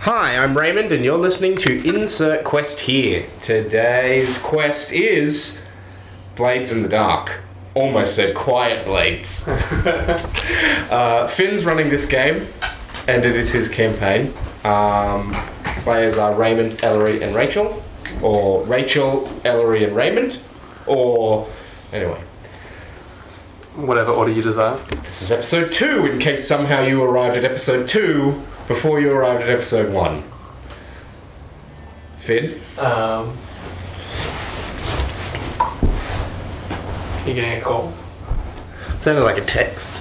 Hi, I'm Raymond, and you're listening to Insert Quest here. Today's quest is Blades in the Dark. Almost said Quiet Blades. uh, Finn's running this game, and it is his campaign. Um, players are Raymond, Ellery, and Rachel, or Rachel, Ellery, and Raymond, or anyway. Whatever order you desire. This is episode two, in case somehow you arrived at episode two before you arrived at episode one. Finn? Um, you're getting a call. Sounded like a text.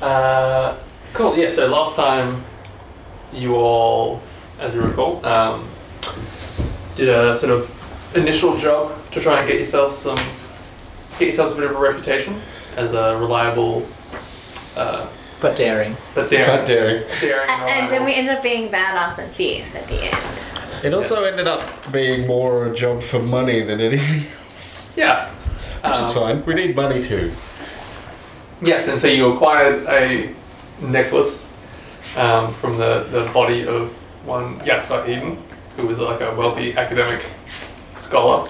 Uh, cool. Yeah. So last time, you all, as you recall, um, did a sort of initial job to try and get yourself some, get yourselves a bit of a reputation as a reliable, uh, But daring. but daring, But daring. daring, And, and then reliable. we ended up being badass and fierce at the end. It also ended up being more a job for money than anything else. yeah. Which is Um, fine. We need money too. Yes, and so you acquired a necklace um, from the, the body of one Yatva Eden, who was like a wealthy academic scholar.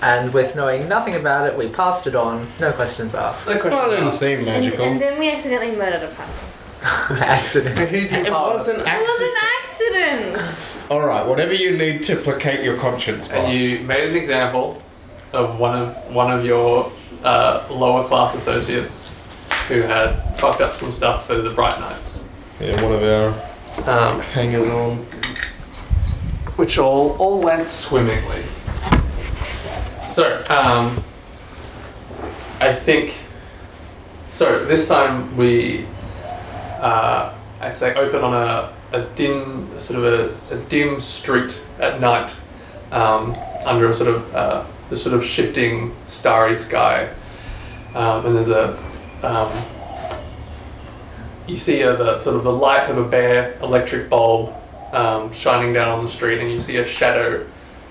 And with knowing nothing about it, we passed it on, no questions asked. No question Well, it didn't asked. seem And, magical. and then we accidentally murdered a person. Accident. And who did you it harm? was an It was an accident. accident! Alright, whatever you need to placate your conscience, boss. And you made an example of one of one of your uh, lower class associates who had fucked up some stuff for the Bright Knights. Yeah, one of our Um, hangers on. which all all went swimmingly. So, um, I think. So this time we, uh, I say, open on a, a dim sort of a, a dim street at night, um, under a sort of uh, the sort of shifting starry sky, um, and there's a. Um, you see uh, the sort of the light of a bare electric bulb um, shining down on the street, and you see a shadow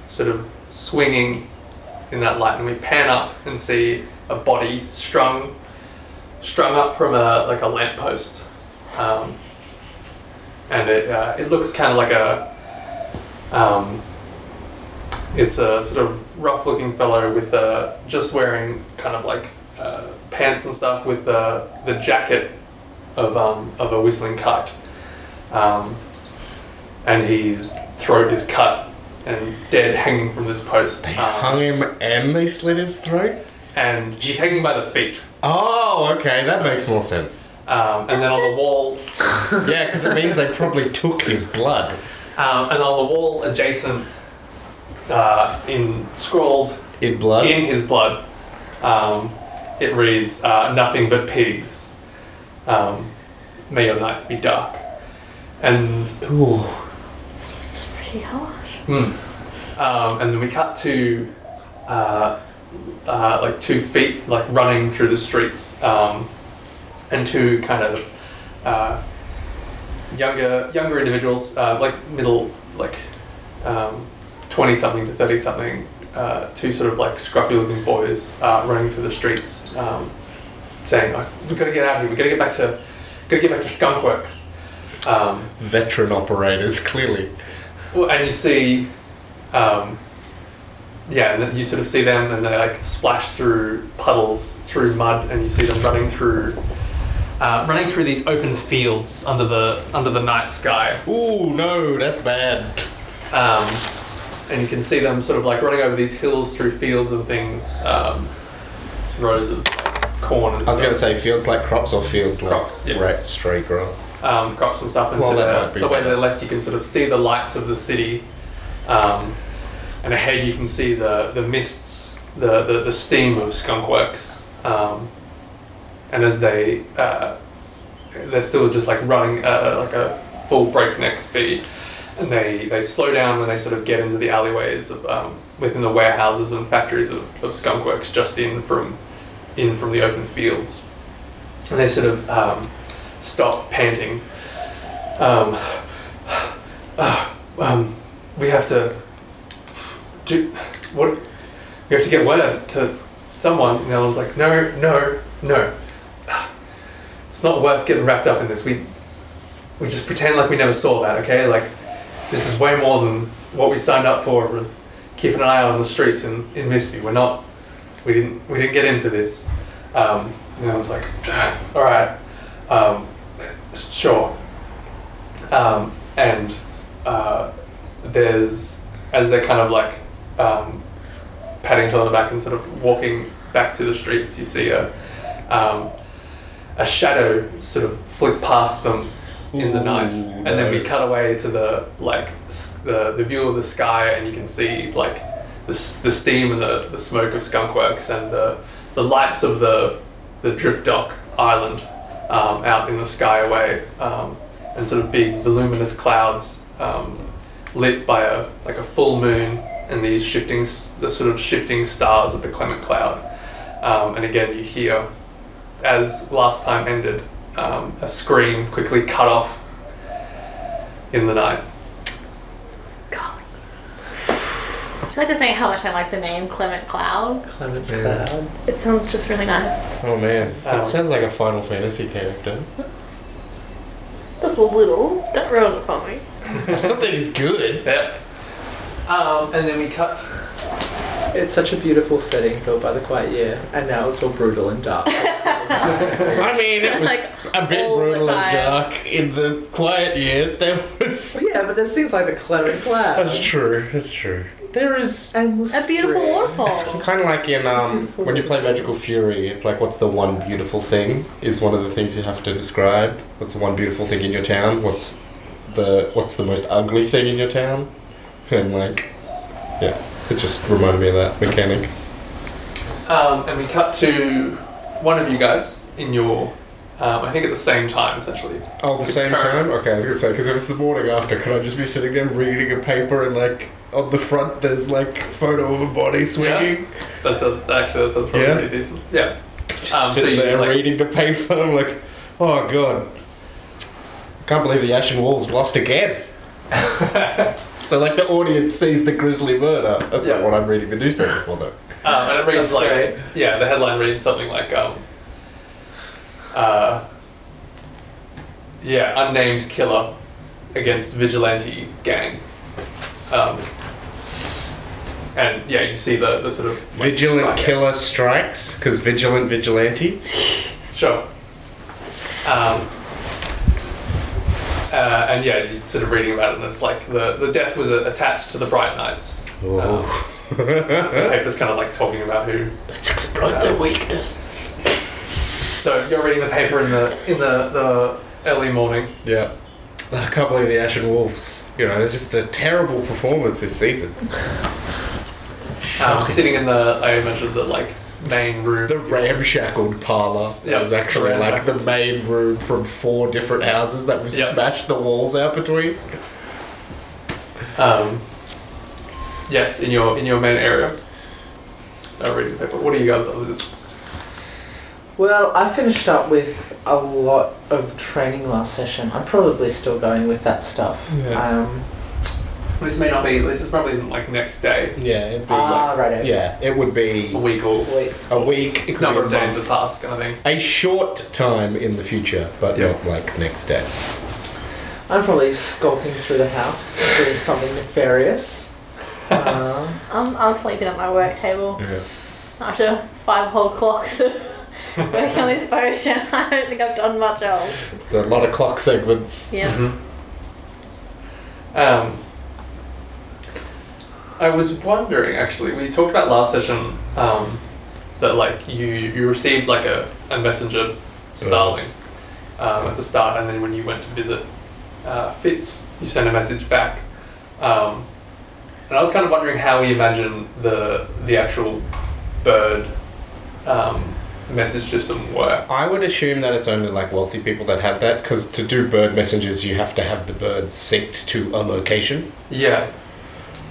sort of swinging in that light. And we pan up and see a body strung, strung up from a like a lamppost, um, and it uh, it looks kind of like a. Um, it's a sort of rough-looking fellow with a just wearing kind of like uh, pants and stuff with the the jacket of um, of a whistling kite. Um, and his throat is cut and dead hanging from this post. They Um, hung him and they slit his throat? and he's hanging by the feet. Oh, okay, that makes more sense. Um, and then on the wall, Yeah, because it means they probably took his blood. um, and on the wall adjacent, uh, in scrawled In blood? in his blood, um, it reads uh, nothing but pigs. Um, may your nights be dark. And Ooh. It's pretty harsh. Hmm. Um, and then we cut to uh, uh, like two feet like running through the streets um, and two kind of uh, younger younger individuals uh, like middle like um, 20 something to 30 something uh, two sort of like scruffy looking boys uh, running through the streets um, saying like, we've got to get out of here we've got to get back to got to get back to skunk works um, Veteran operators, clearly. well, and you see, um, yeah, and then you sort of see them, and they like splash through puddles, through mud, and you see them running through, uh, running through these open fields under the under the night sky, Ooh, no, that's bad. um, and you can see them sort of like running over these hills through fields and things, um, rows of corn and I was going to stuff, say fields like crops or fields like Crops, yeah. right, stray grass. um, crops and stuff, and Well, so that the- might be- the way they're left, you can sort of see the lights of the city. Um, and ahead you can see the, the mists, the, the, the steam of Skunk Works. Um, and as they, uh, they're still just like running uh, like a full breakneck speed. And they, they slow down when they sort of get into the alleyways of, um, within the warehouses and factories of, of Skunk Works just in from, in from the open fields. And they sort of um, stop panting. Um, uh, um, we have to do what we have to get word to someone and Ellen's like no no no it's not worth getting wrapped up in this we we just pretend like we never saw that, okay? Like, this is way more than what we signed up for. We're keeping an eye on the streets in, in Misby. We're not, we didn't, we didn't get in for this. Um, and I was like, all right, um, sure. Um, and uh, there's, as they're kind of like um, patting each other on the back and sort of walking back to the streets, you see a, um, a shadow sort of flick past them in the night, Ooh, and then we no. cut away to the like s- the, the view of the sky, and you can see like the, s- the steam and the, the smoke of Skunkworks and the, the lights of the the drift dock island um, out in the sky away, um, and sort of big voluminous clouds um, lit by a like a full moon and these shifting s- the sort of shifting stars of the Clement cloud. Um, and again, you hear as last time ended, um, a scream quickly cut off in the night. Golly. I'd like to say how much I like the name Clement Cloud. Clement Yeah. Cloud. It sounds just really nice. Oh man, Um, that sounds like a Final Fantasy character. Just a little. Don't ruin it for me. That's not that it's good. Yep. Um, and then we cut. It's such a beautiful setting built by the Quiet Year, and now it's all brutal and dark. I mean, it was Like, a bit all the brutal and time. dark in the quiet year. There was. yeah, but there's things like the Clement Cloud. That's true. That's true. There is. And the A beautiful spring. It's waterfall. kind of like in um, when you play Magical Fury. It's like, what's the one beautiful thing? Is one of the things you have to describe. What's the one beautiful thing in your town? What's the what's the most ugly thing in your town? And like, yeah, it just reminded me of that mechanic. Um, and we cut to one of you guys in your. Um, I think at the same time, essentially. Oh, the same Concur. time? Okay, I was gonna say, because if it's the morning after, could I just be sitting there reading a paper and, like, on the front there's, like, photo of a body swinging? That sounds that actually that sounds probably Yeah. pretty decent. Yeah. Just Um, so sitting you, there like- reading the paper, I'm like, oh god. I can't believe the Ashen Wolves lost again. So, like, the audience sees the grisly murder. That's Yeah. not what I'm reading the newspaper for, though. Um, and it reads That's like great. yeah, the headline reads something like um, uh, yeah, unnamed killer against vigilante gang. Um, and yeah, you see the, the sort of like, Vigilant strike. killer strikes, because vigilant vigilante. Sure. Um, uh, and yeah, you're sort of reading about it, and it's like the, the death was uh, attached to the Bright Knights. Oh. Um, the paper's kind of like talking about who Let's exploit their weakness. So you're reading the paper in the in the, the early morning. Yeah. I can't believe the Ashen Wolves. You know, they're just a terrible performance this season. Um, sitting in the I mentioned the like main room. The ramshackled parlor that Yeah, was actually the like the ramshackled. main room from four different houses that was Yeah. smashed the walls out between. Um, yes, in your in your main area. Uh, reading the paper. What are you guys up to this? Well, I finished up with a lot of training last session. I'm probably still going with that stuff. Yeah. Um, This may not be. This is probably isn't like next day, Yeah, it'd be ah, righto. like, yeah, it would be a week or Wait, a week, it could number of be a days month, have passed, kind of thing. a short time in the future, but Yeah. not like next day. I'm probably skulking through the house doing something nefarious. Uh, I'm, I'm sleeping at my work table. Yeah. After five whole clocks of working on this potion, I don't think I've done much else. It's a lot of clock segments. Yeah. Mm-hmm. Um, I was wondering actually. We talked about last session um, that like you you received like a, a messenger Starling um, at the start, and then when you went to visit uh, Fitz, you sent a message back. Um, and I was kind of wondering how we imagine the the actual bird um, message system work. I would assume that it's only like wealthy people that have that, because to do bird messages, you have to have the birds synced to a location. Yeah.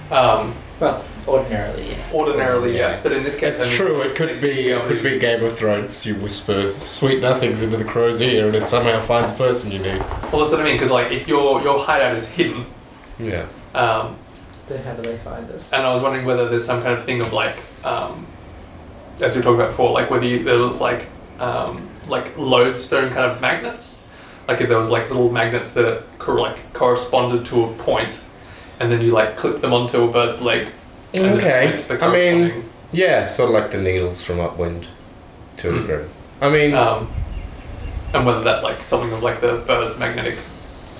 Um, well, ordinarily, yes. ordinarily, Yeah. yes, but in this case, I It's mean, true. It could be. It could be Game of Thrones. You whisper sweet nothings into the crow's ear, and it somehow finds the person you need. Well, that's what I mean, because like if your your hideout is hidden, Yeah. um, Then how do they find Uh, us? and I was wondering whether there's some kind of thing of like, um, as we were talking about before, like whether you, there was like um, like lodestone kind of magnets, like if there was like little magnets that cor- like corresponded to a point, and then you like clip them onto a bird's leg. and then it Okay. went to the I mean, corresponding- yeah, sort of like the needles from upwind to a Hmm. degree. I mean, um, and whether that's like something of like the bird's magnetic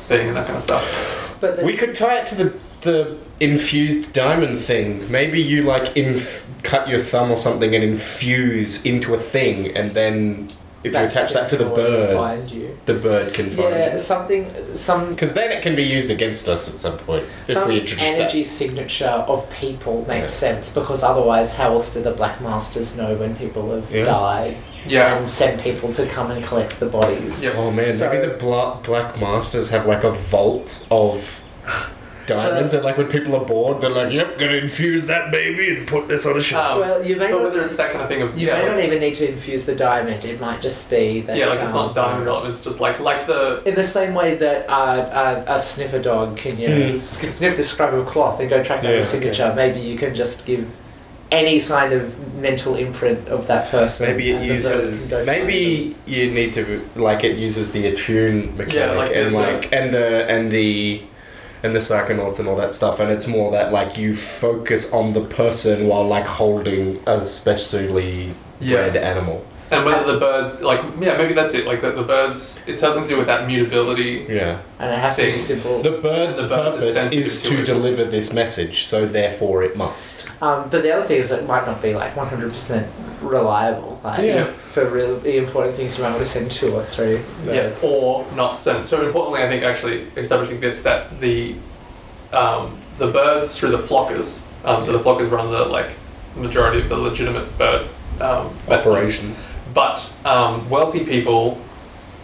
thing and that kind of stuff. But the, we could tie it to the the infused diamond thing. Maybe you like inf- cut your thumb or something and infuse into a thing, and then if you attach that to the can always bird, Find you. the bird can find Yeah, it. something, some Because then it can be used against us at some point if some we introduce energy that. signature of people makes Yeah. sense because otherwise, how else do the Black Masters know when people have Yeah. died Yeah. and send people to come and collect the bodies? Yeah. Oh man, So- maybe the bla- Black Masters have like a vault of Uh, diamonds, and like when people are bored, they're like, "Yep, gonna infuse that baby and put this on a shelf." Um, Well, you may but not- whether it's that kind of thing of You yeah, may like- not even need to infuse the diamond. It might just be that. yeah, like it's um, not diamond relevant. It's just like like the In the same way that uh, uh, a sniffer dog can, you know, Hmm. sniff the scrub of cloth and go track down Yeah, the signature, maybe you can just give any sign of mental imprint of that person. Maybe it and the bird can uses. go find them. Maybe you need to like it uses the attune mechanic like and the- like and the and the and the psychonauts and all that stuff, and it's more that like you focus on the person while like holding a specially Yeah. bred animal. and whether the birds like yeah maybe that's it like the, the birds it's something to do with that mutability Yeah. And it has to be Thing. simple. The bird's The bird's purpose sensitive is to to it. deliver this message, so therefore it must. Um, but the other thing is, it might not be like 100% reliable. Like, Yeah. for real, the important things, you might want to send two or three. yeah, birds. or not sent. So importantly, I think actually establishing this that the um, the birds through the flockers. Um, so the flockers run the like majority of the legitimate bird um, messages. Operations. But um, wealthy people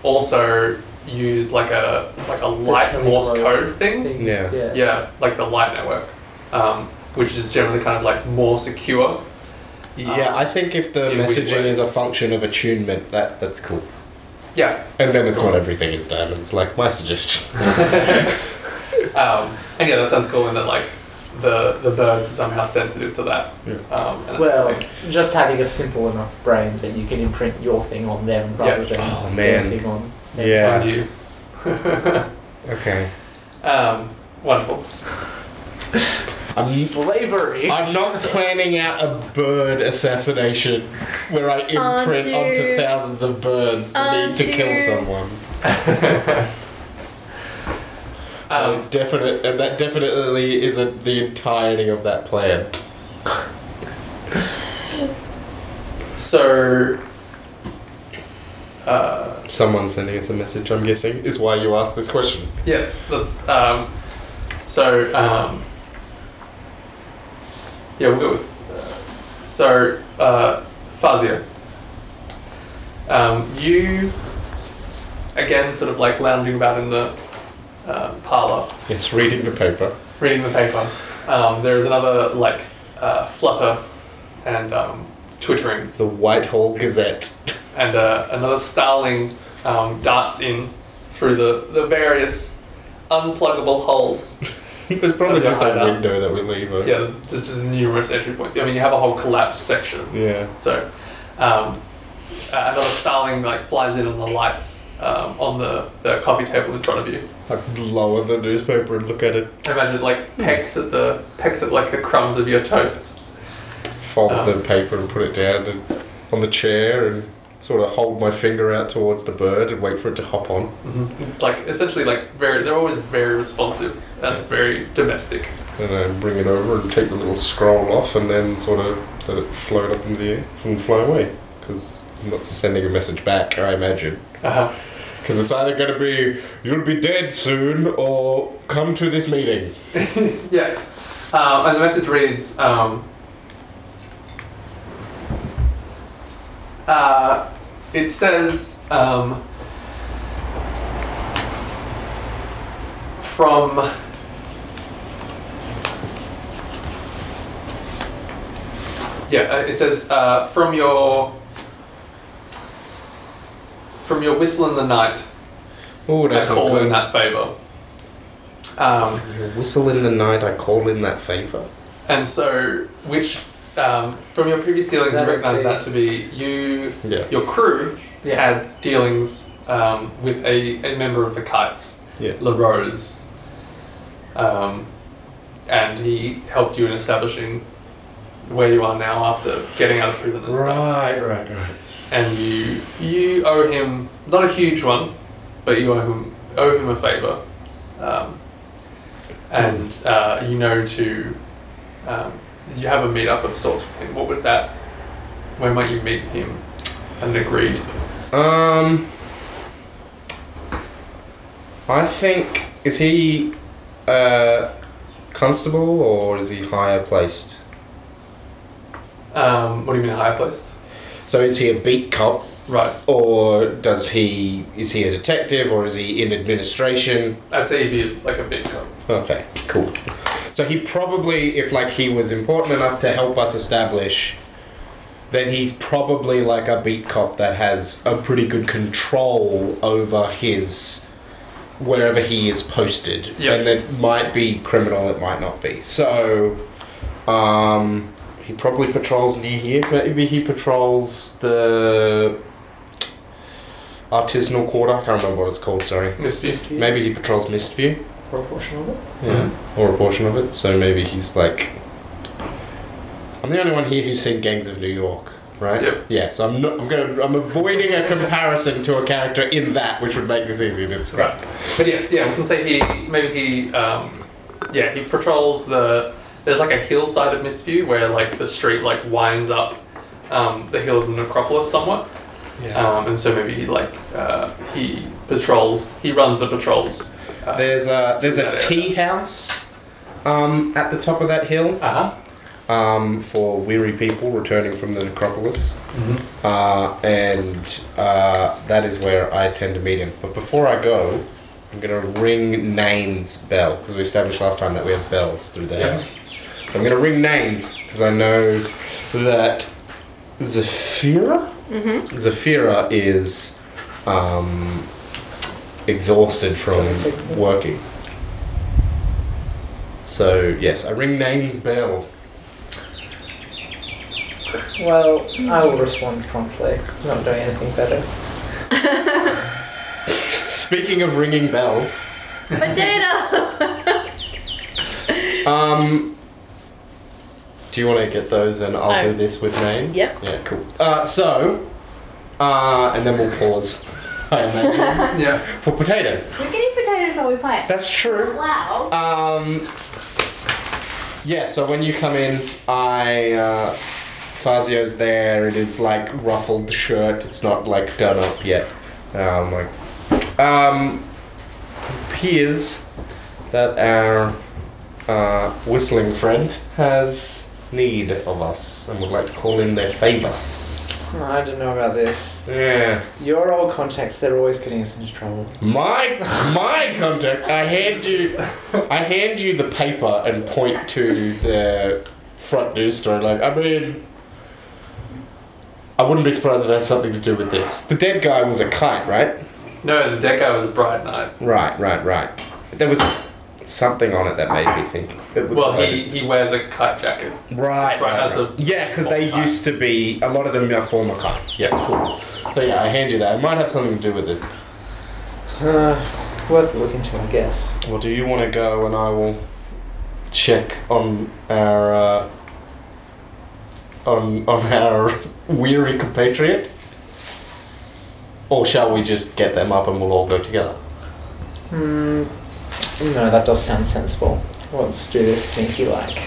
also use like a like a The light Morse telegram code thing. Yeah. Yeah. Yeah, like the light network, um, which is generally kind of like more secure. Yeah, I think if the in weird messaging is a ways. function of attunement, that that's cool. Yeah, And then it's not everything is diamonds, like my suggestion. um, and yeah, that sounds cool in that like the the birds are somehow sensitive to that. Um, and Well, just having a simple enough brain that you can imprint your thing on them rather Yeah. than Oh, their man. thing on them. Yeah. and you. Okay. um, wonderful. I'm, Slavery. I'm not planning out a bird assassination where I imprint Onto- onto thousands of birds the need to kill onto- someone. Um, Definite, and that definitely isn't the entirety of that plan. so. Uh, Someone sending us a message, I'm guessing, is why you asked this question. yes, that's um, so. Um, yeah, we'll go with. Uh, so, uh, Fazio, um, you again sort of like lounging about in the uh, parlor. It's reading the paper. reading the paper, um, there is another like uh, flutter and um, twittering, The Whitehall Gazette. and uh, another starling um, darts in through the, the various unpluggable holes. There's probably Yeah, just I that know. window that we leave. over. Yeah, just, just numerous entry points. I mean, you have a whole collapsed section. Yeah. So, um, uh, another starling like flies in on the lights um, on the, the coffee table in front of you. Like lower the newspaper and look at it. I imagine it, like pecks at the pecks at like the crumbs of your toast. fold Oh. the paper and put it down and, on the chair and sort of hold my finger out towards the bird and wait for it to hop on. like essentially like very they're always very responsive and very domestic And I bring it over and take the little scroll off and then sort of let it float up into the air and fly away. Because I'm not sending a message back, I imagine. uh-huh. Because it's either going to be, you'll be dead soon, or come to this meeting. yes um, and the message reads um, uh, it says um, from yeah uh, it says uh, from your from your whistle in the night Oh, I that's call not in good. that favour. Um, You whistle in the night, I call in that favour. and so, which um, from your previous dealings, you That would recognise be- that to be you, Yeah. your crew Yeah. had dealings um, with a, a member of the Kites, Yeah. LaRose. Um, and he helped you in establishing where you are now after getting out of prison and stuff. Right, right, right. And you you owe him not a huge one, but you owe him owe him a favor, um, and uh, you know to um, you have a meetup of sorts with him. What would that? Where might you meet him? And agreed. Um, I think is he uh, constable or is he higher placed? Um, what do you mean higher placed? So is he a beat cop Right. or does he is he a detective or is he in administration? I'd say he'd be like a big cop. Okay, cool. So he probably, if like he was important enough to help us establish, then he's probably like a beat cop that has a pretty good control over his wherever he is posted. Yep. And it might be criminal, it might not be. So um he probably patrols near here. Maybe he patrols the artisanal quarter. I can't remember what it's called, sorry. Misty. Maybe he patrols Mistview. For a portion of it. Yeah, or a portion of it. So maybe he's like. I'm the only one here who's seen Gangs of New York, right? Yep. Yeah. So I'm not. I'm going. I'm avoiding a comparison to a character in that, which would make this easy to describe. Right. But yes, yeah, we can say he maybe he um, yeah he patrols the there's like a hillside of Mistview where like the street like winds up um, the hill of the necropolis somewhat, um, and so maybe he like uh, he patrols he runs the patrols. Uh There's a there's a That tea house, um, at the top of that hill, huh. um, for weary people returning from the necropolis, Mm-hmm. uh, and uh, that is where I tend to meet him. But before I go. I'm gonna ring Nain's bell because we established last time that we have bells through the Yeah. house. I'm gonna ring names because I know that Zafira, Mm-hmm. Zafira is um, exhausted from working. So yes, I ring Nain's bell. Well, I will respond promptly. Not doing anything better. Speaking of ringing bells, Potato! um, do you want to get those and I'll No. do this with Nain? Yep. Yeah, cool. Uh, so, uh, and then we'll pause. I imagine Yeah. for potatoes. we can eat potatoes while we play. That's true. Wow. Um, yeah, so when you come in, I, uh, Fazio's there, it is like ruffled shirt, it's not like done up yet. Um, like, um, appears that our, uh, whistling friend has need of us and would like to call in their favor. Oh, I don't know about this. Yeah. Your old contacts, they're always getting us into trouble. My my contact. I hand you, I hand you the paper and point to the front news story. Like, I mean, I wouldn't be surprised if it has something to do with this. The dead guy was a kite, right? No, the deck guy was a bright knight. Right, right, right. There was something on it that made me think. It was Well, he, he wears a kite jacket. Right, Right, that's a- yeah, because they former used to be. A lot of them are former kites. Yeah, cool. So yeah, I hand you that. It might have something to do with this. Uh, worth a look into, I guess. Well, do you want to go and I will check on our uh, on on our weary compatriot, or shall we just get them up and we'll all go together? Hmm. No, that does sound sensible. Let's do this sneaky like.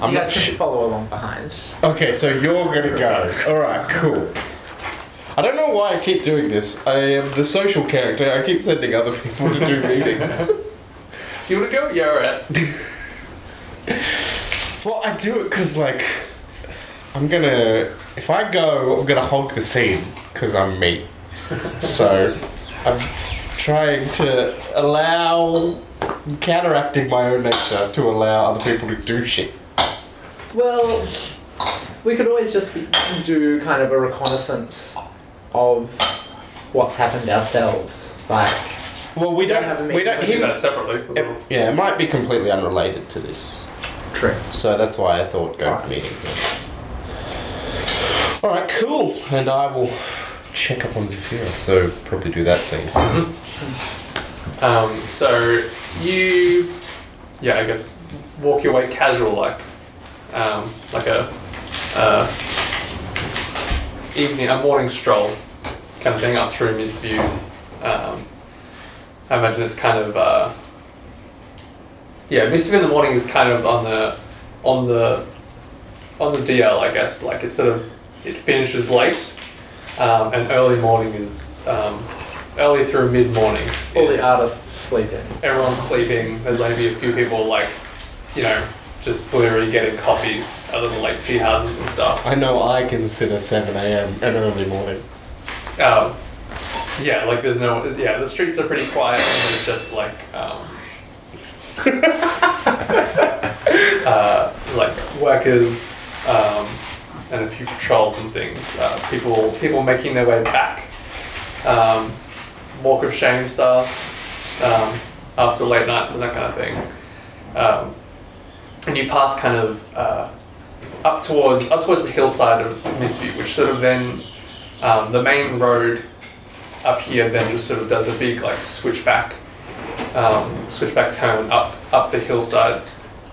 I'm not you guys sure. should follow along behind. Okay, so you're gonna go. All right, cool. I don't know why I keep doing this. I am the social character. I keep sending other people to do meetings. Do you want to go? Yeah, all right. Well, I do it because, like, I'm gonna. If I go, I'm gonna hog the scene because I'm me. so, I'm trying to allow. counteracting my own nature to allow other people to do shit. Well, we could always just be- do kind of a reconnaissance of what's happened ourselves. Like, Well, we don't don't. have a we meeting. don't. We'll do He, that separately. yeah, it might be completely unrelated to this. true. So that's why I thought go to Alright. meeting. All right, cool. And I will check up on Zephyr, so probably do that scene. Mm-hmm. Um, so you, yeah, I guess walk your way casual, like, um, like a uh, evening, a morning stroll, kind of thing up through Mistview. Um, I imagine it's kind of, uh, yeah, Mistview in the morning is kind of on the, on the, on the DL, I guess. Like it sort of, it finishes late, um, and early morning is. Um, Early through mid morning. All the artists sleeping. everyone's sleeping. There's maybe a few people like, you know, just literally getting coffee at little like tea houses and stuff. I know I consider 7 a.m. an early morning. Um, yeah, like there's no, yeah, the streets are pretty quiet. And there's just like, um, uh, like workers um, and a few patrols and things. Uh, people, people making their way back. Um, walk of shame stuff um, after late nights and that kind of thing. Um, and you pass kind of uh, up towards up towards the hillside of Mistview, which sort of then um, the main road up here then just sort of does a big like switchback um, switchback turn up up the hillside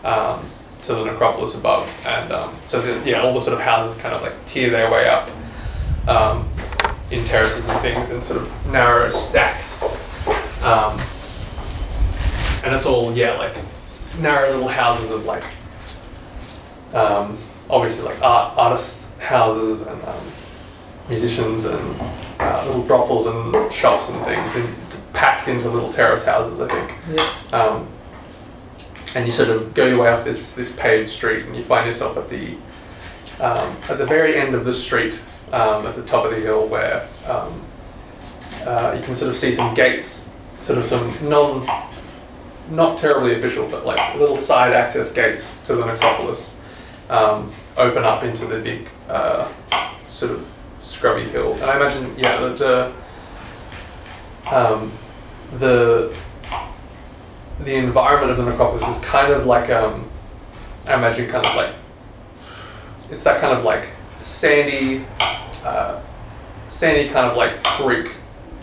um, to the necropolis above, and um, so the, yeah, all the sort of houses kind of like tear their way up um, in terraces and things, and sort of narrow stacks. Um, and it's all yeah, like narrow little houses of like um, obviously like art artists' houses and um, musicians and uh, little brothels and shops and things, and packed into little terrace houses, I think. Yeah. Um, and you sort of go your way up this, this paved street, and you find yourself at the um, at the very end of the street, um, at the top of the hill, where um, uh, you can sort of see some gates, sort of some non not terribly official, but like little side access gates to the necropolis um, open up into the big uh, sort of scrubby hill. And I imagine, yeah, that the um, the the environment of the necropolis is kind of like um, I imagine kind of like it's that kind of like sandy, uh, sandy kind of like Greek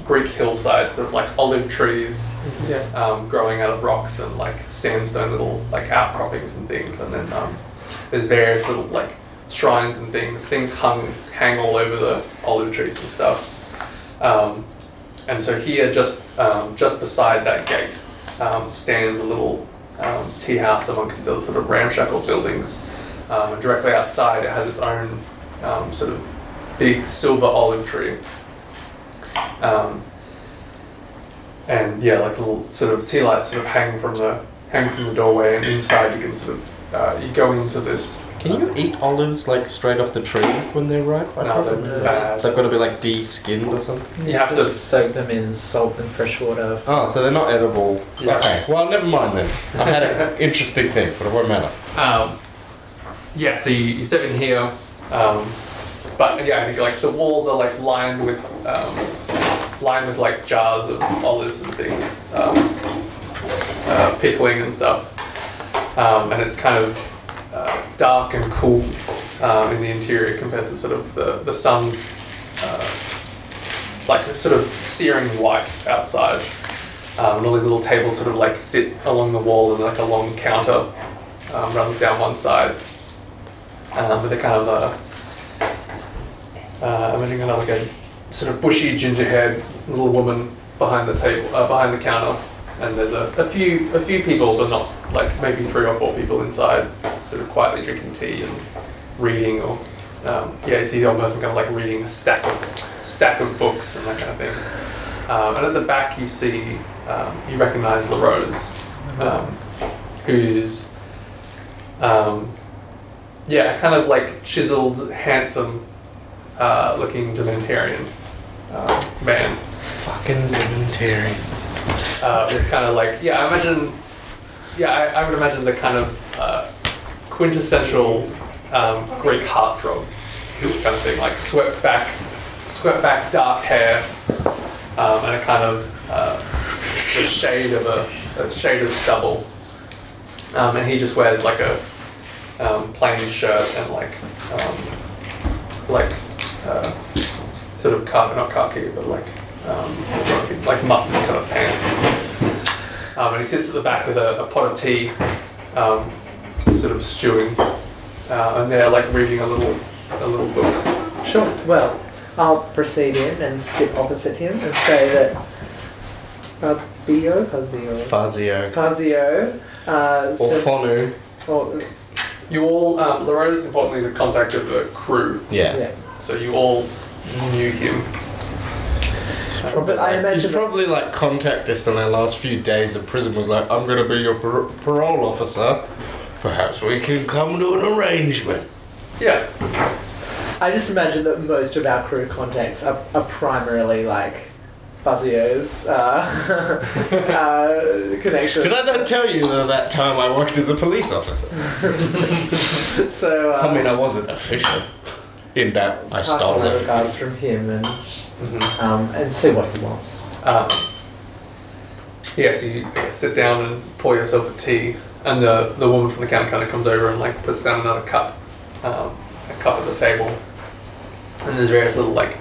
Greek hillside, sort of like olive trees Yeah. um, growing out of rocks and like sandstone little like outcroppings and things, and then um, there's various little like shrines and things, things hung hang all over the olive trees and stuff. Um, and so here, just um, just beside that gate, um, stands a little um, tea house amongst these other sort of ramshackle buildings. Um, and directly outside, it has its own um, sort of big silver olive tree. Um, and yeah, like little sort of tea lights sort of hang from the hang from the doorway, and inside you can sort of uh, you go into this. Can you eat olives like straight off the tree when they're ripe? I No, can't they're remember. bad. They've got to be like de-skinned or something. You have to- just soak them in salt and fresh water. Oh, so they're not edible. Yeah. Okay, well, never mind then. I had an interesting thing, but it won't matter. Um, yeah, so you, you step in here, um, but yeah, I think like the walls are like lined with um, lined with like jars of olives and things, um, uh, pickling and stuff, um, and it's kind of uh, dark and cool um, in the interior compared to sort of the the sun's uh, like sort of searing white outside. Um, and all these little tables sort of like sit along the wall and like a long counter um, runs down one side um, with a kind of a, uh, I'm imagining kind of like a sort of bushy ginger haired little woman behind the table, uh, behind the counter. And there's a, a few a few people, but not like maybe three or four people inside, sort of quietly drinking tea and reading or um, yeah, you see the old person kind of like reading a stack of stack of books and that kind of thing. Um, and at the back, you see um, you recognise La Rose, um, who's um, yeah, kind of like chiseled, handsome uh, looking Dementarian uh, man. Fucking libertarians. Uh, with kind of like, yeah, I imagine, yeah, I, I would imagine the kind of uh, quintessential um, Greek heartthrob kind of thing, like swept back, swept back dark hair, um, and a kind of uh, the shade of a, a shade of stubble. Um, and he just wears like a um, plain shirt and like um, like uh, sort sort of khaki, not khaki, but like um, like- like mustard coloured pants. Um, and he sits at the back with a, a pot of tea, um, sort of stewing, uh, and they're like reading a little a little book. Sure. Well, I'll proceed in and sit opposite him and say that Fabio, Fazio, Fazio. Fazio, uh, Or said- Fonu. or- You all, um, Loretta's importantly is a contact of the crew, Yeah. yeah. so you all knew him. Um, But I He's imagine probably like contact us in our last few days of prison was like, I'm gonna be your par- parole officer. Perhaps we can come to an arrangement. yeah, I just imagine that most of our crew contacts are, are primarily like Fazio's uh, uh, connections. Did I not tell you that that time I worked as a police officer? So uh, I mean, I wasn't official. In that I pass stole my it. regards from him and Mhm. um, and see what he wants. Um, yeah, so you sit down and pour yourself a tea, and the, the woman from the counter kind of comes over and like puts down another cup, um, a cup at the table, and there's various little like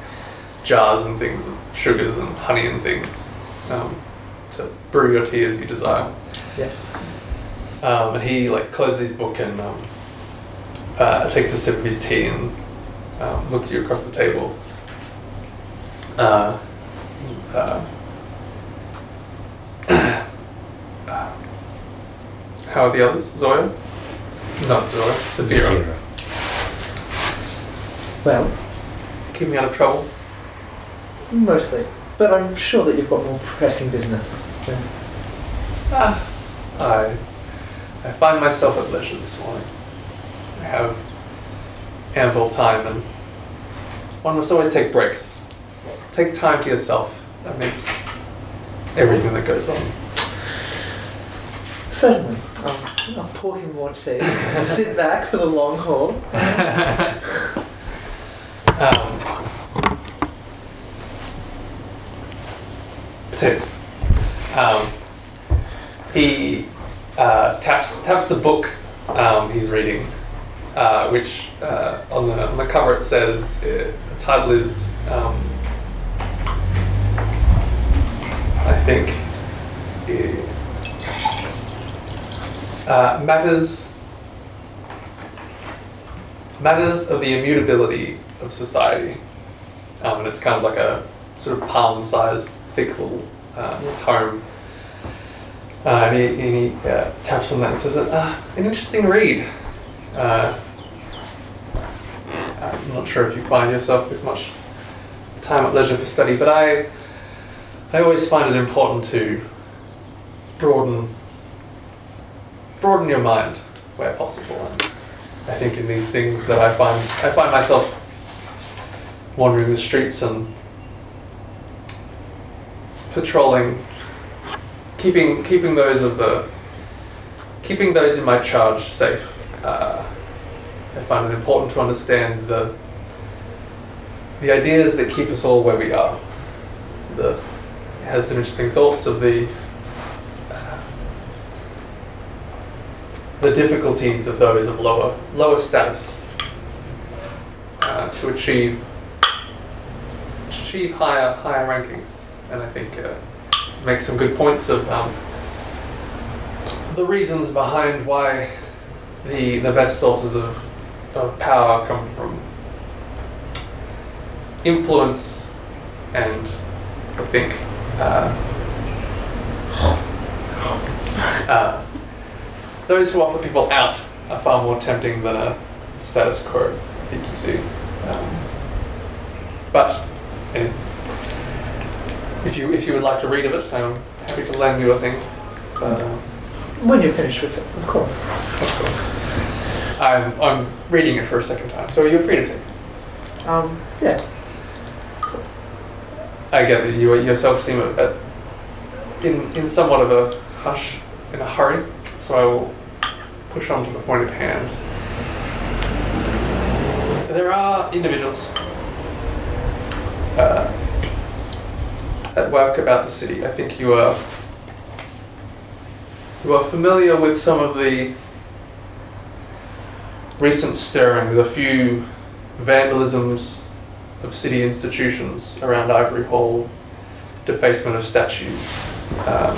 jars and things of sugars and honey and things um, to brew your tea as you desire. Yeah. Um, and he like closes his book and um, uh, takes a sip of his tea and um, looks at you across the table. Uh, uh, uh, how are the others? Zoya? Not Zoya. To zero. Well, Keep me out of trouble. mostly, but I'm sure that you've got more pressing business. Than Ah, I, I find myself at leisure this morning. I have ample time, and one must always take breaks. Take time to yourself amidst everything that goes on. Certainly. I'll, I'll pour him more tea. sit back for the long haul. um, potatoes. Um, he uh, taps taps the book um, he's reading, uh, which uh, on the on the cover it says uh the title is um, I think uh, uh, matters Matters of the Immutability of Society. Um, and it's kind of like a sort of palm sized, thick little uh, tome. Uh, and he, and he uh, taps on that and says, uh, an interesting read. Uh, I'm not sure if you find yourself with much time at leisure for study, but I, I always find it important to broaden, broaden your mind where possible. And I think in these things that I find I find myself wandering the streets and patrolling keeping keeping those of the keeping those in my charge safe uh, I find it important to understand the the ideas that keep us all where we are the it has some interesting thoughts of the the difficulties of those of lower lower status uh, to achieve to achieve higher higher rankings, and I think uh, makes some good points of um, the reasons behind why the the best sources of of power come from influence and I think. Uh, uh, those who offer people out are far more tempting than a status quo, I think you see. Um, but eh, if you if you would like to read of it, I'm happy to lend you a thing. But, um, When you're finished with it, of course. of course, I'm I'm reading it for a second time, so you're free to take. it. Um, yeah. I gather you yourself seem a, a, in in somewhat of a hush, in a hurry, so I will push on to the point at hand. There are individuals uh, at work about the city. I think you are you are familiar with some of the recent stirrings, a few vandalisms, of city institutions around Ivory Hall, defacement of statues, um,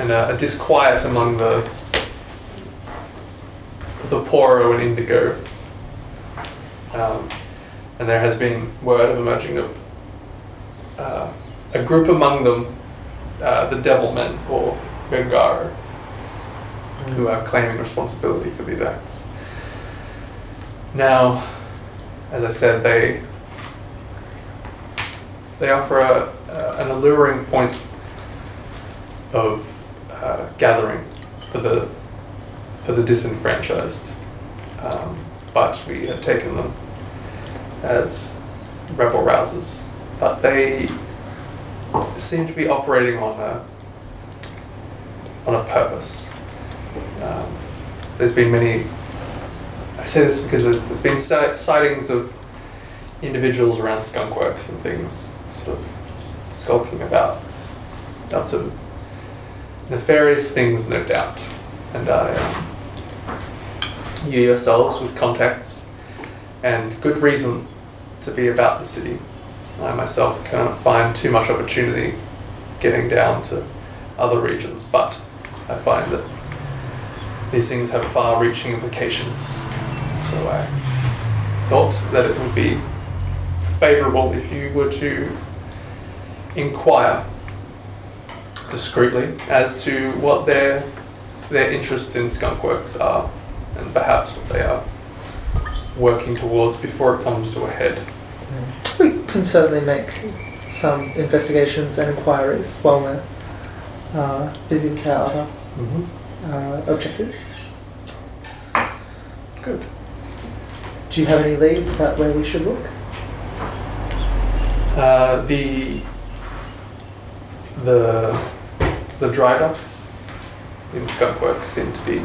and a, a disquiet among the the Poro and Indigo. Um, and there has been word of emerging of uh, a group among them, uh, the Devil Men or Gengaro, who are claiming responsibility for these acts. Now, as I said, they they offer a, a, an alluring point of uh, gathering for the for the disenfranchised, um, but we have taken them as rebel rousers. But they seem to be operating on a on a purpose. Um, there's been many. I say this because there's, there's been si- sightings of individuals around skunk works and things, sort of skulking about, up to nefarious things, no doubt. And I, um, you yourselves with contacts and good reason to be about the city. I myself cannot find too much opportunity getting down to other regions, but I find that these things have far reaching implications. So I thought that it would be favourable if you were to inquire discreetly as to what their their interests in skunk works are and perhaps what they are working towards before it comes to a head. We can certainly make some investigations and inquiries while we're uh, busy with our other Mm-hmm. uh, objectives. Good. Do you have any leads about where we should look? Uh, the the the dry docks in Skunkworks seem to be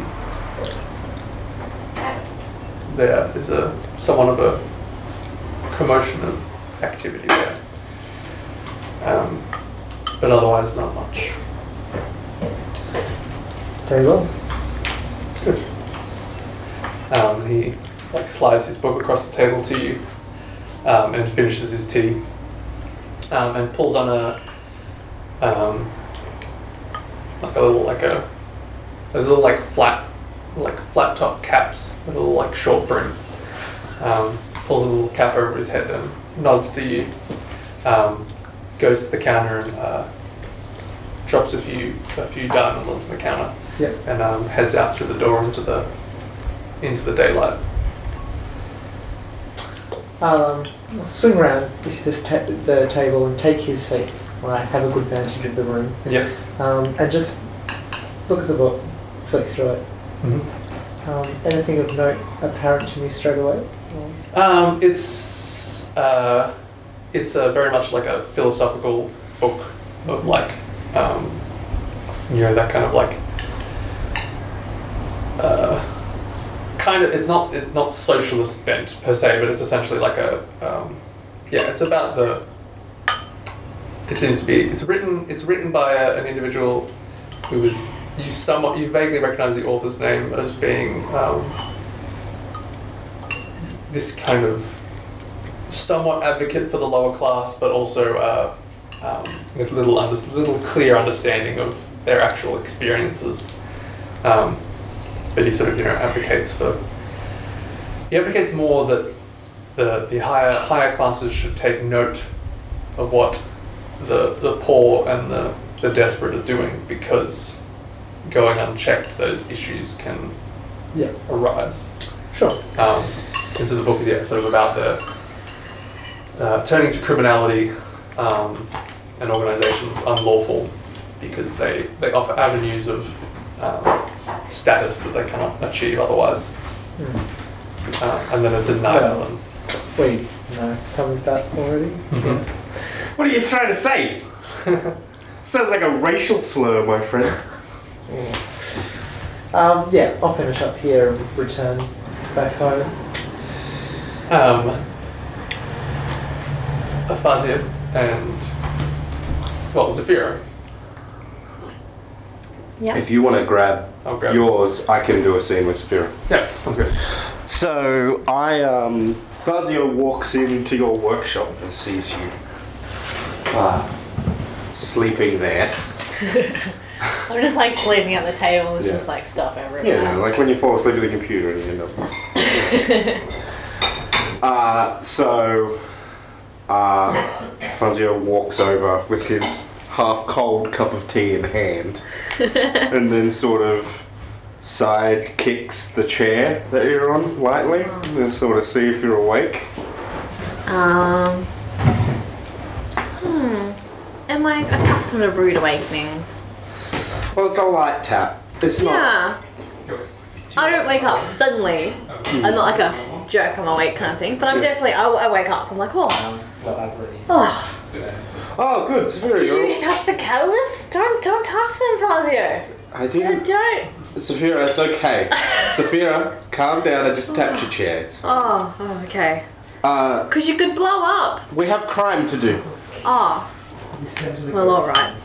there is a somewhat of a commotion of activity there, um, but otherwise not much. Very well. Good. Um, he like slides his book across the table to you, um, and finishes his tea, um, and pulls on a um, like a little like a those little like flat like flat top caps with a little like short brim. Um, pulls a little cap over his head and nods to you. Um, goes to the counter and uh, drops a few a few diamonds onto the counter Yep. and um, heads out through the door into the into the daylight. I'll um, I'll swing round this ta- the table and take his seat where I have a good vantage of the room. Yes. Um, and just look at the book, flick through it. Mm-hmm. Um, anything of note apparent to me straight away? Or- Um, it's uh, it's uh, very much like a philosophical book of like um, you know that kind of like uh, kind of it's not it's not socialist bent per se, but it's essentially like a um, yeah it's about the it seems to be it's written it's written by a, an individual who was you somewhat you vaguely recognize the author's name as being um, this kind of somewhat advocate for the lower class, but also uh, um, with little under- little clear understanding of their actual experiences. Um, but he sort of you know advocates for he advocates more that the the higher higher classes should take note of what the the poor and the, the desperate are doing because going unchecked those issues can Yeah, arise sure. um, and so the book is yeah, sort of about the uh, turning to criminality um, and organisations unlawful because they, they offer avenues of um, status that they cannot achieve otherwise, Mm. uh, and then are denied to Well. them. We know some of that already. Mm-hmm. Mhm. Yes. What are you trying to say? Sounds like a racial slur, my friend. Um, yeah, I'll finish up here and return back home. Um, Afazia and well, Zafira. Yeah. If you want to grab I'll grab- yours, I can do a scene with Saphira. Yeah, sounds good. So I um, Fazio walks into your workshop and sees you uh, sleeping there. I'm just like sleeping at the table and Yeah. just like stuff everywhere. You know, like when you fall asleep at the computer and you end up. Uh, so, uh, Fazio walks over with his half cold cup of tea in hand and then sort of side kicks the chair that you're on lightly Oh. and sort of see if you're awake. um. Hmm. Am I accustomed to rude awakenings? Well, it's a light tap. It's not. Yeah. I don't wake up suddenly. I'm not like a jerk, I'm awake kind of thing, but I'm Yeah. definitely, I, I wake up, I'm like, oh, Um, but I've already. oh, Oh, good. Severe, did you you're. touch the catalyst? Don't, don't touch them, Fazio. I Don't, didn't. don't. Sophia, it's okay. Sophia, calm down. I just tapped your chair. It's fine. Oh, oh, okay. Uh, Because you could blow up. we have crime to do. Oh, well, alright.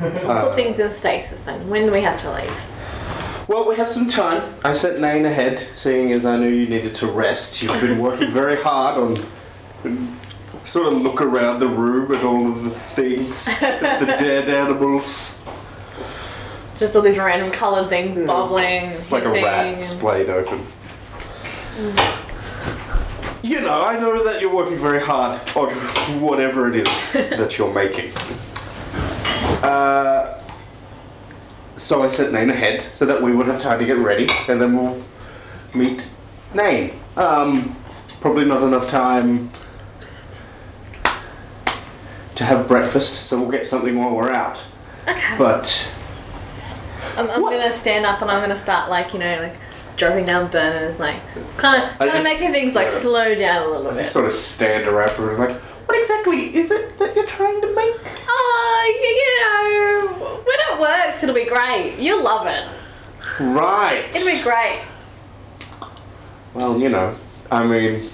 Put Uh, things in stasis then. When do we have to leave? well, we have some time. I sent Nain ahead, seeing as I knew you needed to rest. You've been working very hard on. Sort of look around the room at all of the things, at the dead animals. Just all these random coloured things bobbling. Hmm. It's like a rat splayed open. You know, I know that you're working very hard on whatever it is that you're making. Uh, so I sent Nain ahead so that we would have time to get ready, and then we'll meet Nain. Um, probably not enough time to have breakfast, so we'll get something while we're out. Okay. But I'm, I'm What? gonna stand up and I'm gonna start like, you know, like dropping down burners, like kind of, kind of just- making things like yeah. slow down a little I bit. just sort of stand around for a minute, like, what exactly is it that you're trying to make? Oh, you, you know, when it works, it'll be great. You'll love it. Right. It'll be great. Well, you know, I mean,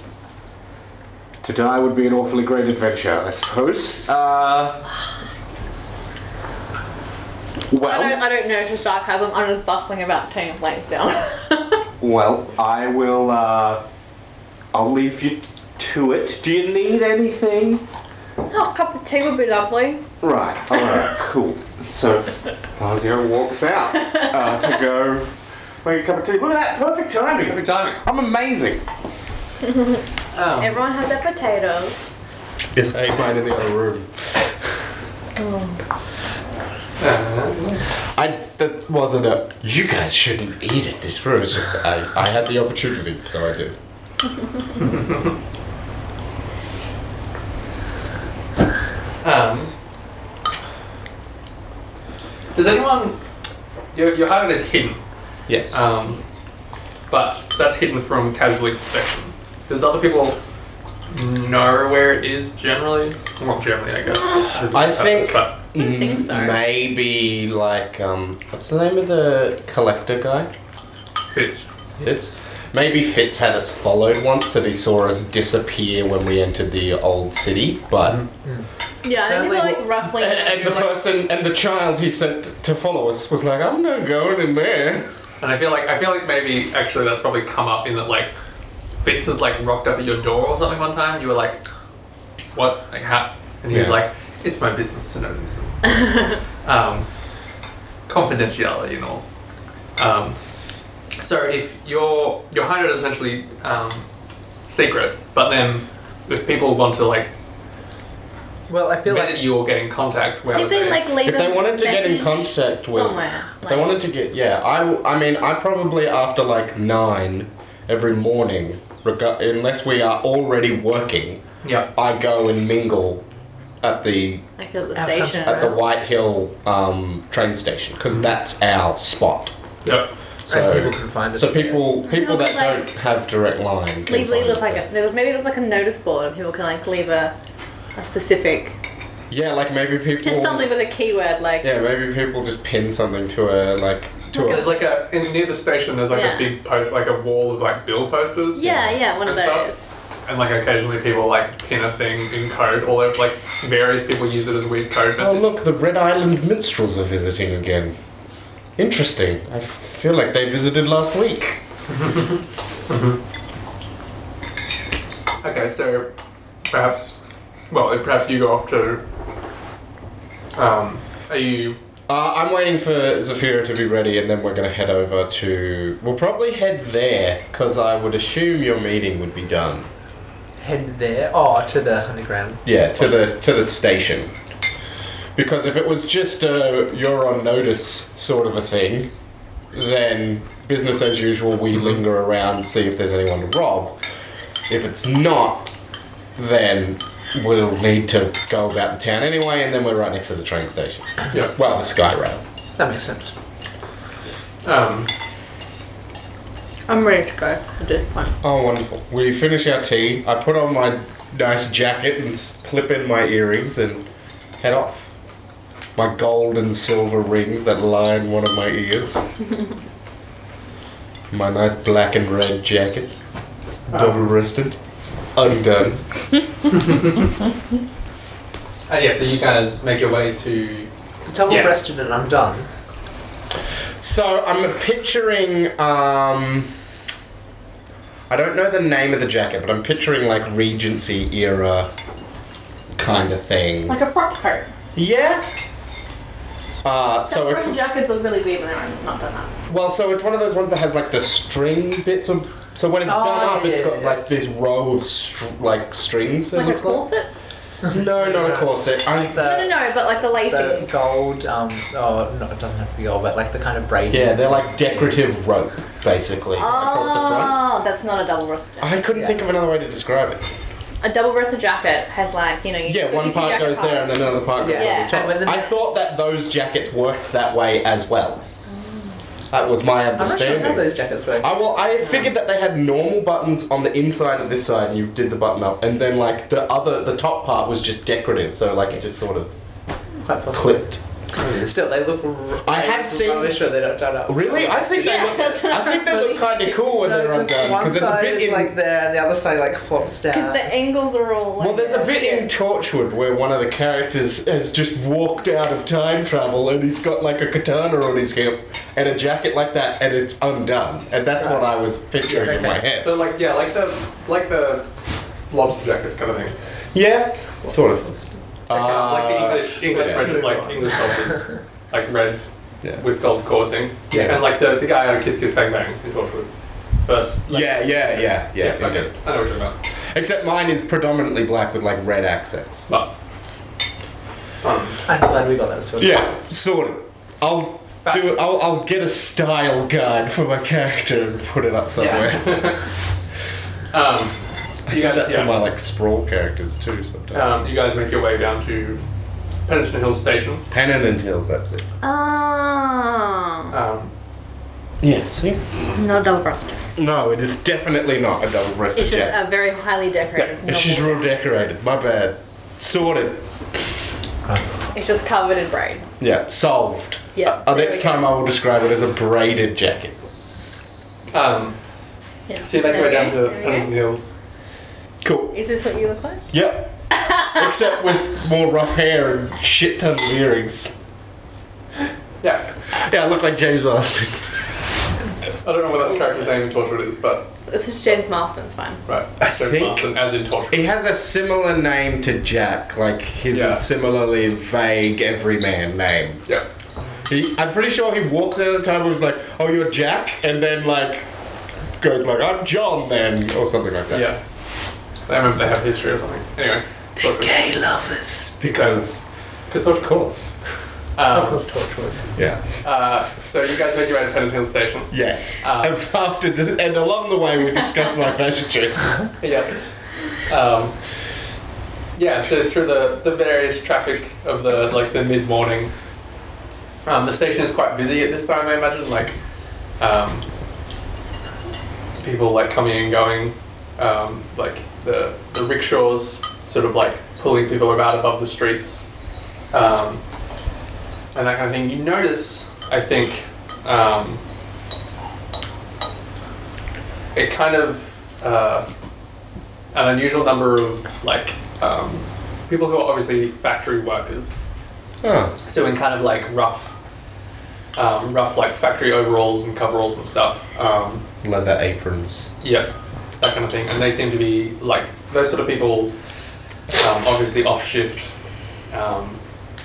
to die would be an awfully great adventure, I suppose. Uh. I don't, Well, I don't notice sarcasm. I'm just bustling about turning flames down. well, I will. Uh, I'll leave you to it. Do you need anything? oh, a cup of tea would be lovely. Right. All right. cool. So, Fazio walks out uh, to go make a cup of tea. Look at that! Perfect timing. Perfect timing. I'm amazing. Um, Everyone has their potatoes. Yes, I ate mine in the other room. uh, I that wasn't a. You guys shouldn't eat at this room. It's just I, I had the opportunity, so I did. um, does anyone? Your, your hideout is hidden, Yes. um, but that's hidden from casual inspection. Does other people know where it is generally? Well, not generally, I guess. it's specific I to think- but don't think so. Maybe like um, what's the name of the collector guy? it's Fitz. Maybe Fitz had us followed once, and he saw us disappear when we entered the old city. But Yeah, I think Sadly, people like roughly. and, Mm-hmm. and the person and the child he sent to follow us was like, "I'm not going in there." And I feel like I feel like maybe actually that's probably come up in that like Fitz is like rocked up at your door or something one time. and You were like, "What? Like how?" And he was Yeah. like, "It's my business to know these things." um, confidentiality and all. Um, so if your your hideout is essentially um, secret, but then if people want to like Well, I feel visit like you or get in contact, where If would they like leave If they a wanted to get in message contact with, somewhere, if they like- wanted to get, yeah, I, w- I mean, I probably after like nine every morning, rega- unless we are already working, yeah. I go and mingle at the Like at the Outcome. station. at the White Hill um, train station because that's our spot. Yep. So people can find us So there. people people that Looks like- don't have direct line can leave, leave find look us like there. a, there was maybe there's like a notice board and people can like leave a, a specific Yeah, like maybe people. just something with a keyword like Yeah, maybe people just pin something to a like to There's a. like a in, near the station. There's like Yeah. a big post, like a wall of like bill posters. yeah yeah, one of And stuff. those And like occasionally people like pin a thing in code, all over, like various people use it as weird code Oh message. look, the Red Island Minstrels are visiting again. Interesting. I feel like they visited last week. Okay, so perhaps, well, perhaps you go off to. Um, are you? Uh, I'm waiting for Zafira to be ready, and then we're going to head over to. We'll probably head there because I would assume your meeting would be done. Head there. Oh, to the underground. Yeah, spot. to the to the station. Because if it was just a you're on notice sort of a thing, then business as usual, we linger around, see if there's anyone to rob. If it's not, then we'll need to go about the town anyway, and then we're right next to the train station. Yeah. Well, the sky rail. That makes sense. Um, I'm ready to go at this point. Oh, wonderful. We finish our tea. I put on my nice jacket and s- clip in my earrings and head off. My gold and silver rings that line one of my ears. my nice black and red jacket. Double wristed. Undone. and yeah, so you guys make your way to. Double breasted and I'm done. So I'm picturing. Um, I don't know the name of the jacket, but I'm picturing like Regency era kind of thing. Like a frock coat. Yeah. Uh, so Frock it's jackets look really weird when they're on- not done up. well, so it's one of those ones that has like the string bits of. So when it's Oh, done up, it's got yes. like this row of str- like strings. It Like a looks like. corset? No, not a corset. I, No, no, The, no, but like the the lacing. gold. Um. Oh no, it doesn't have to be gold, but like the kind of braiding. yeah, they're like decorative rope, basically across the front. Oh, that's not a double breasted jacket. I couldn't Yeah. think of another way to describe it. A double breasted jacket has like, you know, you Yeah, you one two part jacket goes there and parts. then another part goes Yeah. on the top. And when the- I thought that those jackets worked that way as well. That was my I'm not sure understanding. how those jackets work. I well, I figured that they had normal buttons on the inside of this side, and you did the button up, and then like the other, the top part was just decorative, so like it just sort of Quite possibly. clipped. Still, they look. r- I they have look seen- Rubbish when they're not done up. Really, I think Yeah, they that's look. I think they look kind of cool when No, they're undone one because it's a side bit is in. like there and the other side like flops Because down. the angles are all like. well, there's a bit in Torchwood where one of the characters has just walked out of time travel and he's got like a katana on his hip and a jacket like that and it's undone. And that's what I was picturing in my head. So like yeah, like the like the lobster jackets kind of thing. Yeah, sort of. Like, uh, like the Uh, English English yeah. red, like English lobsters, like red Uh, Yeah. with gold core thing. Yeah. And like the, the guy out of Kiss Kiss Bang Bang in Torchwood. First. like- Yeah, yeah, yeah, yeah. Yeah, okay. indeed. I know what you're talking Except mine is predominantly black with like red accents. about. But, um, I'm glad we got that sorted. Yeah, sort of. I'll do. I'll, I'll get a style guide for my character and put it up somewhere. um, so do you guys, that yeah. for my like sprawl characters too sometimes. um, you guys make your way down to Pennington Hill Station. Pennon and Hills. That's it. Ah, Um, Yeah. See. not double breasted. No, it is definitely not a double breasted It's just jacket. a very highly decorated. It's just normal- real decorated. My bad. Sorted. It's just covered in braid. Yeah. Solved. Yeah, Uh, there next we go. time I will describe it as a braided jacket. um, Yeah. so you make your way There down we to go, there we go. Pennington Hills. Cool. Is this what you look like? Yep. Except with more rough hair and shit tons of earrings. Yeah. Yeah, I look like James Marsden. I don't know what that character's name in Torchwood is, but This is James Marston's fine. right. I James think- Marsden, as in Torchwood. He has a similar name to Jack, like his Yeah. is similarly vague everyman name. Yeah. He, I'm pretty sure he walks out of the time and was like, "Oh, you're Jack," and then like goes like, "I'm John," then or something like that. Yeah. I remember they have history or something. Anyway. Torchwood. Gay lovers. because Because Torchwood. of course. Of Um, course, Torchwood. Yeah. uh, so you guys make your way to Pennington Hill Station. Yes. Uh, and after this, and along the way we discuss my fashion choices. Yes. Um, yeah, so through the, the various traffic of the like the mid morning, um, the station is quite busy at this time. I imagine like um, people like coming and going, um, like the the rickshaws sort of like pulling people about above the streets, um, and that kind of thing. You notice, I think, um, it kind of. Uh, an unusual number of like um, people who are obviously factory workers. Huh. So in kind of like rough, um, rough like factory overalls and coveralls and stuff. Um, Leather aprons. yeah, that kind of thing. And they seem to be like those sort of people, um, obviously off shift, um,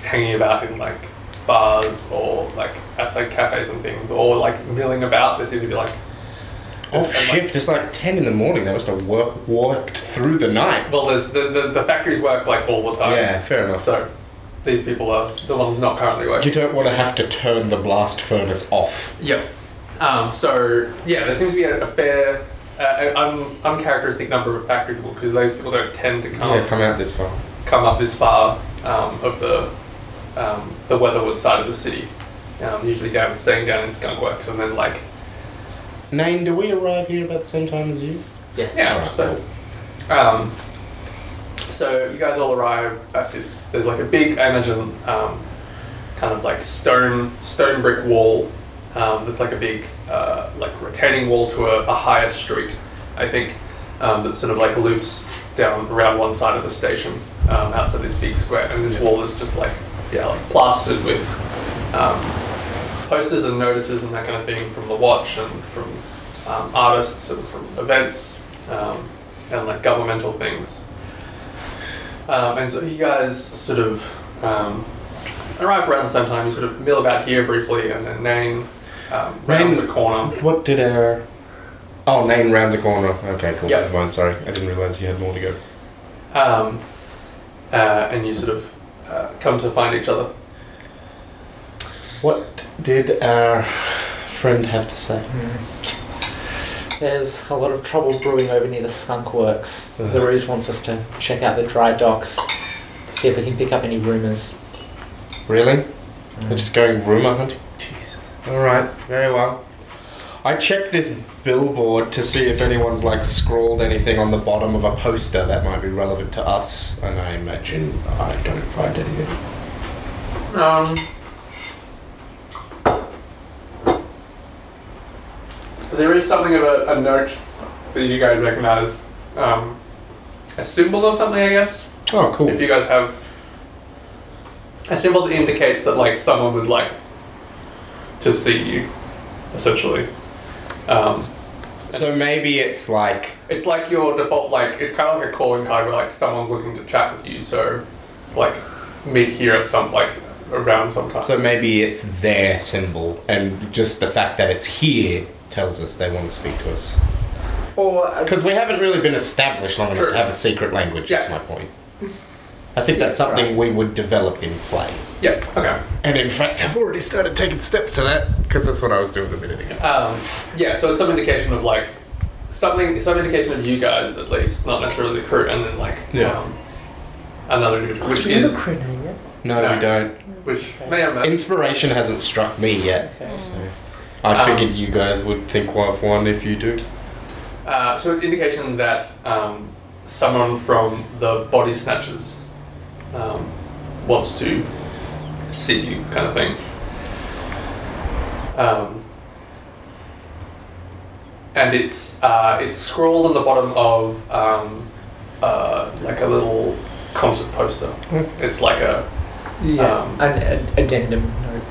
hanging about in like bars or like outside cafes and things, or like milling about. They seem to be like Off and, like- shift, it's like 10 in the morning. They must have work, walked through the night. Well, there's the, the, the factories work like all the time. Yeah, fair enough. So these people are the ones not currently You working. don't want to have to turn the blast furnace off. Yep. Um, so yeah, there seems to be a, a fair, uh, a- un, uncharacteristic number of factory people because those people don't tend to come Yeah, come out this far. come up this far um, of the um, the weatherward side of the city. Um, usually down staying down in Skunk Works and then like Nain, do we arrive here about the same time as you? Yes. Yeah, Alright, so, um, so you guys all arrive at this. There's like a big, I imagine, um, kind of like stone stone brick wall. Um, that's like a big, uh, like retaining wall to a, a higher street, I think. Um, that sort of like loops down around one side of the station um, outside this big square, and this wall is just like yeah, like plastered with um, posters and notices and that kind of thing from the watch and from um, artists and from events um, and like governmental things. Um, and so you guys sort of um, arrive around the same time. You sort of mill about here briefly and then Nain um, rounds a Nain- corner. What did our. Oh, Nain rounds a corner. Okay, cool. Yep. Never mind, sorry. I didn't realize you had more to go. Um, uh, and you sort of uh, come to find each other. What did our friend have to say? There's a lot of trouble brewing over near the skunk works. Ugh. The ruse wants us to check out the dry docks, see if we can pick up any rumours. Really? We're just going rumor hunting? Jeez. Alright, very well. I checked this billboard to see if anyone's like scrawled anything on the bottom of a poster that might be relevant to us, and I imagine I don't find anything. Um, there is something of a, a note that you guys recognize, um, a symbol or something, I guess. Oh, cool. If you guys have a symbol that indicates that like someone would like to see you, essentially. Um, So maybe it's like it's like your default, like it's kind of like a calling card where like someone's looking to chat with you, so like meet here at some like around sometime. so maybe it's their symbol, and just the fact that it's here tells us they want to speak to us. Or uh, Because we haven't really been established long enough True. to have a secret language. Yeah. Is my point. I think that's Yeah, something we would develop in play. yeah. Okay. And in fact, I've already started taking steps to that because that's what I was doing a minute ago. Um, yeah, so it's some indication of like something, some indication of you guys at least, not necessarily the crew, and then like Yeah. um, another individual, which do we have a is crew name yet? No, No. we don't. which may or may Inspiration hasn't struck me yet. Okay. So I Um, figured you guys would think of one if you do. uh, so it's indication that um, someone from the Body Snatchers um, wants to see you, kind of thing. Um, and it's uh, it's scrawled on the bottom of um, uh, like a little concert poster. It's like a Yeah. Um, an ad- addendum note.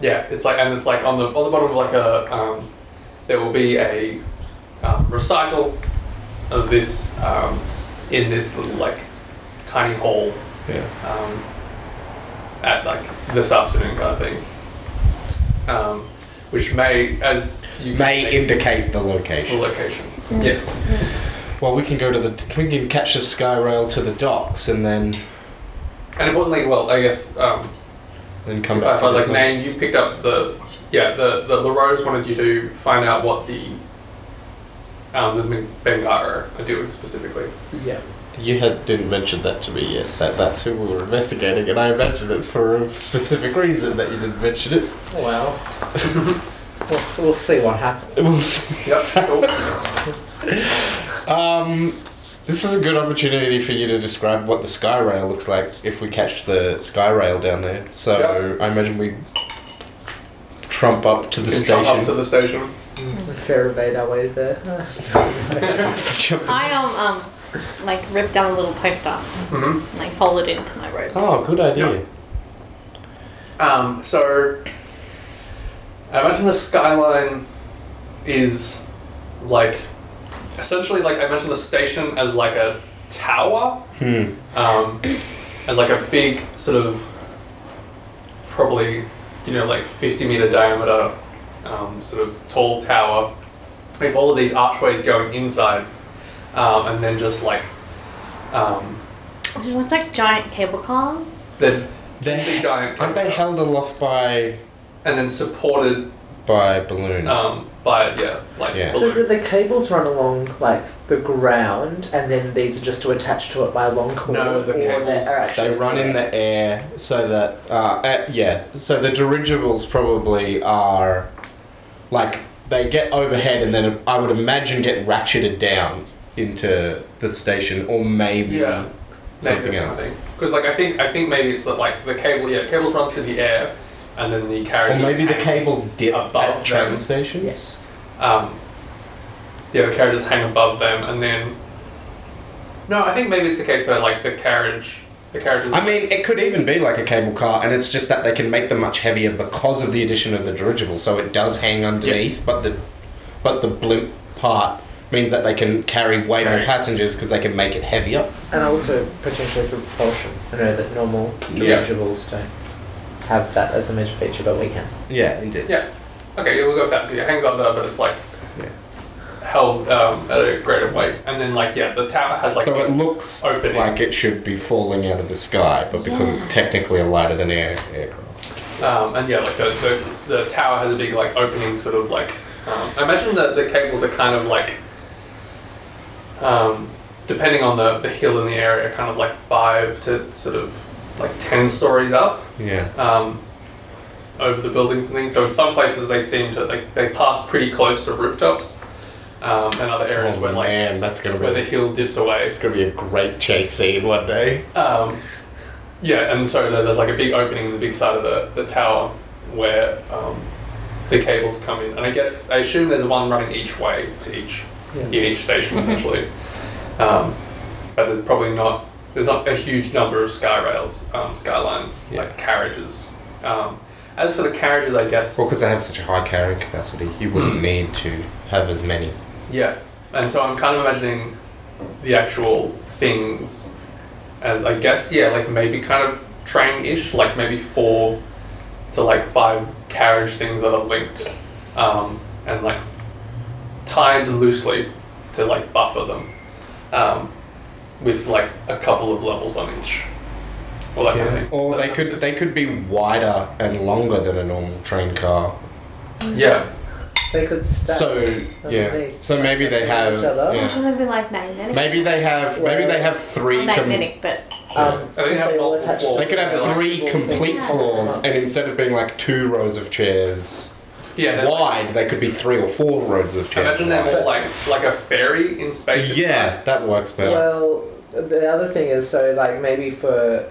yeah. It's like and it's like on the on the bottom of like a um, there will be a um, recital of this um, in this little like tiny hall Yeah. um, at like this afternoon kind of thing, um, which may as you May may indicate the the location. location. Yes. Well, we can go to the. We can catch the sky rail to the docks and then And importantly, well, I guess um, then come back. clarify, to this like thing. Nain, you picked up the yeah the the, the Rose wanted you to find out what the um, the Ben- Bengara are doing specifically. Yeah. You had didn't mention that to me yet. That that's who we were investigating, and I imagine it's for a specific reason that you didn't mention it. Well, we'll, we'll see what happens. We'll see. Yep. Cool. Um, this is a good opportunity for you to describe what the sky rail looks like if we catch the sky rail down there. So I imagine we trump up to the You station. come up to the station. We fair evade our ways there. Mm-hmm. Jump- I um um like ripped down a little poster hmm and like folded it into my robe. oh, good idea. Yep. Um, so, I imagine the skyline is like essentially like I mentioned the station as like a tower, Hmm. um, as like a big sort of probably you know like 50 meter diameter um, sort of tall tower with all of these archways going inside, um, and then just like um, It looks like giant cable cars. then They, Big giant aren't they cactus. held aloft by and then supported by balloon? um, by yeah like Yeah. So do balloon. the cables run along like the ground, and then these are just to attach to it by a long cord? No, the or they cables are actually- they run in the air so that uh, uh, yeah, so the dirigibles probably are like they get overhead and then I would imagine get ratcheted down into the station or maybe Yeah. something else. Because like I think I think maybe it's that like the cable yeah cables run through the air and then the Or carriages maybe the hang- cables dip Above at train them. stations. Yes. um, yeah the carriages hang above them and then no I think maybe it's the case that like the carriage the carriages I mean, it could even be like a cable car, and it's just that they can make them much heavier because of the addition of the dirigible. So it does hang underneath, but the but the blimp part means that they can carry way more Carry. passengers because they can make it heavier. And also potentially for propulsion. I know that normal Yeah. dirigibles don't have that as a major feature, but we can. Yeah, indeed. yeah okay yeah, we'll go with that so yeah it hangs under but it's like Yeah. held um, at a greater weight and then like yeah the tower has like so it a- looks opening. like it should be falling out of the sky, but because it's Yeah. technically a lighter than air aircraft. Um, and yeah, like the, the, the tower has a big like opening sort of like. Um, I imagine that the cables are kind of like, um, depending on the, the hill in the area, kind of like five to sort of like ten stories up Yeah. um, over the buildings and things. So in some places they seem to like they pass pretty close to rooftops, um, and other areas Oh where like man, that's gonna where the be hill dips away. it's gonna be a great chase scene one day. Um, yeah, and so there- there's like a big opening in the big side of the, the tower where um, the cables come in. And I guess, I assume there's one running each way to each, Yeah. in each station essentially. Um, but there's probably not, there's not a huge number of sky rails, um, skyline Yeah. like carriages. Um, as for the carriages, I guess, Well, because they have such a high carrying capacity, you wouldn't Hmm. need to have as many. yeah. And so I'm kind of imagining the actual things as I guess yeah, like maybe kind of train ish, like maybe four to like five carriage things that are linked, um, and like tied loosely to like buffer them, um, with like a couple of levels on each. Or like I think Or that they sounds could good. they could be wider and longer than a normal train car. yeah They could stack. so That's yeah. neat. So maybe they have Each other. It's yeah. gonna be like magnetic. maybe they have maybe they have three Not com- magnetic, but um, They if have all multiple attached floors. to they could the have three electrical thing, complete yeah. floors and instead of being like two rows of chairs yeah. they're like- wide, they could be three or four rows of chairs. Imagine they're wide. more like like a ferry in space. It's Yeah, that works better. Well, the other thing is so like maybe for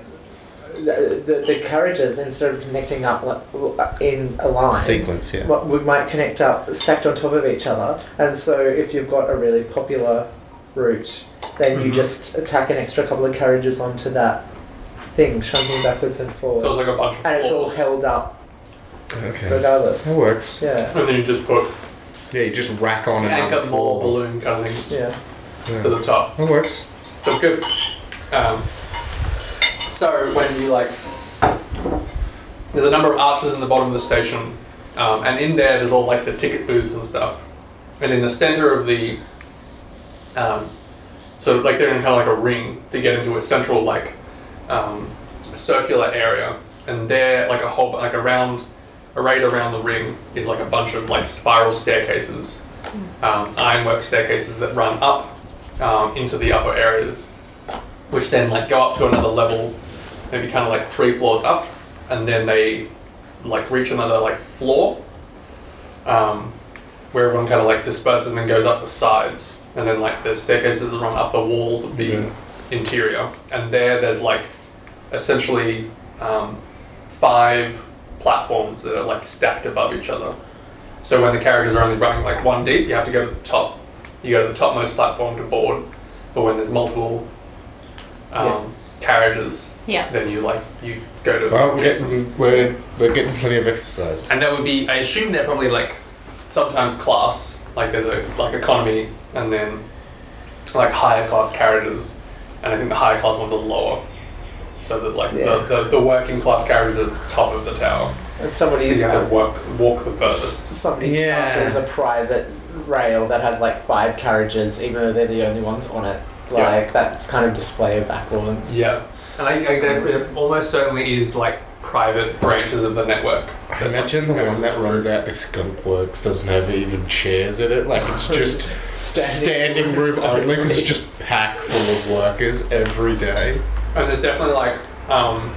the, the, the carriages instead of connecting up like, in a line. Sequence, yeah. What we might connect up stacked on top of each other, and so if you've got a really popular route, then Mm-hmm. you Mhm. just attack an extra couple of carriages onto that thing, shunting backwards and like- forwards, So it's like a bunch of and it's all floors. held up Okay. regardless. That works. uh, Yeah, and then you just put Yeah, you just rack on another anchor more floor. balloon kind of things yeah. to Yeah. the top. That works. So it's good. Um, so when you like, there's a number of arches in the bottom of the station, um, and in there there's all like the ticket booths and stuff. And in the center of the, um, so like they're in kind of like a ring to get into a central like um, circular area, and there like a whole like around arrayed around the ring is like a bunch of like spiral staircases, um, ironwork staircases that run up um, into the upper areas, which then like go up to another level, maybe kind of like three floors up, and then they like reach another like floor, um, where everyone kind of like disperses and then goes up the sides, and then like the staircases that run up the walls of the Yeah. interior, and there there's like essentially um, five platforms that are like stacked above each other. So when the carriages are only running like one deep, you have to go to the top. You go to the topmost platform to board. But when there's multiple um, carriages, yeah. then you like you go to Well, we're adjacent- getting, we're, we're getting plenty of exercise. and that would be. I assume they're probably like sometimes class. Like there's a like economy and then like higher class carriages, and I think the higher class ones are lower. So that like Yeah. the, the, the working class carriages are the top of the tower. And somebody You have yeah. to work walk the furthest. somebody Yeah. charges a private rail that has like five carriages, even though they're the only ones on it. Yeah. Like that's kind of display of affluence. Yeah, and I, I there, there almost certainly is like private branches of the network. I imagine the one that runs out to Skunk Works doesn't have even chairs in it. Like it's just Standing- standing, room only. 'cause It's just packed full of workers every day. And there's definitely like um,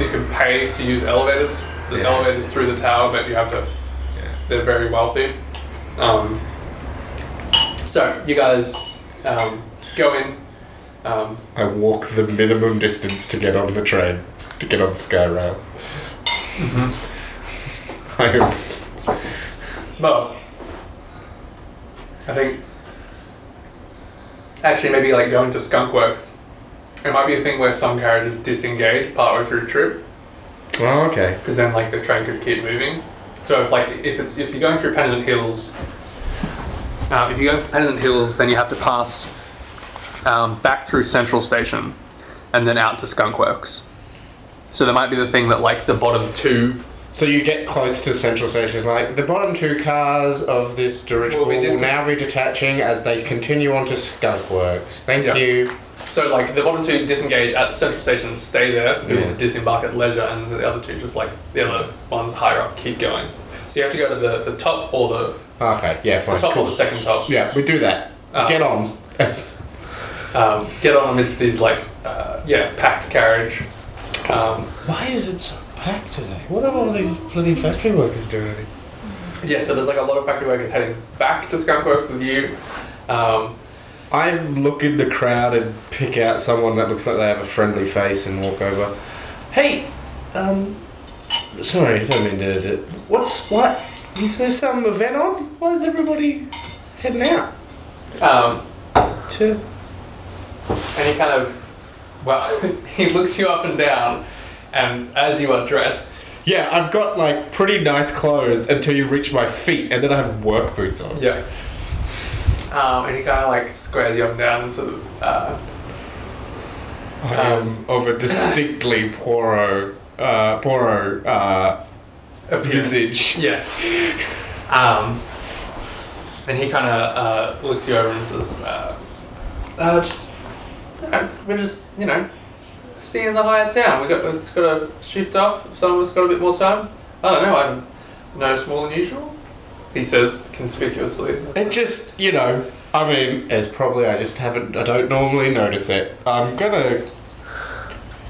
you can pay to use elevators. The Yeah. elevators through the tower, but you have to. Yeah. They're very wealthy. Um, so you guys um, go in. Um, I walk the minimum distance to get on the train, to get on the Skyrail. Mm-hmm. I Well, I think actually maybe like going to Skunk Works. It might be a thing where some carriages disengage partway through the trip Oh, okay. because then like the train could keep moving. So if like if it's if you're going through Pennant Hills, um, if you're going through Pennant Hills, then you have to pass um, back through Central Station and then out to Skunk Works. So there might be the thing that like the bottom two So you get close to Central Station. It's like the bottom two cars of this dirigible Will will, be dis- now be detaching as they continue on to Skunk Works. Thank Yeah. you. So like the bottom two disengage at the central station, and stay there for people Yeah. to disembark at leisure, and the other two just like the other ones higher up keep going. So you have to go to the, the top or the, Okay, yeah, the fine. top cool. or the second top. Yeah, we do that. Ah. Get on. Um, get on amidst these like uh, yeah packed carriage. Um, Why is it so packed today? What are all these bloody factory workers doing? yeah, so there's like a lot of factory workers heading back to Skunk Works with you. Um, I look in the crowd and pick out someone that looks like they have a friendly face and walk over. Hey, um, sorry, don't mean to. to- What's what? Is there some event on? Why is everybody heading out um, to? and he kind of well he looks you up and down, and as you are dressed, Yeah, I've got like pretty nice clothes until you reach my feet, and then I have work boots on. Yeah. Um, and he kind of like squares you up and down and sort of. Uh, I Um, am of a Um, distinctly poro, uh, poro, uh, appears. Visage. Yes. Um, and he kind of uh, looks you over and says, uh, uh, just, uh, we're just, you know, seeing the higher town. We got, it's got to shift off. If someone's got a bit more time. I don't know. I'm noticed more than usual. He says conspicuously. It just, you know, I mean, it's probably I just haven't, I don't normally notice it. I'm gonna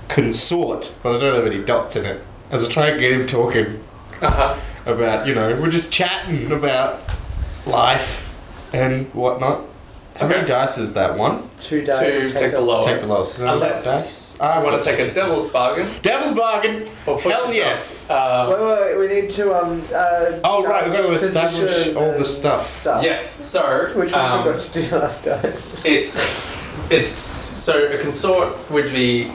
consort, but I don't have any dots in it. As I try and get him talking Uh-huh. about, you know, we're just chatting about life and whatnot. How many Okay. dice is that one? Two dice. To take the lowest. Take the lowest. Unless Dice. I I've want got to take a this. devil's bargain. Devil's bargain! Or put Hell yourself- yes! Um, Wait, wait, wait, we need to um. Uh, Oh, right, we've got to judge establish position all the and stuff. Yes, so Which we um, forgot to do last time. it's it's so a consort would be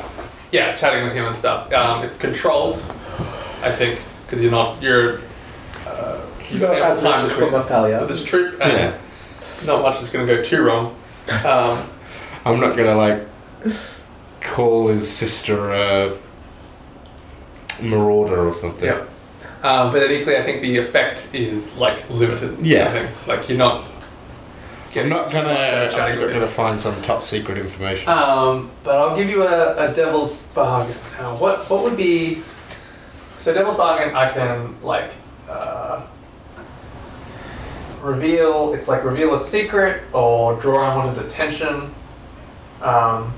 yeah chatting with him and stuff. Um, it's controlled, I think, because you're not you're uh, You got ample at risk between from a failure. this trip and Yeah. not much is going to go too wrong. Um, I'm not gonna like call his sister a marauder or something. yeah. Um, but then equally, I think the effect is like limited. Yeah. I think. Like you're not. I'm not too much gonna. out of I'm chatting not with him. gonna find some top secret information. Um, but I'll give you a, a devil's bargain. Now, what what would be? So devil's bargain, I can like uh, reveal. It's like reveal a secret or draw unwanted attention. Um,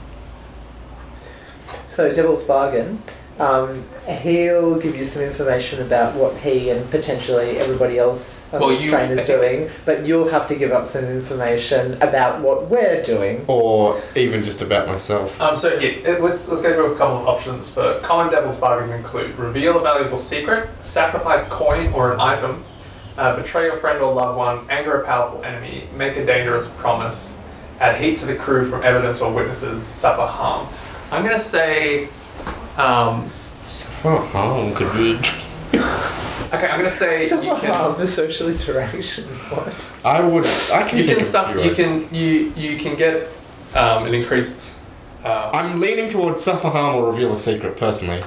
So Devil's Bargain, um, he'll give you some information about what he and potentially everybody else on Well, this you- train is doing, but you'll have to give up some information about what we're doing. or even just about myself. um, so yeah, it- let's let's go through a couple of options. But common devil's bargain include reveal a valuable secret, sacrifice coin or an item, uh, betray a friend or loved one, anger a powerful enemy, make a dangerous promise, add heat to the crew from evidence or witnesses, suffer harm. I'm going to say um, Oh, Well, harm could be interesting. Okay, I'm gonna say So you can. the social interaction. What? I would. I can. You think can of a suck. few You ideas. can you you can get um, an increased. Uh, I'm leaning towards suffer harm or reveal a secret personally.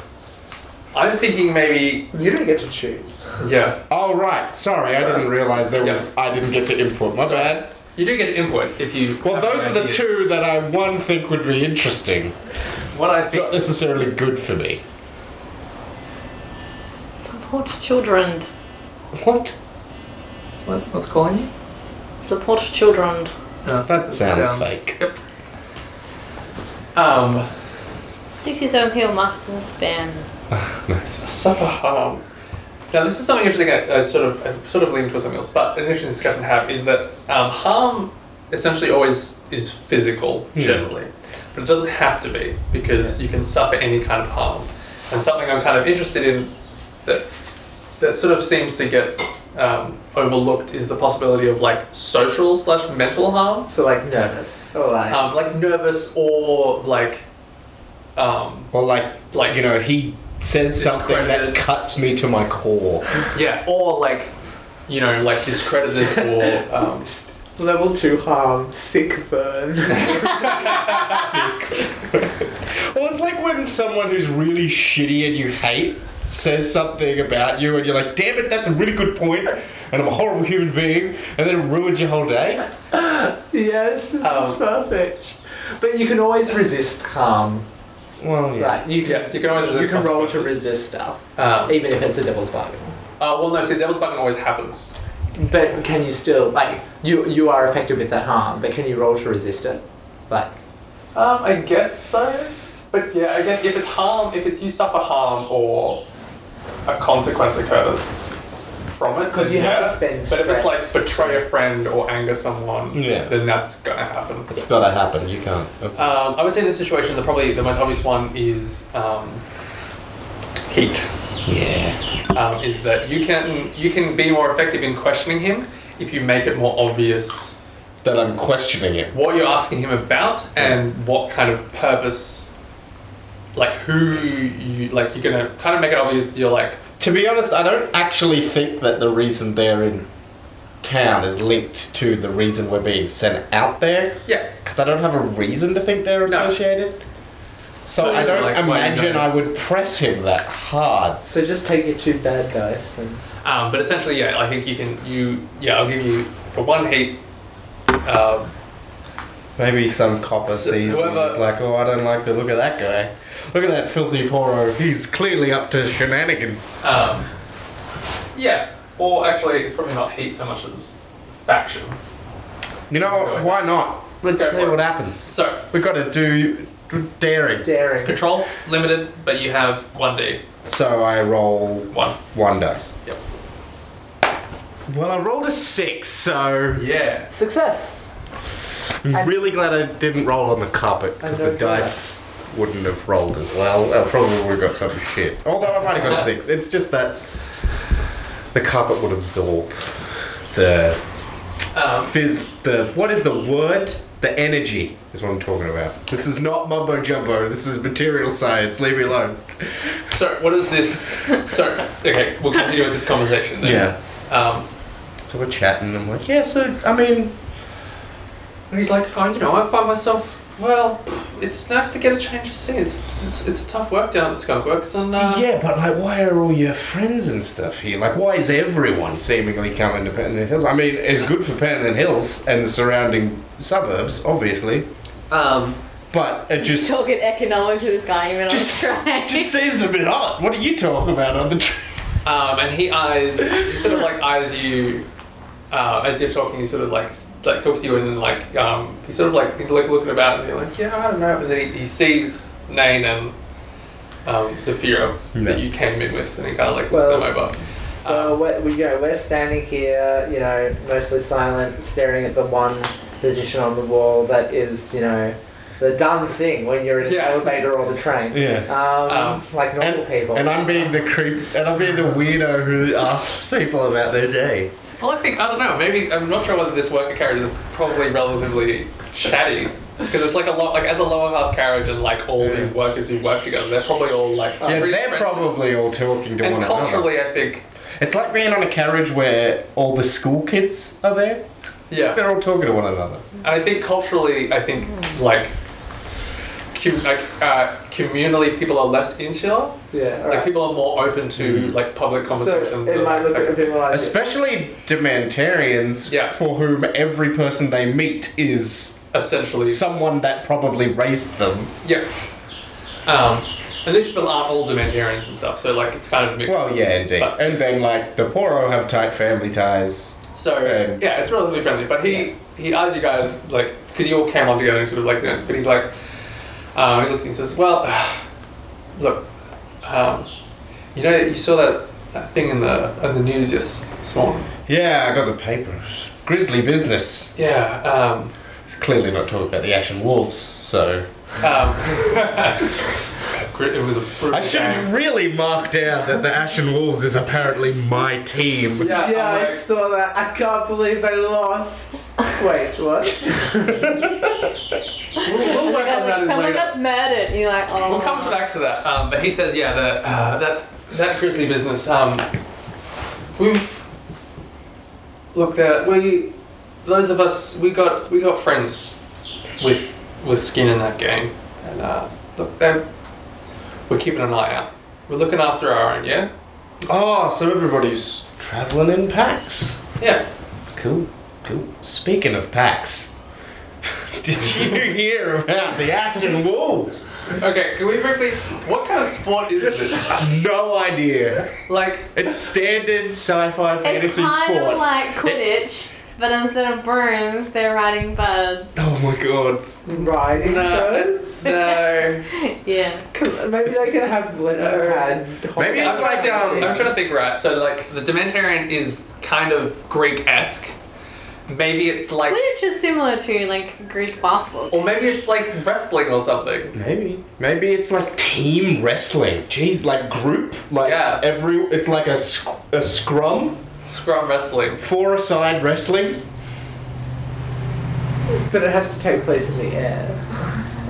I'm thinking maybe You don't get to choose. yeah. Oh right, sorry, I didn't realise there was. I didn't get to input. My bad. You do get input if you. Well, have those an are the idea. two that I one think would be interesting, What I not think. necessarily good for me. Support children. What? What, what's calling you? Support children. No, That sounds, fake. Yep. Um, 67 people marked as a spam. nice. suffer harm. Now, this is something interesting. I, I sort of I sort of lean towards something else, but an interesting discussion to have is that um, harm essentially always is physical Hmm. generally, but it doesn't have to be because you can suffer any kind of harm. And something I'm kind of interested in that that sort of seems to get um, overlooked is the possibility of like social slash mental harm So like nervous or like um, like nervous or like um, Or like, Like- like you know, he says something that Discredited. cuts me to my core. yeah or like you know like discredited or um, level two harm, sick burn. Well, it's like when someone who's really shitty and you hate says something about you, and you're like, "Damn it, that's a really good point," and I'm a horrible human being, and then it ruins your whole day. yes, this is Um, perfect. But you can always resist harm. Well, yeah. Right. You can Yes, you can always you resist can roll to consequences. resist stuff. um, uh, Even if it's a devil's bargain. well no see devil's button always happens Mm. But can you still like you you are affected with that harm, but can you roll to resist it? Like um, I guess so but yeah I guess if it's harm if it's you suffer harm or a consequence occurs from it 'Cause then you have to yeah. spend but if it's like stress. betray a friend or anger someone Yeah. then that's gonna happen It's gotta happen. You can't. Um, I would say in this situation, the probably the most obvious one is um, heat. Yeah. Um, is that you can you can be more effective in questioning him if you make it more obvious That I'm questioning it. what you're asking him about and what kind of purpose, like who you like. You're gonna kind of make it obvious. You're like, To be honest, I don't actually think that the reason they're in town is linked to the reason we're being sent out there, yeah, because I don't have a reason to think they're No. associated. So So I you're don't like, why you imagine I guys- would press him that hard. so just take your two bad dice and Um, but essentially, yeah, I think you can. You yeah, I'll give you for one heat. Um, Maybe some copper So sees me and whoever- is like, oh, I don't like the look of that guy. Look at that filthy poro. He's clearly up to shenanigans. Um, yeah, or actually, it's probably not heat so much as faction. You know, what? why not? Let's Go for see it. what happens. So, We've got to do daring. daring. control, limited, but you have 1d. So I roll One. one dice. Yep. Well, I rolled a six, so Yeah. Success. I'm And- really glad I didn't roll on the carpet because I know the dice wouldn't have rolled as well. I probably would have got some shit. Although I might have got six. It's just that the carpet would absorb the Um, fizz. The what is the word? The energy is what I'm talking about. This is not mumbo jumbo. This is material science. Leave me alone. so, what is this? So, okay, we'll continue with this conversation then. Yeah. Um, So we're chatting. I'm like, yeah. So I mean, and he's like, oh, you know, I find myself. Well, it's nice to get a change of scene. It's it's, it's tough work down at Skunk Works, and uh, Yeah, but like, why are all your friends and stuff here? Like, why is everyone seemingly coming to Penton Hills? I mean, it's good for Penton Hills and the surrounding suburbs, obviously, Um, but it just Talking economics to this guy even just, on the train. just seems a bit odd. What do you talk about on the train? Um, and he eyes, he sort of like eyes you uh, as you're talking. He sort of like s- like talks to you and then like um, he's sort of like he's like looking about and you're like, yeah, I don't know. And then he, he sees Nain and um, Zafiro Yeah. that you came in with, and he kind of like looks Well- them over. Well, Um, we're, we, you know, we're standing here, you know, mostly silent, staring at the one position on the wall that is, you know, the dumb thing when you're in Yeah. an elevator or the train. Yeah. Um, Um, like normal people. And I'm being the creep, and I'm being the weirdo who asks people about their day. well, I think I don't know. Maybe I'm not sure whether this worker character is probably relatively chatty Because it's like a lot, like as a lower house carriage and like all these workers who work together, they're probably all like. Yeah, pretty they're friendly. probably all talking to Oh, And one another. culturally, I think, It's like being on a carriage where all the school kids are there. yeah, They're all talking to one another. and I think culturally, I think Hmm. like, cum- like uh, communally, people are less insular. Yeah. Like alright. people are more open Hmm. to like public conversations. so and, it might look like- a bit more like this. Especially Demantarians, Yeah. for whom every person they meet is essentially. someone that probably raised them. yeah. Um, and these people aren't all Dementarians and stuff, so like it's kind of mixed. Well, yeah, indeed. But- and then, like, the Poro have tight family ties. So Um, yeah, it's relatively friendly. But he he eyes you guys like because you all came on together and sort of like you know, but he's like um, he looks and he says, well, look, um, you know you saw that, that thing in the in the news this, this morning. Yeah, I got the papers. Grizzly business. Yeah. Um, It's clearly not talking about the Ashen Wolves, so. um, it was a brutal I should game. really mark down that the Ashen Wolves is apparently my team. Yeah, yeah, I'm I like- saw that. I can't believe they lost. Wait, what? We'll, we'll work on that in someone later. got murdered. And you're like, oh. We'll come back to that. Um, but he says, yeah, the, uh, that that grizzly business. Um, we've looked at we those of us we got we got friends with with skin in that game, and uh, look, they we're keeping an eye out. We're looking after our own, yeah, Oh, so everybody's traveling in packs. yeah. Cool, cool. Speaking of packs, did you hear about the Ashen Wolves? Okay, can we briefly? What kind of sport is this? No idea. Like, It's standard sci-fi It's fantasy kind sport. of like Quidditch, but instead of brooms, they're riding birds. oh my god. Riding no, birds? no. Yeah. 'Cause maybe they can have leather and Maybe it's I'm like, like, um, I'm trying to horses. think, right? So, like, the Dementarian is kind of Greek esque. Maybe it's like. Quidditch is similar to like Greek basketball. Or maybe it's like wrestling or something. Maybe. Maybe it's like team wrestling. Jeez, like group. Like Yeah. every. It's like a, sc- a scrum, Scrum wrestling. four-a-side wrestling. But it has to take place in the air.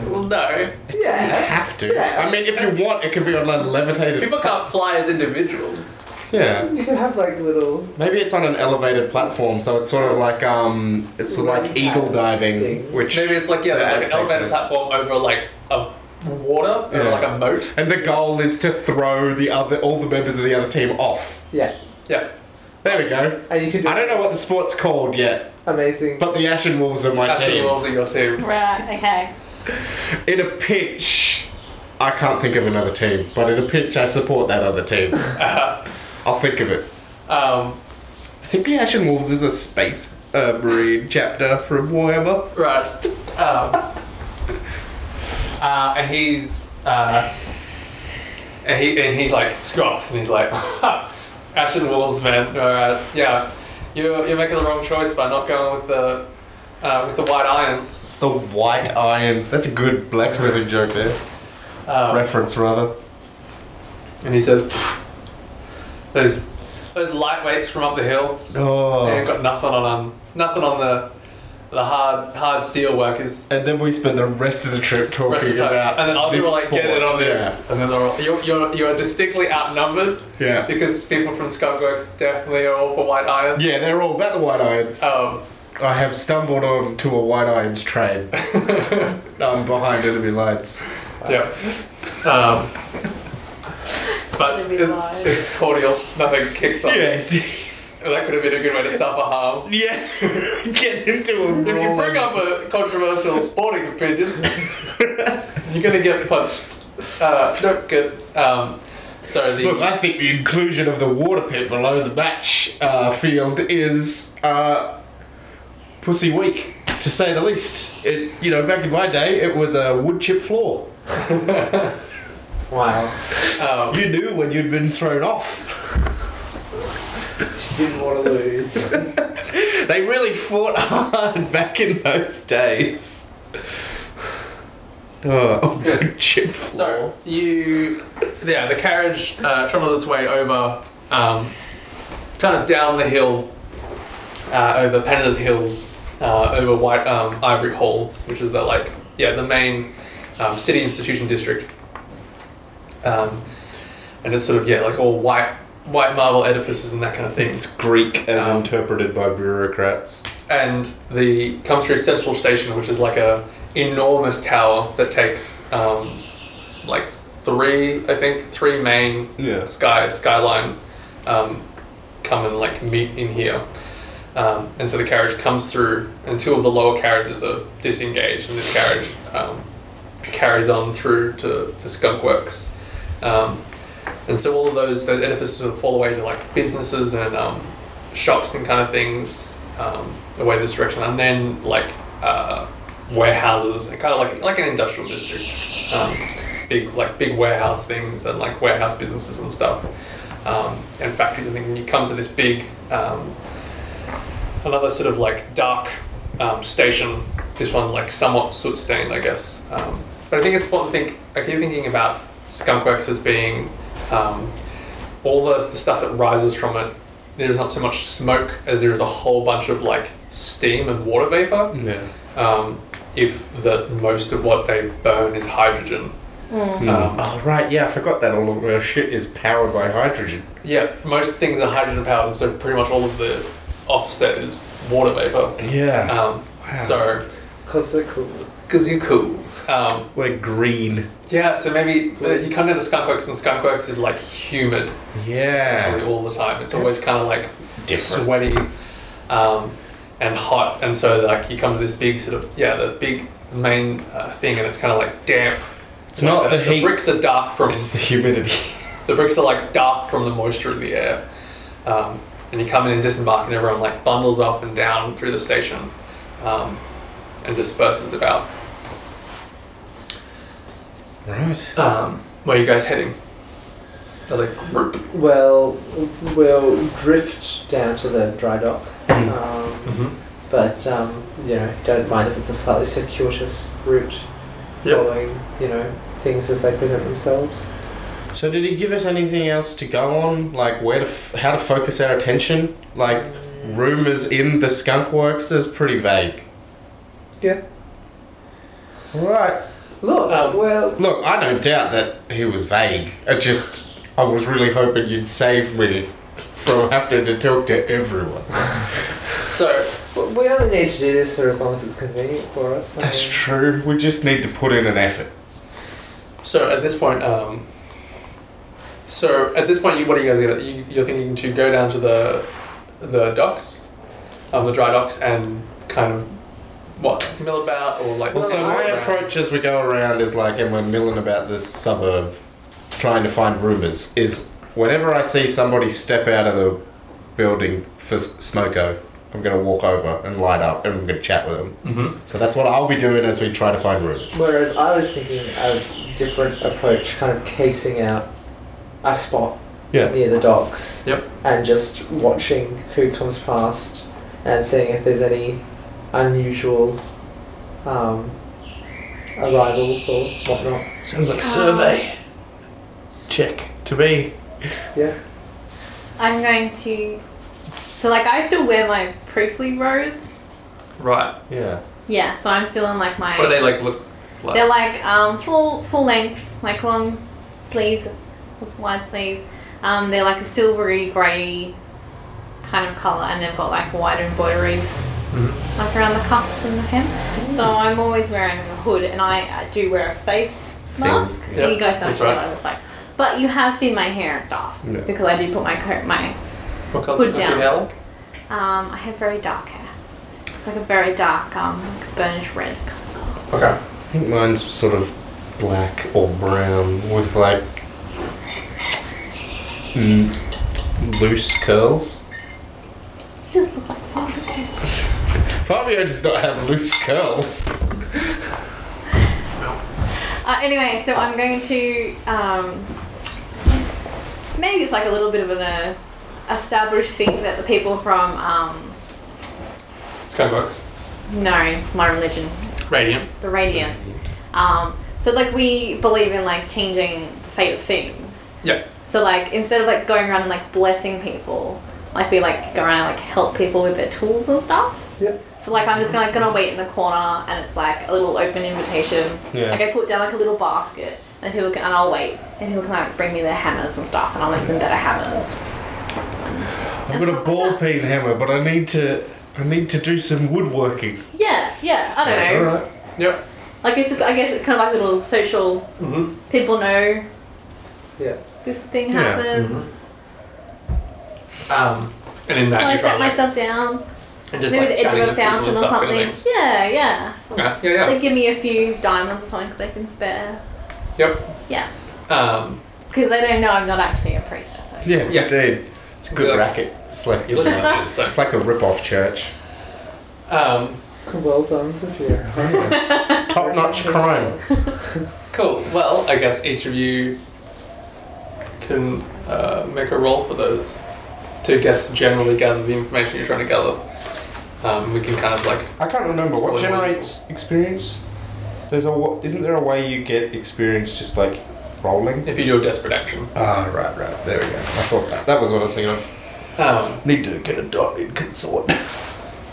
Well, no. Yeah. have to. Yeah. I mean, if you want, it could be on a levitated. People can't fly as individuals. Yeah. You can have like little Maybe it's on an elevated platform, so it's sort of like um, it's sort of like eagle diving, Things. which Maybe it's like, yeah, the like an Aztecs elevator did. platform over like a water or Yeah. like a moat. And the goal is to throw the other all the members of the other team off. yeah. Yeah. There we go. And you can do I don't know what the sport's called yet, amazing but the Ashen Wolves are my That's what team. you all see your team. Right. Okay. In a pinch, I can't think of another team, but in a pinch, I support that other team. Uh, I'll think of it. um, I think the Ashen Wolves is a space uh, marine chapter from Warhammer. Right. Um, uh, and he's uh, and he and he's like scoffs and he's like, Ashen Wolves, man. All right, yeah, you're you're making the wrong choice by not going with the uh, with the White Irons. The White Irons. That's a good blacksmithing joke there. Um, Reference rather. and he says, those those lightweights from up the hill. Oh. They ain't got nothing on um, nothing on the the hard hard steel workers. And then we spend the rest of the trip talking Rest of the time. about and then other this people like get sport. in on this, and then they're all, you're, you're, you're distinctly outnumbered Yeah. Yeah. because people from Skunkworks definitely are all for White Iron. Yeah, they're all about the white irons. Um, I have stumbled onto a white irons train. I'm behind enemy lights. Um, yeah. Um, but Enemy it's, lies. it's cordial. Nothing kicks off. Yeah, d- That could have been a good way to suffer harm. yeah. get into a If you bring up a controversial sporting opinion, you're gonna get punched. Uh, not good. Um, so the Look, I think the inclusion of the water pit below the match uh, field is uh, pussy weak, to say the least. It, you know, back in my day, it was a wood chip floor. Wow. um, You knew when you'd been thrown off. She didn't want to lose. They really fought hard back in those days. Oh, wood chip floor. So you, yeah, the carriage uh, trundled its way over, um, kind of down the hill, uh, over Pennant Hills, uh, over White um, Ivory Hall, which is the like yeah, the main um, city institution district. Um, and it's sort of yeah, like all white white marble edifices and that kind of thing. It's Greek as Um, interpreted by bureaucrats. And the comes through Central Station, which is like a enormous tower that takes um, like three, I think, three main Yeah. sky skyline um, come and like meet in here. Um, and so the carriage comes through, and two of the lower carriages are disengaged, and this carriage um, carries on through to, to Skunk Works. Um, and so all of those, those edifices sort of fall away to like businesses and um, shops and kind of things um, away this direction, and then like uh, warehouses and kind of like like an industrial district, um, big like big warehouse things and like warehouse businesses and stuff, um, and factories and things. And you come to this big um, another sort of like dark um, station. This one like somewhat soot stained, I guess. Um, but I think it's important to think. I keep thinking about Skunkworks as being um, all the, the stuff that rises from it. There is not so much smoke as there is a whole bunch of like steam and water vapor Yeah. um, if the most of what they burn is hydrogen. Um, oh right, yeah, I forgot that all of our shit is powered by hydrogen. yeah, most things are hydrogen powered, and so pretty much all of the offset is water vapor. Yeah. Um, Wow. So, Because we're cool. because you're cool. Um, We're green. yeah, so maybe uh, you come down to Skunkworks, and Skunkworks is like humid essentially Yeah. all the time. It's always kind of like Different. sweaty um, and hot, and so like you come to this big sort of yeah, the big main uh, thing, and it's kind of like damp. It's not Like, the heat. bricks are dark from It's the humidity. the bricks are like dark from the moisture in the air. Um, and you come in and disembark, and everyone like bundles off and down through the station, um, and disperses about. right. Um, where are you guys heading? As a group. Well, we'll drift down to the dry dock. Mm. Um, Mm-hmm. but, um, you know, don't mind if it's a slightly circuitous route following, you know, things as they present themselves. So did he give us anything else to go on? Like where to f- how to focus our attention? Like rumors in the skunk works is pretty vague. Yeah. Right. Look, Um, well, Look, I don't doubt that he was vague. I just I was really hoping you'd save me from having to talk to everyone. So w- we only need to do this for as long as it's convenient for us. I That's mean, true. We just need to put in an effort. So at this point, um, so at this point, you, what are you guys? Gonna, you, you're thinking to go down to the the docks, um, the dry docks, and kind of what mill about or like. Well, so my around? approach as we go around is like, and we're milling about this suburb, trying to find rumors. Is whenever I see somebody step out of the building for s- Snoko, I'm gonna walk over and light up, and I'm gonna chat with them. Mhm. So that's what I'll be doing as we try to find rumors. Whereas I was thinking a different approach, kind of casing out a spot Yeah. near the docks Yep. and just watching who comes past and seeing if there's any unusual um, arrivals or whatnot. Sounds like survey. Check to be. Yeah. I'm going to. So, like, I still wear my priestly robes. Right. Yeah. Yeah, so I'm still in, like, my. What do they like look like? They're like um, full full length, like long sleeves with wide sleeves. Um, they're like a silvery grey kind of colour, and they've got like white embroideries Mhm. like around the cuffs and the hem. So I'm always wearing a hood, and I uh, do wear a face mask. So Yep, you guys don't that's know what right. I look like. But you have seen my hair and stuff Yeah. because I did put my coat, my what colours put do they down. have, like? um, I have very dark hair. It's like a very dark um, burnished red. Okay. I think mine's sort of black or brown with like mm, loose curls. You just look like oh, Father. Fabio does not have loose curls. Uh, anyway, so I'm going to um, maybe it's like a little bit of an uh, established thing that the people from um, It's kind of no my religion, like radiant. the Radiant. Um, so like we believe in like changing the fate of things. Yeah. So like instead of like going around and like blessing people, like we like go around and like help people with their tools and stuff. Yep. So So like I'm just gonna, like, gonna wait in the corner and it's like a little open invitation. Yeah. Like I put down like a little basket and people can and I'll wait and people can like bring me their hammers and stuff and I'll make them better hammers. I've got a ball peen hammer, but I need to. I need to do some woodworking. Yeah, yeah. I don't know. Alright. Yep. Like it's just I guess it's kind of like a little social. Mm-hmm. People know Yeah. this thing Yeah. Mm. happened. Mm-hmm. Um, and in that So you try I set to, like, myself down, and just maybe like the edge chatting of a to people and fountain or stuff, and something. everything. Yeah, yeah. Okay, Yeah, yeah, They give me a few diamonds or something they can spare. Yep. Yeah, Um, because they don't know I'm not actually a priestess. So. Yeah, Yeah. indeed. It's a good Yeah. racket. It's like, you look at it. So, it's like a rip-off church. um, Well done, Sophia. Top-notch crime. cool. Well, I guess each of you can uh, make a roll for those to guess generally gather the information you're trying to gather. Um, we can kind of like I can't remember what Spoiler. generates experience. There's a wa- isn't there a way you get experience just like rolling? if you do a desperate action. Ah, right, right. There we go. I thought that. That was what I was thinking of. Um, Need to get a dotted consort.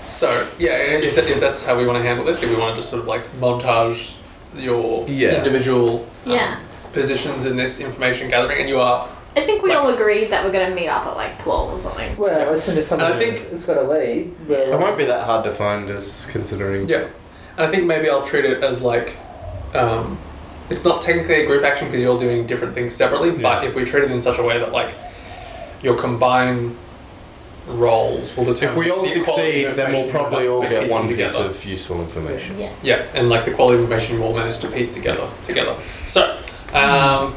So yeah, if, that, if that's how we want to handle this, if we want to just sort of like montage your Yeah. individual um, Yeah. positions in this information gathering, and you are I think we Like- all agreed that we're gonna meet up at like twelve or something. Well, as soon as someone And I think- has got a lead, we're It won't be that hard to find, as considering. yeah. And I think maybe I'll treat it as like um, it's not technically a group action because you're all doing different things separately, but Yeah. if we treat it in such a way that like your combined roles will determine If we all the quality succeed, of then we'll information probably you're all get piecing one piece together. of useful information. Yeah. Yeah, and like the quality of information you all managed to piece together together. So, um,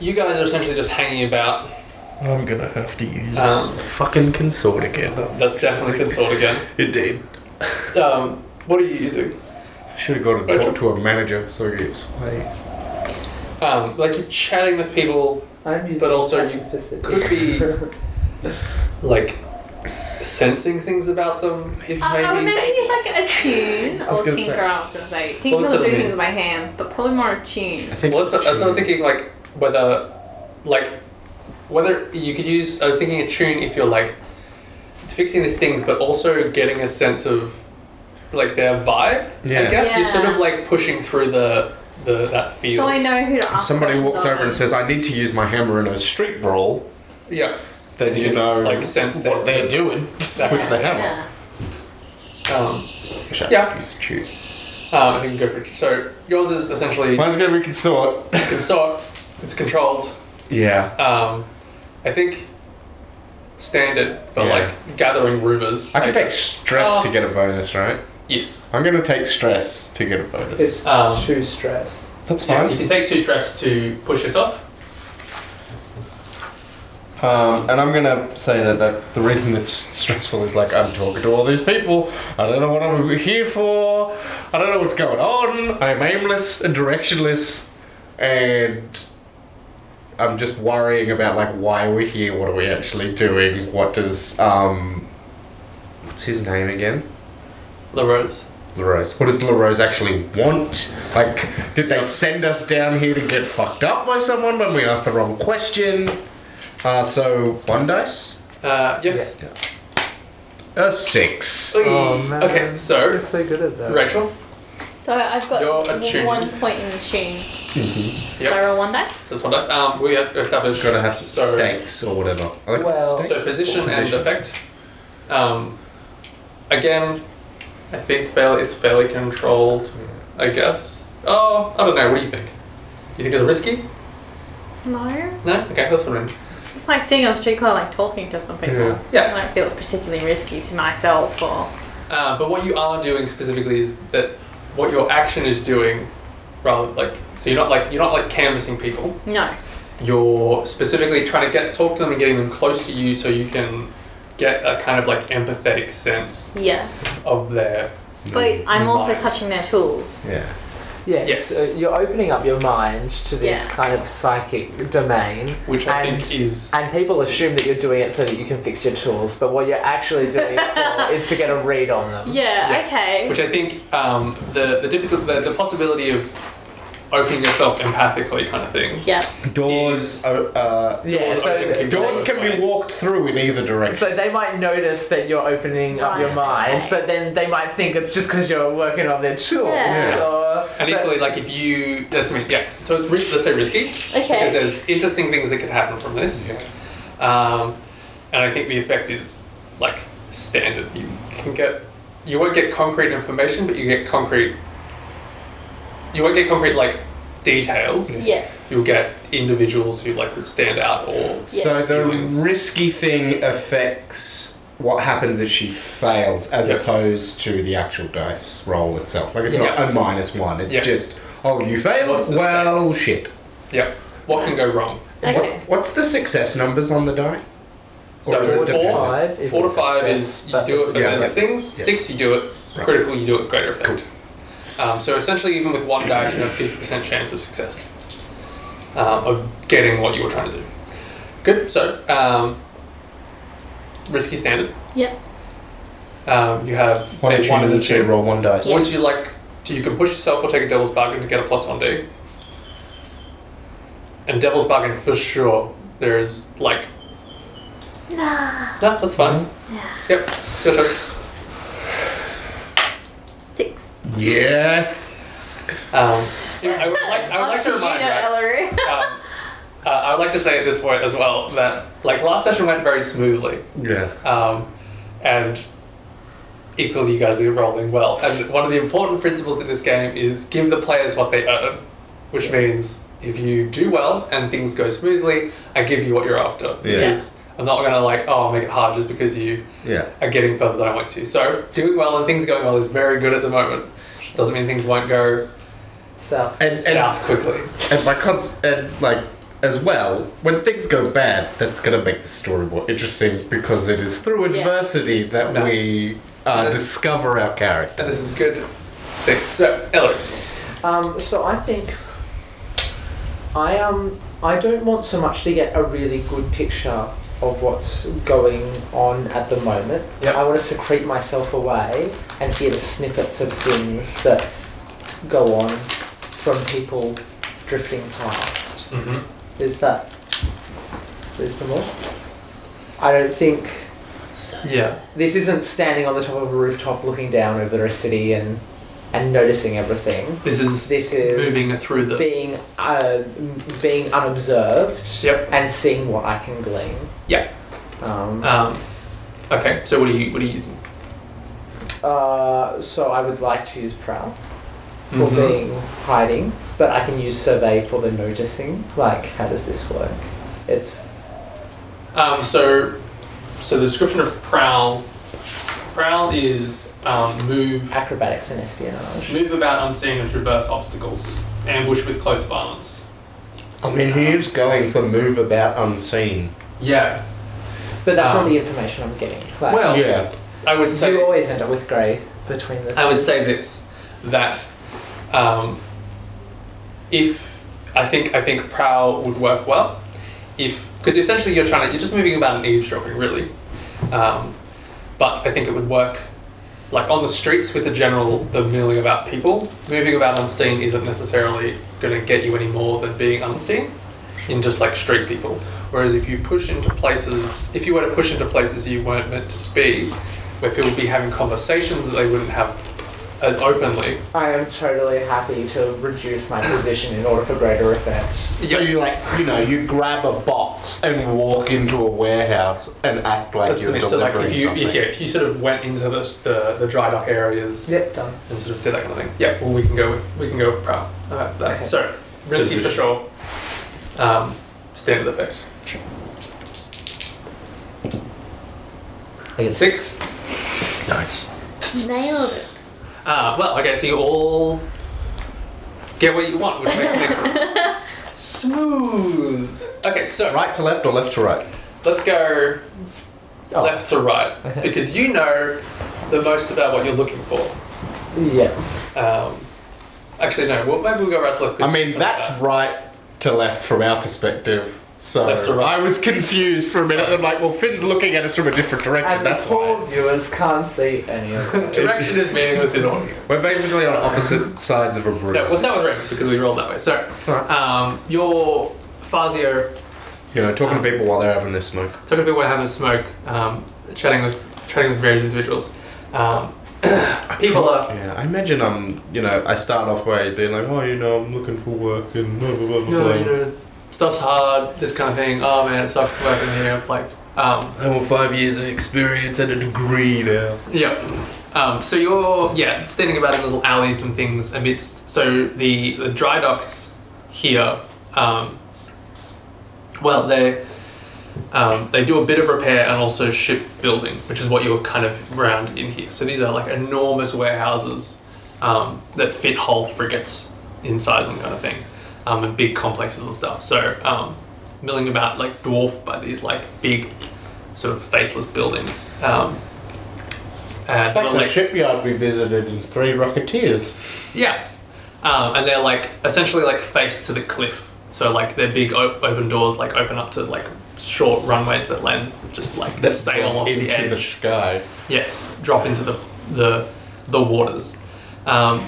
you guys are essentially just hanging about. I'm gonna have to use Um, fucking consort again. That's definitely consult again. Indeed. Um, what are you using? Should have gone and Rachel. talked to a manager so I could get sway. Um, like you're chatting with people, I'm using But also you specificity. could be- like sensing things about them. If Uh, I would maybe maybe use like a tune was or gonna tinker. say- I was gonna say Well, tinker will that's do what I mean. things with my hands, but probably more a tune. I think. well, that's, it's that's what I was true. thinking. Like whether, like whether you could use. I was thinking a tune if you're like fixing these things, but also getting a sense of like their vibe. I Yeah. guess you're sort of Yeah. like pushing through the the that field. So I know who to ask. Somebody questions walks of. over and says, "I need to use my hammer in a street brawl." Yeah. Then You you can, know like, sense what there's- they're doing That with the would- hammer. Um, Wish I could Yeah. Use a tune. um, I think go for it. So yours is essentially Mine's gonna be consort. consort. It's controlled. Yeah. Um, I think standard for Yeah. like gathering rumors. I can take stress Oh. to get a bonus, right? yes. I'm gonna take stress to get a bonus. It's Um, too stress. That's Yeah, fine. so you can take two stress to push yourself. Um, and I'm gonna say that, that the reason it's stressful is like I'm talking to all these people. I don't know what I'm here for. I don't know what's going on. I'm aimless and directionless, and I'm just worrying about like why we're here. What are we actually doing? What does um, what's his name again? LaRose. LaRose. What does LaRose actually want? Like, did they send us down here to get fucked up by someone when we asked the wrong question? Uh, so, one dice? Uh, yes. A Uh, six. Oy. Oh, Okay, so You're so good at that. Rachel. So I've got You're a tune. one point in the tune. Yep. So I roll one dice. This one does. Um, we have established. Gotta have so, stakes or whatever. I like Well- stakes. So position, Position. and effect. Um, again, I think fairly, it's fairly controlled. I guess. Oh, I don't know. What do you think? You think it's risky? No, No. Okay, that's what I mean. it's like sitting on the street corner, like talking to some people. Yeah. I don't feel it's particularly risky to myself or. Uh, but what you are doing specifically is that what your action is doing, rather like so you're not like you're not like canvassing people. No. You're specifically trying to get talk to them and getting them close to you so you can get a kind of like empathetic sense Yeah. of their. But I'm also Mine. touching their tools. Yeah. Yes, Yes. uh, you're opening up your mind to this Yeah. kind of psychic domain, Which I and, think is- And people assume that you're doing it so that you can fix your tools, but what you're actually doing it for is to get a read on them. Yeah. Yes. Okay. Which I think um, the the difficult the, the possibility of opening yourself empathically kind of thing. Yep. Doors. Uh, Yeah, Doors so, open, uh, kick doors can be walked through in either direction. so they might notice that you're opening up your Right. mind, but then they might think it's just because you're working on their tools. Yeah. So, And but- equally, like if you, that's me, yeah. So it's ri- let's say risky because Okay. there's interesting things that could happen from this. Um, and I think the effect is like standard. You can get, you won't get concrete information, but you get concrete. You won't get concrete like details. Yeah. You'll get individuals who like would stand out or Yeah. So the Feelings. risky thing affects what happens if she fails, as Yes. opposed to the actual dice roll itself. Like it's not Yeah. a minus one. It's Yeah. just oh, you failed. What's the Well, stakes? shit. yeah. What can go wrong? Okay. What, what's the success numbers on the die? So Or is four it dependent? five is Four to five success, is you but do it, but Yeah, there's yeah. things. Yeah. Six, you do it. Right. Critical, you do it with greater effect. Um, so essentially, even with one dice, you have fifty percent chance of success um, of getting what you were trying to do. Good. So um, risky standard. Yep. Um, you have Why a don't one you and a literally two. roll one dice? Would you like? To, you can push yourself or take a devil's bargain to get a plus one D. And devil's bargain for sure. There is like Nah. no, that's fine. Yeah. Mm-hmm. Yep, it's your choice. Six. Yes. Um, I would like, I would Up like to you, remind no, right, Ellery. um, uh, I would like to say at this point as well that like last session went very smoothly, Yeah. um, and equally you guys are rolling well. And one of the important principles in this game is give the players what they earn, which means if you do well and things go smoothly, I give you what you're after. Yeah. Because I'm not gonna like oh I'll make it hard just because you Yeah. are getting further than I want to. So doing well and things going well is very good at the moment. Doesn't mean things won't go South. And and, south quickly. and my cons- and like as well, when things go bad, that's gonna make the story more interesting because it is through Yeah. adversity that Yes. we uh, Yes. discover our character. And this is good thing. So, Ellery. Um, so I think I um I don't want so much to get a really good picture of what's going on at the moment. Yep. I want to secrete myself away and hear the snippets of things that go on from people drifting past. Mm-hmm. Is that reasonable? I don't think Yeah. this isn't standing on the top of a rooftop looking down over a city and and noticing everything. This is This is moving through the. being uh, m- being unobserved Yep. and seeing what I can glean. Yeah. Um, Um, okay. So what are you what are you using? Ah. uh, so I would like to use prowl for Mhm. being hiding, but I can use survey for the noticing. Like, how does this work? It's Um, so, so the description of prowl. Prowl is um, move acrobatics and espionage. move about unseen and traverse obstacles. Ambush with close violence. I mean, he is going for move about unseen. Yeah. But that's Um, not the information I'm getting. Like, Well, Oh, Yeah. I would say you always end up with grey between the. I would two. say this that um, if I think I think prowl would work well if because essentially you're trying to you're just moving about and eavesdropping really, um, but I think it would work like on the streets with the general the milling about people moving about unseen isn't necessarily going to get you any more than being unseen in just like street people. Whereas if you push into places, if you were to push into places you weren't meant to be, where people would be having conversations that they wouldn't have as openly. I am totally happy to reduce my position in order for greater effect. So you like, you know, you grab a box and walk into a warehouse and act like That's the you're thing. delivering So like if you something. if, yeah, if you sort of went into the, the, the dry dock areas Yep, done. and sort of did that kind of thing. Yeah, well we can go with we can go with prow. Uh, that. Okay. So risky for Position. sure. Um, standard effect. I get Six. Nice. Um, Nailed it. Uh, well, okay, so you all get what you want, which makes things smooth. Okay, so Right to left or left to right? let's go Oh. left to right Okay. because you know the most about what you're looking for. Yeah. Um, actually, no. Well, maybe we'll go right to left. I mean, that's right to left from our perspective. So Left to right. I was confused for a minute. I'm like, well, Finn's looking at us from a different direction. And that's the poor why viewers can't see any of it. Direction is meaningless in audio. we're basically on opposite sides of a room. Yeah, we'll start with Raven because we rolled that way. So, Alright. um, your Fazio you know, talking to people while they're having their smoke. talking about what having a smoke, um, chatting with chatting with various individuals. Um, people are Yeah, I imagine I'm, you know, I start off by being like, oh, you know, I'm looking for work and blah blah blah blah. no, blah. you know, stuff's hard, this kind of thing. Oh man, it sucks working here. Like, um, I want five years of experience and a degree now. yeah. Um, so you're yeah standing about in little alleys and things amidst. So the the dry docks here, um, well they. Um, they do a bit of repair and also ship building, which is what you're kind of around in here. So these are like enormous warehouses um, that fit whole frigates inside them, kind of thing, um, and big complexes and stuff. So um, milling about like dwarfed by these like big, sort of faceless buildings. Um, and It's like not the shipyard we visited in Three Rocketeers. yeah, um, and they're like essentially like faced to the cliff, so like their big o- open doors like open up to like short runways that land just like sail off into the edge. the sky. yes, drop into the the the waters. Um,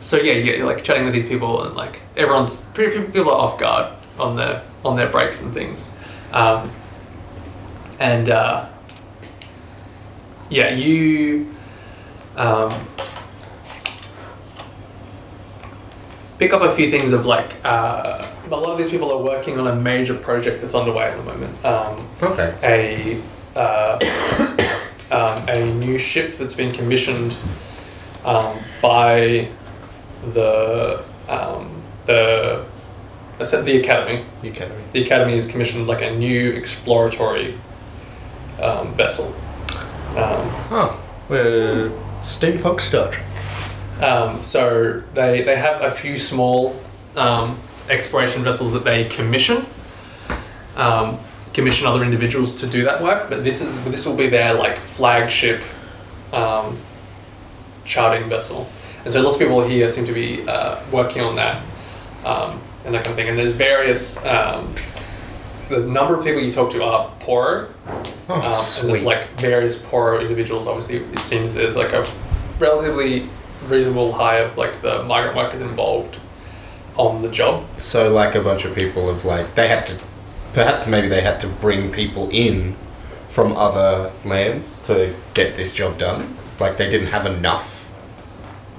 so yeah, you- you're like chatting with these people, and like everyone's pe- pe- people are off guard on their on their breaks and things, um, and uh, yeah, you um, pick up a few things of like uh, a lot of these people are working on a major project that's underway at the moment. Um, Okay. a uh, um, a new ship that's been commissioned um, by the um, the I said the academy. You can. The academy has commissioned like a new exploratory um, vessel. Um, Huh. We're steampunk Star Trek. um, so they they have a few small um, exploration vessels that they commission. um, commission other individuals to do that work, but this is this will be their like flagship um, charting vessel. And so lots of people here seem to be uh, working on that um, and that kind of thing. And there's various um, the number of people you talk to are poorer, Oh, um, and there's sweet. like various poorer individuals. Obviously, it seems there's like a relatively reasonable high of like the migrant workers involved on the job. So, like a bunch of people have like they had to, perhaps maybe they had to bring people in from other lands to get this job done. Like they didn't have enough.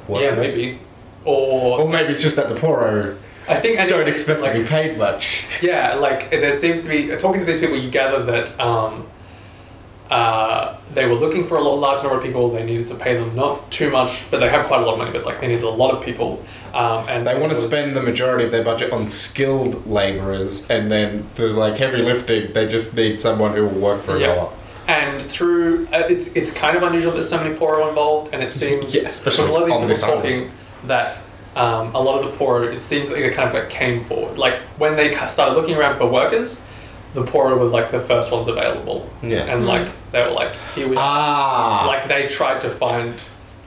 yeah, workers. maybe. Or Or maybe it's just that the poor I think I don't expect like, to be paid much. Yeah, like there seems to be talking to these people, you gather that um, uh, they were looking for a lot, large number of people. They needed to pay them not too much, but they have quite a lot of money. But like they needed a lot of people, um, and They it want to was- spend the majority of their budget on skilled laborers, and then the like heavy lifting, they just need someone who will work for a Yeah. dollar. And through uh, it's it's kind of unusual that so many poor are involved, and it seems Yeah, especially from a lot of these on people this island. talking that um, a lot of the poor it seems like they kind of like came forward. Like when they ca- started looking around for workers, the poor were like the first ones available. Yeah. and like they were like here we Ah, like they tried to find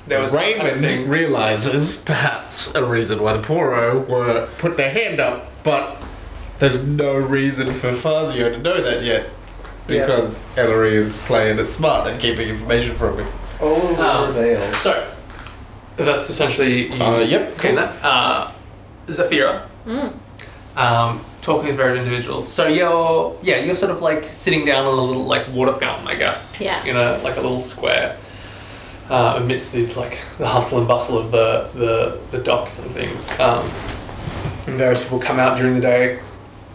there was some kind of Raymond thing- realizes perhaps a reason why the Poro were put their hand up, but there's no reason for Fazio to know that yet. Yeah. Because Ellery is playing it smart and keeping information from him. All Um, revealed. so that's essentially you Uh, yep, okay cool. that uh Zafira Mm. um talking with various individuals so you're yeah you're sort of like sitting down on a little like water fountain I guess Yeah. in a like a little square uh, amidst these like the hustle and bustle of the the, the docks and things um, and various people come out during the day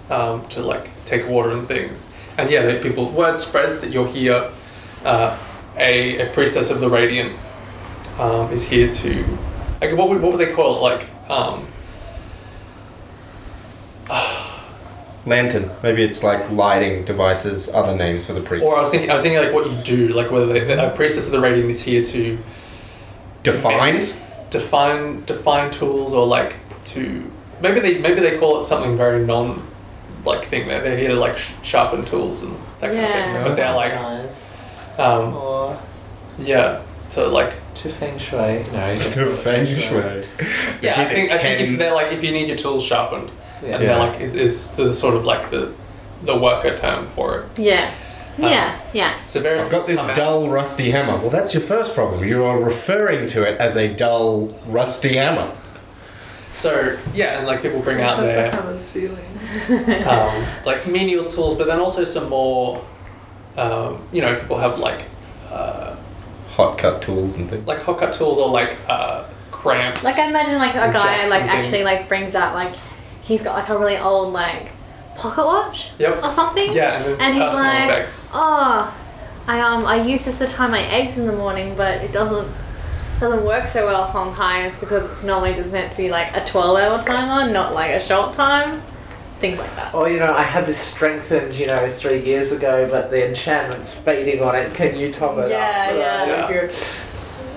um, to like take water and things. And yeah, the people word spreads that you're here. Uh, a, a priestess of the radiant um, is here to like what would, what would they call it like um, Lantern. Maybe it's like lighting devices, other names for the priest. or I was thinking I was thinking like what you do like whether they, a priestess of the radiant is here to Defined? define define tools or like to maybe they maybe they call it something very non like thing that they're here to like sh- sharpen tools and that kind of thing. Yeah. So, but they're like Nice. um, Or yeah. So like to feng shui. No, just To feng shui. Yeah, Keep I it think, I think ken- if they're like if you need your tools sharpened, Yeah. and they're Yeah. like it is the sort of like the the worker term for it. Yeah. Um, Yeah, yeah. So very. I've got this common- dull, rusty hammer. Well, that's your first problem. You are referring to it as a dull, rusty hammer. So yeah, and like people bring out their I was feeling. um, like menial tools, but then also some more, um, you know, people have like uh, Hot cut tools and things. like hookup tools or like uh, cramps. Like I imagine like a And guy jacks like and actually things. like brings out like he's got like a really old like pocket watch Yep. or something. Yeah, and, then And he's personal like, effects. Oh, I um I use this to tie my eggs in the morning, but it doesn't doesn't work so well sometimes because it's normally just meant to be like a twelve hour timer, not like a short time. Things like that. Oh, you know, I had this strengthened, you know, three years ago, but the enchantment's fading on it. Can you top it Yeah, up? yeah. Uh, Yeah.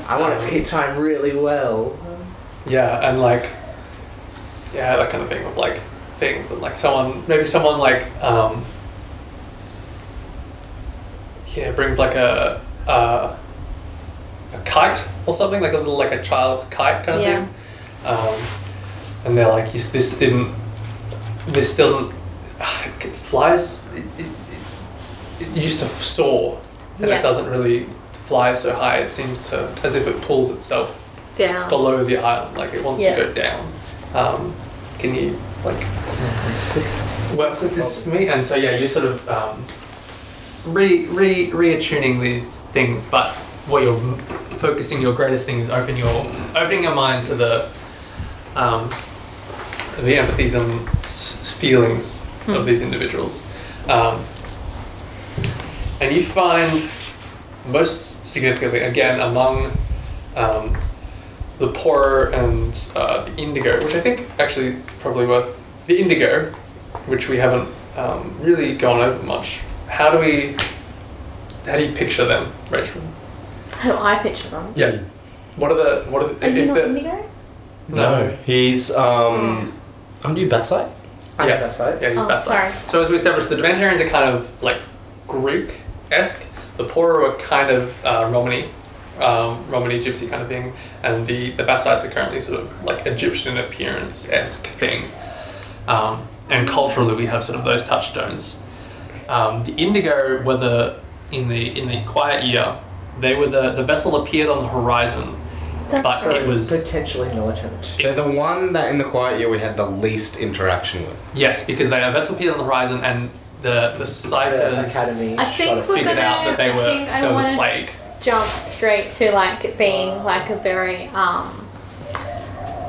I want it to keep time really well. Yeah, and like, yeah, that kind of thing with like things and like someone, maybe someone like, um, yeah, brings like a, a a kite or something like a little like a child's kite kind of Yeah. thing, um, and they're like, yes, this didn't, this doesn't, ah, it flies. It, it, it, it used to soar, and Yeah. it doesn't really fly so high. It seems to as if it pulls itself Down. below the island, like it wants Yeah. to go down. Um, can you like work with this for me? And so yeah, you're sort of um, re re reattuning these things, but what you're m- focusing your greatest thing is open your opening your mind to the um, the empathies and s- feelings of these individuals, um, and you find most significantly again among um, the poorer and uh, the indigo, which I think actually probably worth the indigo, which we haven't um, really gone over much. How do we? How do you picture them, Rachel? How do I picture them? Yeah. What are the? What are the? Are you not the- indigo? No. He's, um. Aren't you Basite? I Yeah. know that's right. Yeah, he's Oh, Basite. sorry. So as we established, the Dementarians are kind of like Greek esque. The poorer are kind of uh, Romany, um, Romany gypsy kind of thing, and the the Basites are currently sort of like Egyptian appearance esque thing. Um, and culturally, we have sort of those touchstones. Um, the indigo were the in the in the quiet year. They were the the vessel appeared on the horizon, but That's it was potentially militant. They're the one that in the quiet year we had the least interaction with. yes because they a vessel appeared on the horizon and the the The ciphers academy. I think shot we're it. figured out that they I were think I there was a wanted- plague. jump straight to like it being Uh. like a very um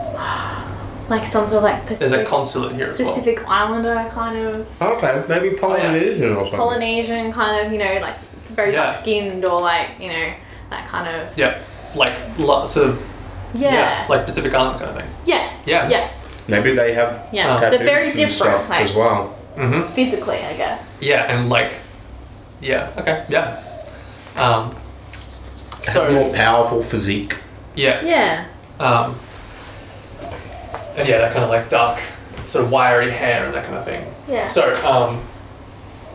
like some sort of like There's a Pacific, consulate here as well. specific islander kind of Okay, maybe Polynesian or something. Polynesian kind of you know like very Yeah. dark skinned or like you know that kind of Yeah, like lo- sort of yeah. yeah like Pacific Island kind of thing. yeah Yeah. yeah yeah, Maybe they have Um, so tattoos very and different stuff like as well. Mm-hmm. physically I guess Yeah, and like, yeah, okay, yeah. Um, So more so powerful physique. yeah, yeah um, and yeah, that kind of like dark, sort of wiry hair and that kind of thing. yeah So, um,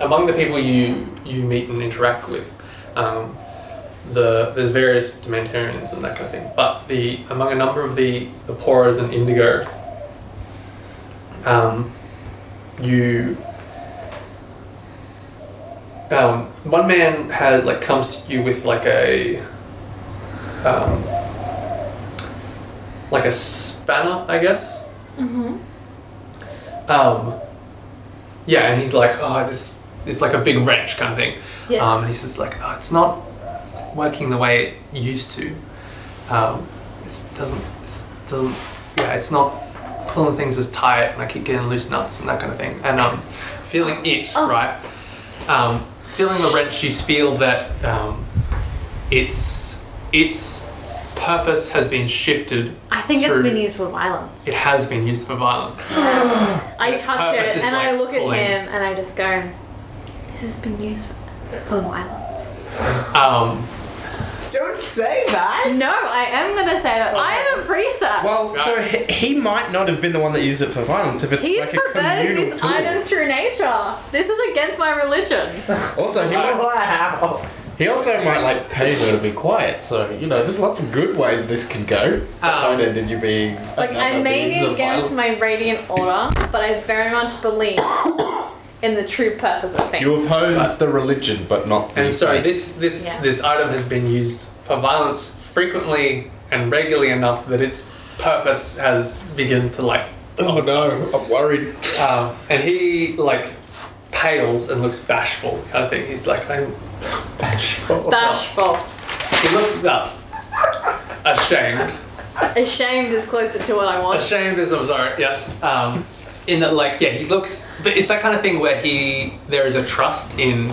among the people you you meet and interact with, um, the there's various Dementarians and that kind of thing. But the among a number of the the Poros and Indigo, um, you. Um, one man has like comes to you with like a um, like a spanner, I guess, mm-hmm. um, yeah, and he's like, oh, this, it's like a big wrench kind of thing. Yeah. Um, and he says like, oh, it's not working the way it used to. Um, it doesn't, it doesn't, yeah, it's not pulling things as tight, and I keep getting loose nuts and that kind of thing. And um, feeling it, Oh. right? Um, feeling the wrench, you feel that um, its its purpose has been shifted. I think it's through- been used for violence It has been used for violence. I Its touch purpose it is, and I like, look at pulling. him and I just go this has been used for violence Um, Don't say that. No, I am gonna say that. I am a precept. Well, Yeah. so he, he might not have been the one that used it for violence if it's He's like a perverting communal his tool. item's true nature. This is against my religion. Also, he, might, Wow. he also might like pay her to be quiet. So you know, there's lots of good ways this can go. That Um, don't end in you being Like, another I may means be of against violence. my radiant order, but I very much believe in the true purpose of things. You oppose the religion, but not the And sorry, faith. this this Yeah. this item has been used for violence frequently and regularly enough that its purpose has begun to like. Oh no, I'm worried. Um, and he like pales and looks bashful. I think he's like I'm bashful. Bashful. He looks up, ashamed. Ashamed is closer to what I want. Ashamed is I'm sorry. Yes. Um, in that, like, yeah, he looks. But it's that kind of thing where he there is a trust in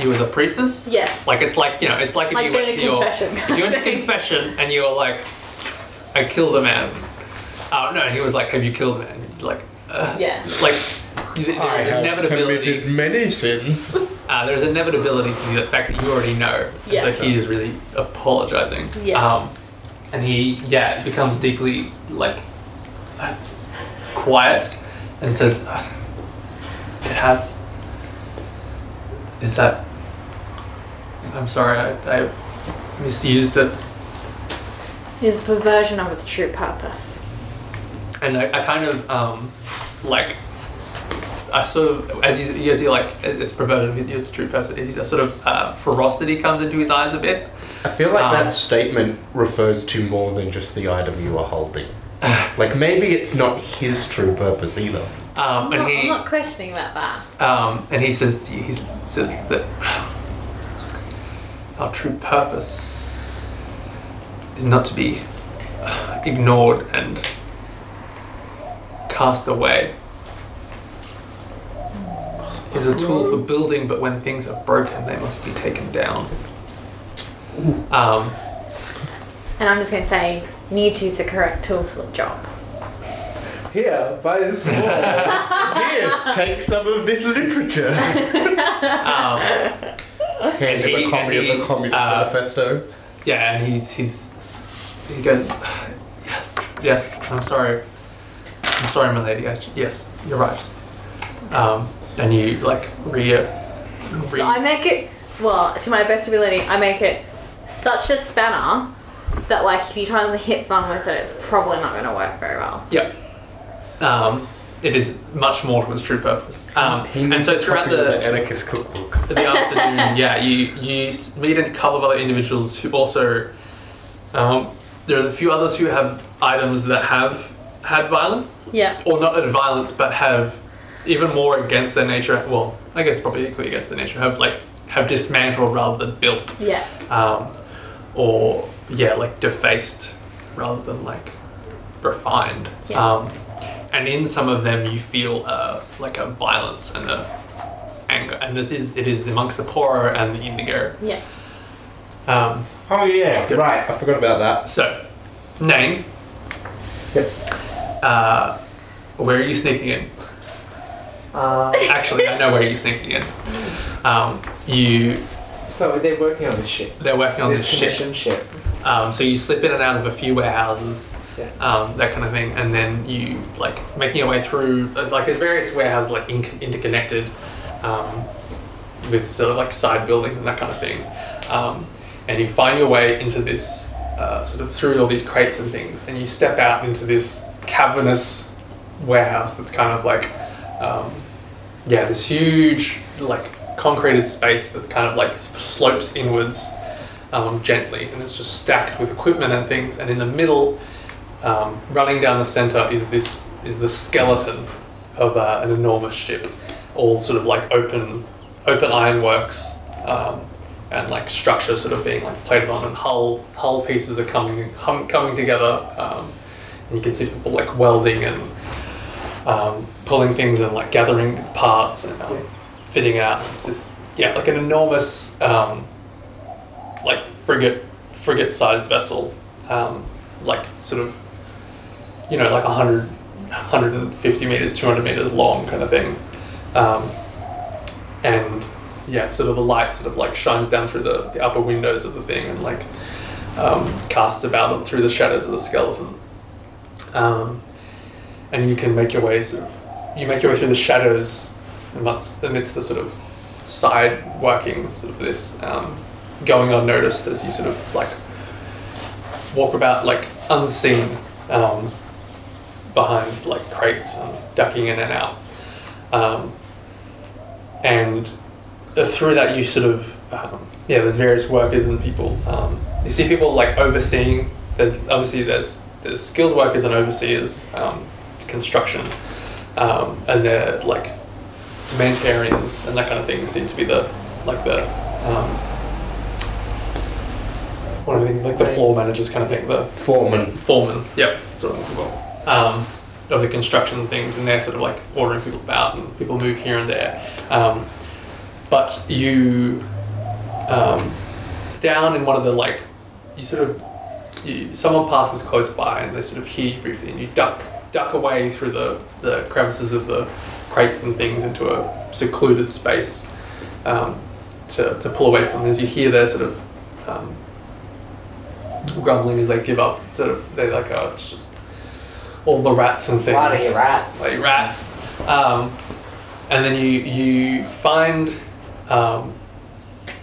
you as a priestess. Yes. Like it's like you know, it's like if Like you went to going to your confession. if you went to confession and you were like, I killed a man. Oh no, and he was like, Have you killed a man? Like, uh, Yeah. Like th- there I is have committed inevitability. many sins. Uh, there is inevitability to the fact that you already know, and so Yeah. he is really apologizing. Yeah. Um, and he yeah becomes deeply like uh, quiet and says, "Uh, "It has." Is that? I'm sorry, I, I've misused it. Is perversion of its true purpose. and I, I kind of um, like I sort of as he's as he like as it's perverted it's a true person is a sort of uh, ferocity comes into his eyes a bit I feel like Um, that statement refers to more than just the item you are holding. like maybe it's not his true purpose either. um, I'm and not, I'm he not questioning about that. um, and he says he s- says that our true purpose is not to be ignored and cast away. Is a tool for building, but when things are broken, they must be taken down. Um, And I'm just going to say, Mewtwo is the correct tool for the job. Here, buy this wall. Here, take some of this literature. um, Hand him He- a copy of he, the Communist uh, Manifesto. yeah, and he's he's he goes, yes, yes. I'm sorry, I'm sorry, my lady. I, yes, you're right. Um, and you like re, re So I make it, well, to my best ability, I make it such a spanner that, like, if you try to hit someone with it, it's probably not going to work very well. Yeah. Um, it is much more to its true purpose. Um, and so throughout the the, anarchist cookbook. the afternoon, yeah, you, you s- meet a couple of other individuals who also. Um, there's a few others who have items that have had violence, Yeah. or not had violence, but have even more against their nature. Well, I guess probably equally against their nature, have like have dismantled rather than built Yeah. um, or yeah, like defaced rather than like refined. Yeah. Um, and in some of them, you feel uh, like a violence and a anger, and this is it is amongst the poorer and the indigo. Yeah. Um, Oh yeah, good. right. I forgot about that. so, Nane, Yep. uh, where are you sneaking in? Um, Actually, I know where you're sneaking in. Um, you so they're working on this ship. they're working on this this ship. commission ship. Um, so you slip in and out of a few warehouses, Yeah. um, that kind of thing, and then you like making your way through. uh, Like there's various warehouses like in- interconnected, um, with sort of like side buildings and that kind of thing, um, and you find your way into this uh, sort of through all these crates and things, and you step out into this cavernous warehouse that's kind of like, um, yeah, this huge like concreted space that's kind of like slopes inwards um, gently, and it's just stacked with equipment and things. And in the middle, um, running down the center, is this is the skeleton of uh, an enormous ship, all sort of like open open ironworks um, and like structure sort of being like plated on, and hull hull pieces are coming hum, coming together. Um, and you can see people like welding and um, pulling things and like gathering parts and um, fitting out. It's just yeah, like an enormous um, like frigate frigate sized vessel, um, like sort of you know like 100, 150 meters, 200 meters long kind of thing, um, and yeah, sort of the light sort of like shines down through the, the upper windows of the thing and like um, casts about them through the shadows of the skeleton. Um, and you can make your way sort of, you make your way through the shadows amidst, amidst the sort of side workings of this um, going unnoticed as you sort of like walk about like unseen um, behind like crates and ducking in and out um, and uh, through that you sort of um, yeah there's various workers and people um, you see people like overseeing there's obviously there's there's skilled workers and overseers um, construction um, and they're like dementarians and that kind of thing seem to be the like the um, what do I think like the floor managers kind of thing the Foreman. foreman. Yep. That's what I'm looking for. Um, of the construction things, and they're sort of like ordering people about, and people move here and there. Um, but you, um, down in one of the like, you sort of, you, someone passes close by, and they sort of hear you briefly, and you duck, duck away through the the crevices of the crates and things into a secluded space. Um, to, to pull away from this, you hear their sort of um, grumbling as they give up. Sort of, they like, oh, it's just all the rats and things. Bloody rats. Like rats. Um, and then you you find um,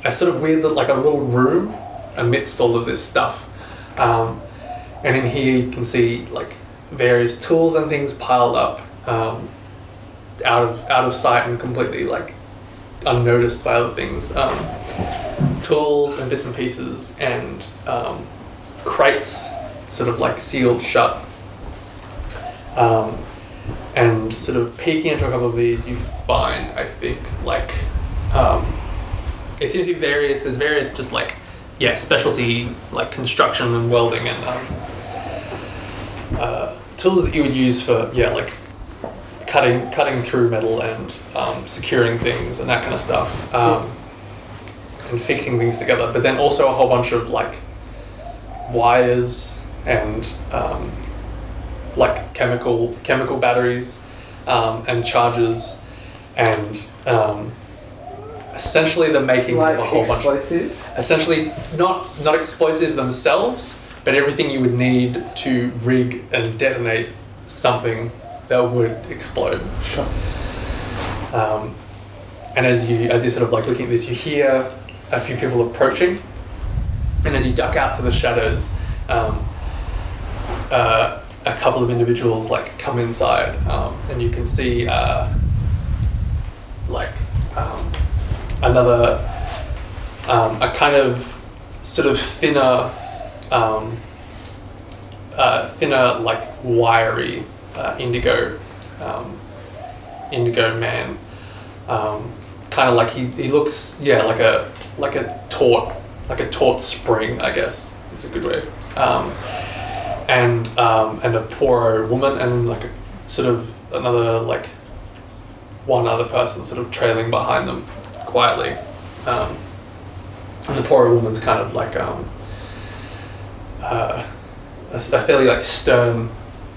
a sort of weird, like a little room amidst all of this stuff. Um, and in here you can see like various tools and things piled up um, out of out of sight and completely like unnoticed by other things. Um, tools and bits and pieces and um, crates, sort of like sealed shut. Um, and sort of peeking into a couple of these, you find I think like um, it seems to be various. There's various just like yeah specialty like construction and welding and um, uh, tools that you would use for yeah like cutting cutting through metal and um, securing things and that kind of stuff um, and fixing things together but then also a whole bunch of like wires and um, like chemical chemical batteries um, and chargers and um, essentially the makings Like of a whole bunch explosives. essentially not not explosives themselves, but everything you would need to rig and detonate something that would explode. Sure. Um, and as you as you sort of like looking at this, you hear a few people approaching, and as you duck out to the shadows, um, uh, a couple of individuals like come inside, um, and you can see uh, like um, another um, a kind of sort of thinner, um, uh, thinner like wiry uh, indigo um, indigo man. Um, kind of like he, he looks yeah like a like a taut like a taut spring I guess is a good way. Um, and um, and a poor woman and like a, sort of another like one other person sort of trailing behind them quietly. Um, and the poor woman's kind of like um, uh, a, s- a fairly like stern,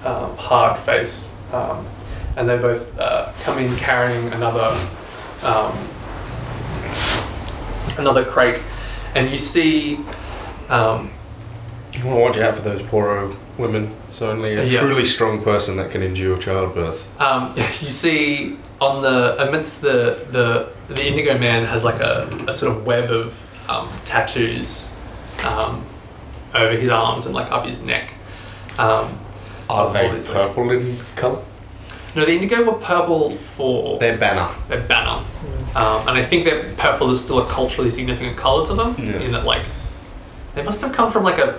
um, hard face, um, and they both uh, come in carrying another um, another crate, and you see. Um, You want to watch out for those poor old women. It's only a Yeah. truly strong person that can endure childbirth. Um, you see on the amidst the the the indigo man has like a, a sort of web of um, tattoos um, over his arms and like up his neck. Um, Are of they all these, like- purple in colour? no, the indigo were purple for Their banner. their banner, um, and I think that purple is still a culturally significant color to them. Yeah. In that, like, they must have come from like a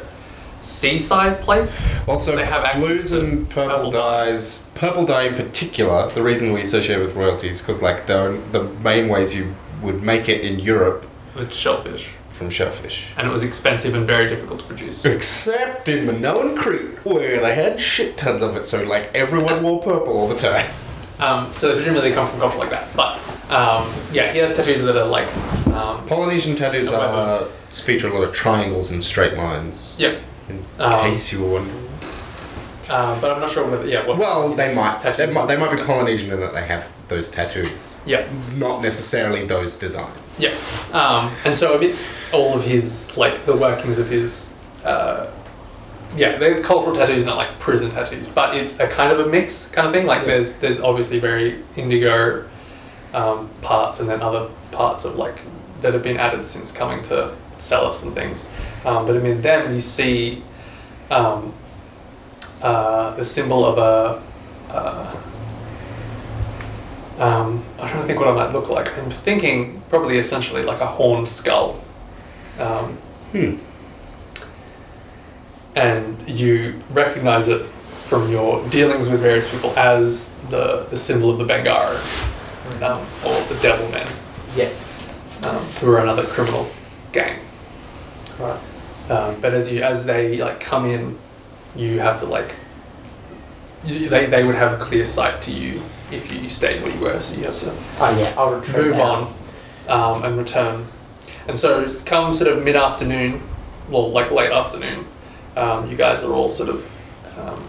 seaside place. Also, They have access blues to and purple, purple dye. dyes, purple dye in particular, the reason we associate with royalties, because like the, the main ways you would make it in Europe It's shellfish, from shellfish. and it was expensive and very difficult to produce. Except in Minoan Crete, where they had shit tons of it, so like everyone wore purple all the time. Um, so they presumably come from culture like that. But um, yeah, he has tattoos that are like, um, Polynesian tattoos Oh, are, feature a lot of triangles and straight lines. yeah. In Um, case you were wondering. Um, but I'm not sure whether yeah. What Well, they his might. They tattoos might, they might be are. Polynesian in that they have those tattoos, Yeah, not necessarily those designs. yeah. Um, and so amidst all of his like the workings of his, uh, yeah, they're cultural tattoos, not like prison tattoos, but it's a kind of a mix kind of thing. Like there's there's obviously very indigo um, parts and then other parts of like that have been added since coming to Celis and things. Um, but I mean, then you see um, uh, the symbol of a uh, Um, I'm trying to think what I might look like. I'm thinking probably essentially like a horned skull. Um, Hmm. and you recognize it from your dealings with various people as the, the symbol of the Bangar um, or the Devil Men, Yeah. um, who are another criminal gang. Right. Um, but as you as they like come in, you have to like you, they, they would have clear sight to you if you stayed where you were. So you have to Oh yeah, I'll retreat move now. on um, and return. And so, come sort of mid afternoon, well, like late afternoon, um, you guys are all sort of, um,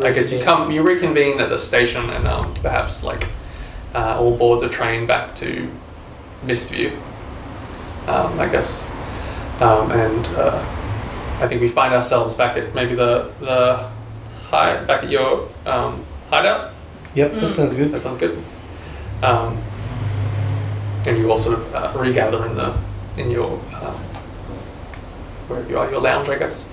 I guess you come, you reconvene at the station and um, perhaps like uh, all board the train back to Mistview, um, I guess. Um, and uh, I think we find ourselves back at maybe the, the hi, back at your um, hideout. Hmm. Yep, that sounds good. That sounds good. Um, and you all sort of uh, regather in the in your um, where you are, your lounge, I guess.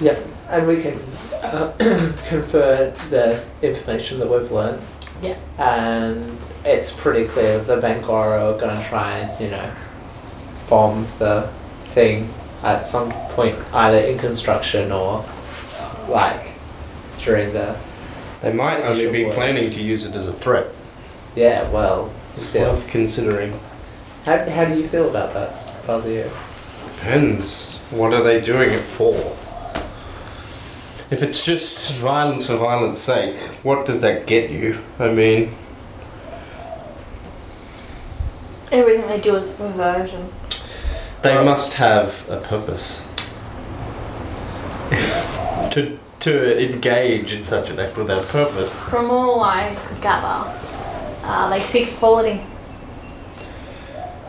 Yep, and we can uh, confer the information that we've learned. Yeah. And it's pretty clear the Bangora are going to try and, you know, bomb the thing at some point, either in construction or, like, during the. They might only Sure be would. planning to use it as a threat. Yeah, well, It's still. worth considering. How, how do you feel about that, Fazio? Depends. What are they doing it for? If it's just violence for violence sake, what does that get you? I mean, Everything they do is perversion. they Well- must have a purpose. to to engage in such an act without purpose. From all I could gather, uh, they seek equality,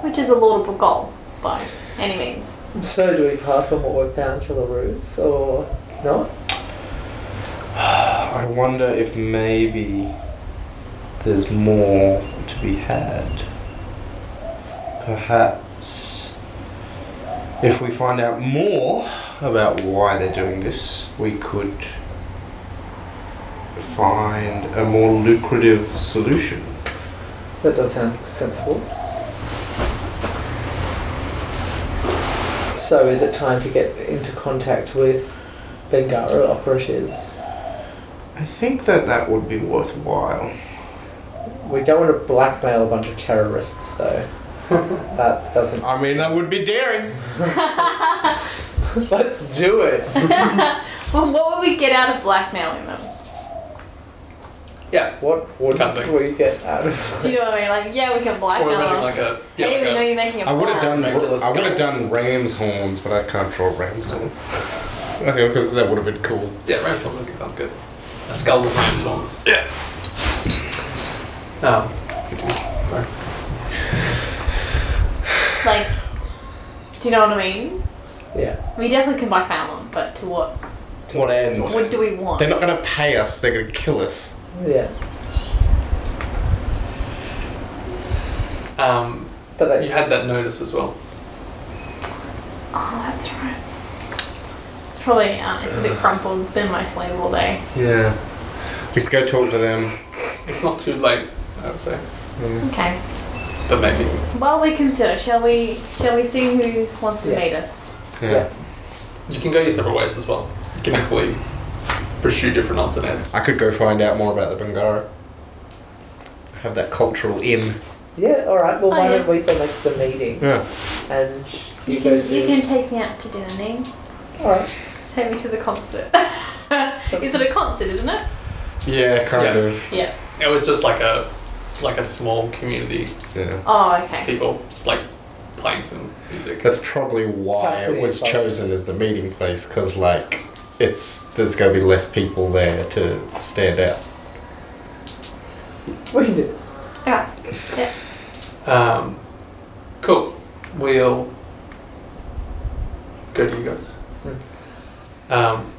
which is a laudable goal by any means. So, do we pass on what we've found to LaRue's or not? I wonder if maybe there's more to be had. Perhaps if we find out more about why they're doing this, we could find a more lucrative solution. That does sound sensible. So is it time to get into contact with Bengara operatives? I think that that would be worthwhile. We don't want to blackmail a bunch of terrorists, though. that doesn't. I mean, that would be daring. Let's do it. Well, what would we get out of blackmailing them? Yeah. What would Can't think. we get out of? Do you know what I mean? Like, yeah, we can Or blackmail maybe them. like a I yeah, didn't even know like you're making a I would have plan. done. Regular I would skull. have done ram's horns, but I can't draw ram's horns. Okay, because that would have been cool. a, yeah, ram's horns. Okay, sounds good. A skull with ram's horns. Yeah. Um, continue. Sorry. Like, do you know what I mean? Yeah. We definitely can blackmail them, but to what? What end? What do we want? They're not going to pay us, they're going to kill us. Yeah. Um, But you that, had that notice as well. Oh, that's right. It's probably uh, it's a bit crumpled. It's been in my sleeve all day. Yeah. We could go talk to them. It's not too late, I would say, Okay. but maybe. While we consider, shall we? Shall we see who wants to Yeah. meet us? Yeah. You can go your separate ways as well. You can equally pursue different odds and ends. I could go find out more about the Bungara. Have that cultural in. yeah. All right. Well, Oh, why yeah. don't we go like the meeting Yeah. and you, You go can, do. you can take me out to dinner, Ning. All right. Take me to the concert. Is it a concert, isn't it? Yeah, kind Yeah. of. Yeah. It was just like a like a small community Yeah. Oh, okay. people like playing some music. That's probably why Perhaps it it was is like- chosen as the meeting place, because, like, it's there's going to be less people there to stand out. We can do this. Yeah. Yeah. Um, cool. We'll go to you guys. Um,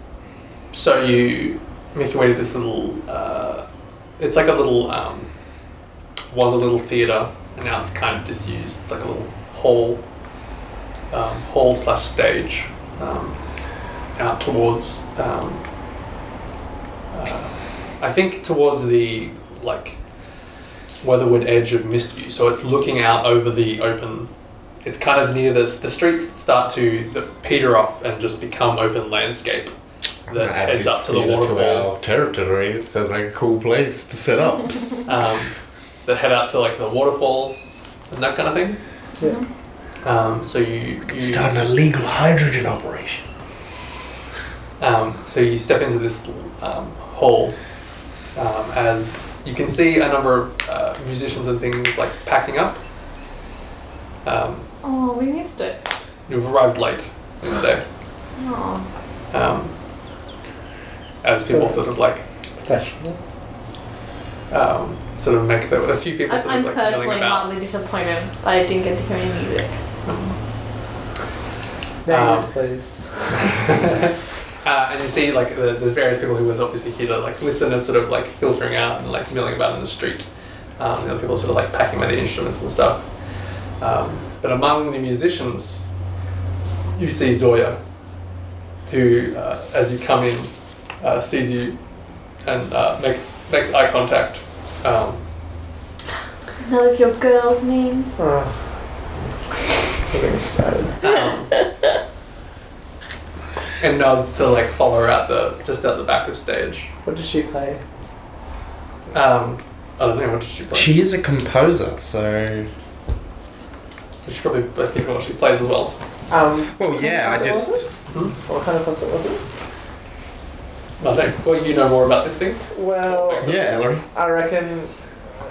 so you make your way to this little. Uh, it's like a little. Um, was a little theater, and now it's kind of disused. It's like a little hall, um, hall slash stage, um, out towards. Um, uh, I think towards the like weatherward edge of Mistview. So it's looking out over the open. It's kind of near this. The streets start to the, peter off and just become open landscape that Add heads up this to the theatre waterfall. our territory. It sounds like a cool place to set up. Um, that head out to like the waterfall and that kind of thing. Um, so you, you Start an illegal hydrogen operation. Um, so you step into this um, hall um, as you can see a number of uh, musicians and things like packing up. Um, Oh, we missed it. you've arrived late in the day Oh. um, as people sort of like Professional. um, sort of make their, a few people I, sort of I'm like yelling personally about. mildly disappointed. I didn't get to hear any music. No, he's Um, pleased. Uh, and you see, like, the, there's various people who was obviously here to like listen and sort of like filtering out and like milling about in the street. Um, and other people sort of like packing away the instruments and stuff. Um, but among the musicians, you see Zoya, who, uh, as you come in, uh, sees you and uh, makes makes eye contact. Um, None of your girl's name. Oh. Getting started. um, and nods to like follow her out the just out the back of stage. What did she play? Um, I don't know what did she play. She is a composer, so. Which probably I think what she plays as well. Um, Well, yeah, I just. What kind of concert was it? I don't, well, you know more about these things. Well, Yeah, Ellery. I reckon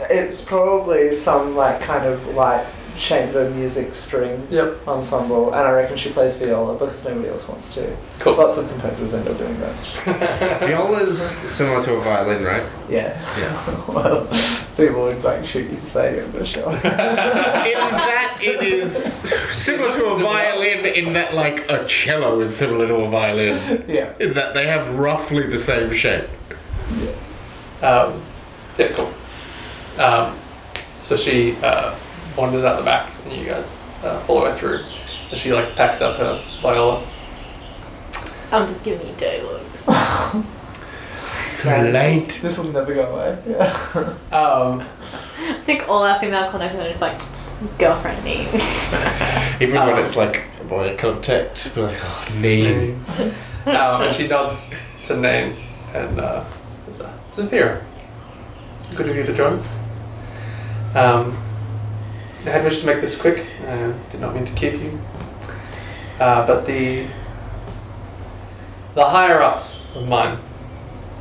it's probably some like kind of light chamber music string Yep. ensemble, and I reckon she plays viola because nobody else wants to. Cool. Lots of composers end up doing that. Viola's similar to a violin, right? Yeah. Yeah. well, people would like shoot you for saying it, but sure. in that it is similar to a violin, in that, like, a cello is similar to a violin, yeah. in that they have roughly the same shape. Um, yeah, cool. Um, so she uh, wanders out the back, and you guys uh, follow her through. And she like packs up her viola. I'm just giving you dirty looks. Late. This will never go away. Yeah. Um, I think all our female contact is like girlfriend name. Even Um, when it's like, my contact, you're like, oh, name. um, and she nods to name and uh, says, uh, Zafira. Good of you to join us. Um, I had wished to make this quick. Uh, did not mean to keep you. Uh, but the the higher ups of mine,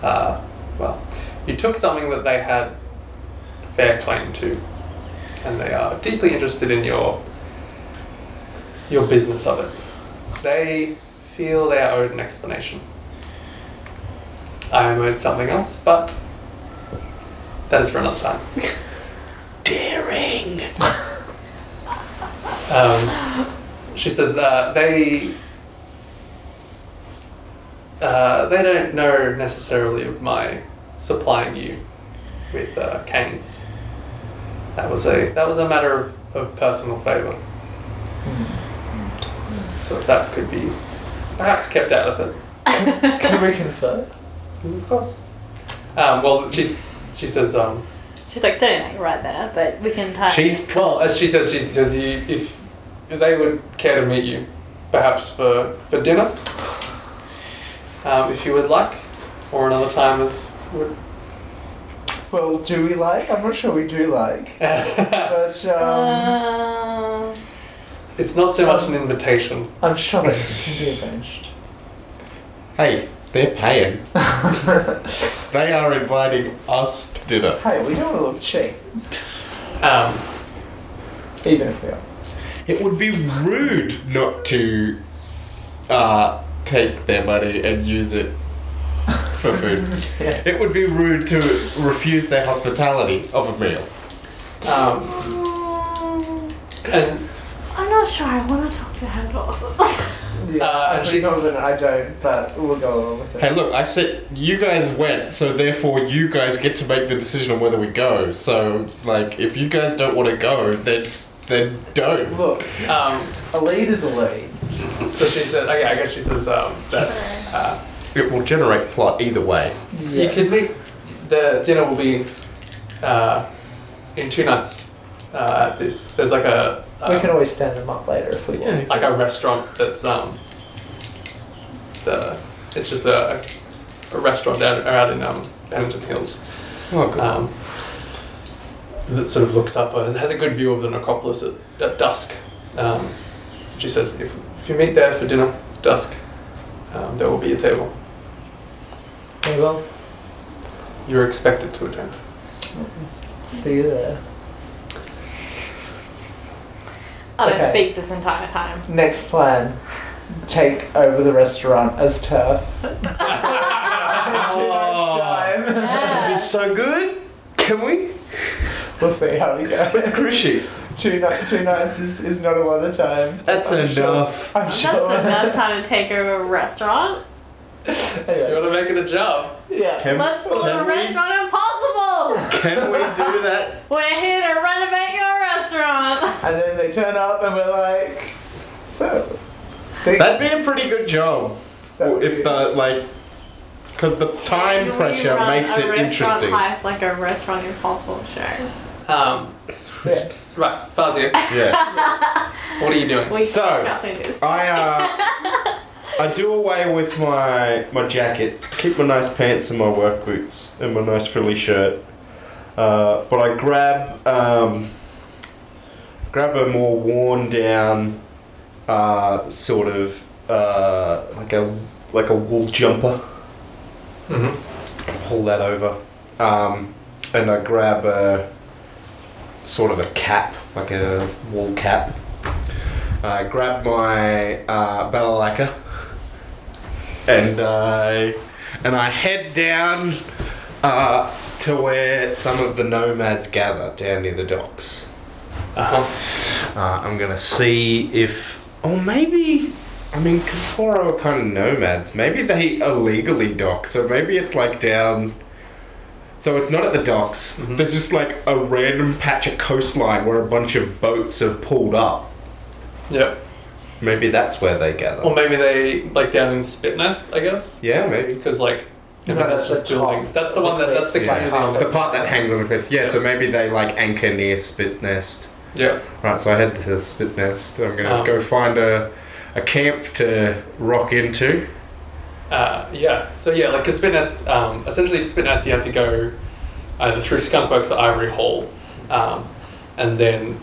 uh, well, you took something that they had fair claim to, and they are deeply interested in your your business of it. They feel they are owed an explanation. I am owed something else, but that is for another time. Daring. Um, she says uh, they uh, they don't know necessarily of my supplying you with uh, canes. That was a that was a matter of, of personal favour. So that could be perhaps kept out of it. Can we confer? Of course. Um, well, she she says um, She's like, don't like right there, but we can tie. She's well, as she says she says you if, if they would care to meet you, perhaps for for dinner, um, if you would like, or another time as would. Well, do we like? I'm not sure we do like. But Uh. um, Um, it's not so much an invitation. I'm sure that can be arranged. Hey, they're paying. They are inviting us to dinner. hey, we don't want to look cheap, Um, even if we are. It would be rude not to uh, take their money and use it for food. Yeah. It would be rude to refuse their hospitality of a meal. um, mm, and I'm not sure I want to talk to her boss. Yeah, Uh, I'm and pretty she's- confident I don't, but we'll go along with it. Hey, look, I said you guys went, so therefore you guys get to make the decision on whether we go. So, like, if you guys don't want to go, then s- then don't. Look, um, a lead is a lead. so she says. Okay, I guess she says um, that uh, It will generate plot either way. you can meet. The dinner will be uh, in two nights. Uh, at this there's like a We um, can always stand them up later if we want. Yeah. like a restaurant that's um the it's just a, a restaurant down out in um Hamilton Hills. Oh, good. Um, that sort of looks up, uh, has a good view of the necropolis at, at dusk. Um, she says, if, if you meet there for dinner, dusk, um, there will be a table. Okay, well, You're expected to attend. see you there. I don't Okay. speak this entire time. Next plan. Take over the restaurant as turf. Yeah. It's so good. Can we? We'll see how we go. It's Krishy. two, ni- two nights is, is not a lot of time. That's I'm sure- enough. I'm That's sure. enough time to take over a restaurant. You Anyway, want to make it a job? yeah. Can, Let's pull can a restaurant impossible! We, can we do that? We're here to renovate your restaurant! And then they turn up and we're like, so. They, That'd be a pretty good job. that would be- If the like, because the time We pressure run makes a it restaurant interesting. Heist, like a restaurant impossible show. Um, yeah. right, Fazio, Yeah. what are you doing? We So, discussing this. I uh, I do away with my my jacket. Keep my nice pants and my work boots and my nice frilly shirt. Uh, but I grab um, grab a more worn down uh, sort of uh, like a like a wool jumper. Mm-hmm. pull that over, um, and I grab a sort of a cap, like a wool cap. I Uh, grab my uh, balalaika, and uh, I and I head down uh, to where some of the nomads gather down near the docks. Uh-huh. Uh, I'm gonna see if, or maybe, I mean, because Poro are kind of nomads. Maybe they illegally dock, so maybe it's like down. So it's not at the docks. Mhm. There's just like a random patch of coastline where a bunch of boats have pulled up. Yeah. Maybe that's where they gather. Or maybe they, like, down in Spitnest, I guess? yeah, maybe. Because, like, Is No, that that's just the top buildings. That's the of one that- cliff. that's the Yeah. kind Like, The part that hangs on the cliff. Yeah, so maybe they like anchor near Spitnest. yeah. Right, so I head to Spitnest. I'm gonna Um. go find a, a camp to rock into. Uh, yeah. So yeah, like a spit nest. Um, essentially, to spit nest, you have to go either through Skunkworks or Ivory Hall, um, and then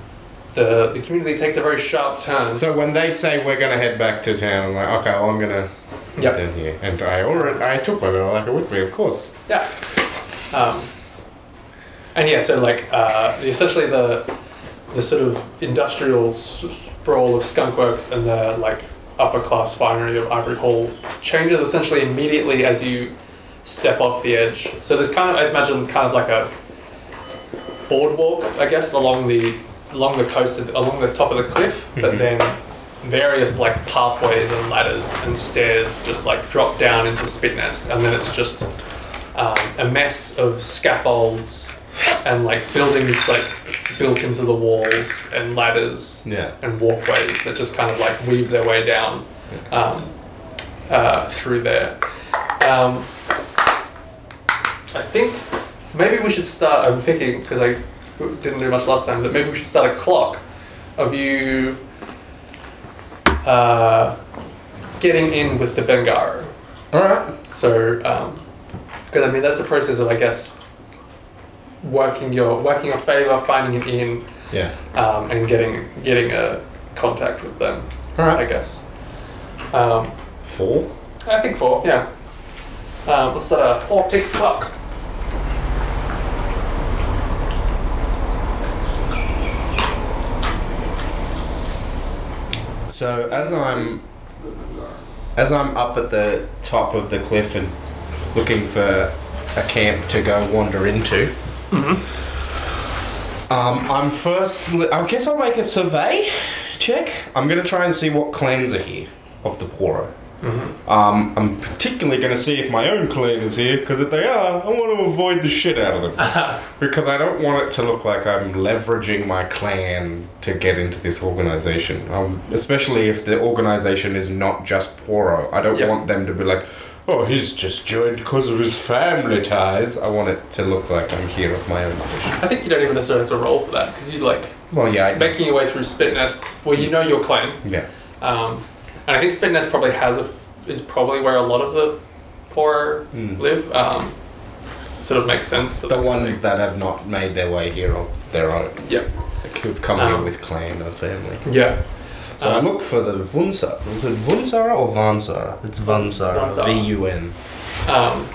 the the community takes a very sharp turn. So when they say we're gonna head back to town, I'm like, okay, well, I'm gonna Yep. head in here, and I already I took my balalaika with me, of course. Yeah. Um, and yeah, so like uh, essentially the the sort of industrial s- sprawl of Skunkworks and the like upper class finery of Ivory Hall changes essentially immediately as you step off the edge. So there's kind of I imagine kind of like a boardwalk, I guess, along the along the coast, of, along the top of the cliff, but Mhm. then various like pathways and ladders and stairs just like drop down into Spitnest, and then it's just um, a mess of scaffolds and like buildings like built into the walls and ladders Yeah. and walkways that just kind of like weave their way down um, uh, through there. Um, I think maybe we should start. I'm thinking because I didn't do much last time, but maybe we should start a clock of you uh, getting in with the Bengaro. All right. So, because I mean that's a process of I guess working your working your favor, finding an in, Yeah. um, and getting getting a contact with them. All I right. guess. Um, Four. I think four. Yeah. Um, let's set a four tick clock. So as I'm as I'm up at the top of the cliff and looking for a camp to go wander into, um, I'm first. li- I guess I'll make a survey check. I'm gonna try and see what clans are here of the Poro. Um, I'm particularly going to see if my own clan is here because if they are, I want to avoid the shit out of them because I don't want it to look like I'm leveraging my clan to get into this organization. Um, especially if the organization is not just Poro, I don't Yeah. want them to be like, oh, he's just joined because of his family ties. I want it to look like I'm here of my own volition. I think you don't even necessarily have to roll for that because you're like Well, yeah, I, making your way through Spit Nest where you know your claim. yeah. Um, and I think Spit Nest probably has a f- is probably where a lot of the poor Mm. live. Um, sort of makes sense. to The them. ones that have not made their way here of their own, Yeah. who've come Um, here with clan or family. Yeah. So I Um, look for the Vunsara. Is it Vunsara or Vansara? It's Vansara. Vansara. V U N. Um,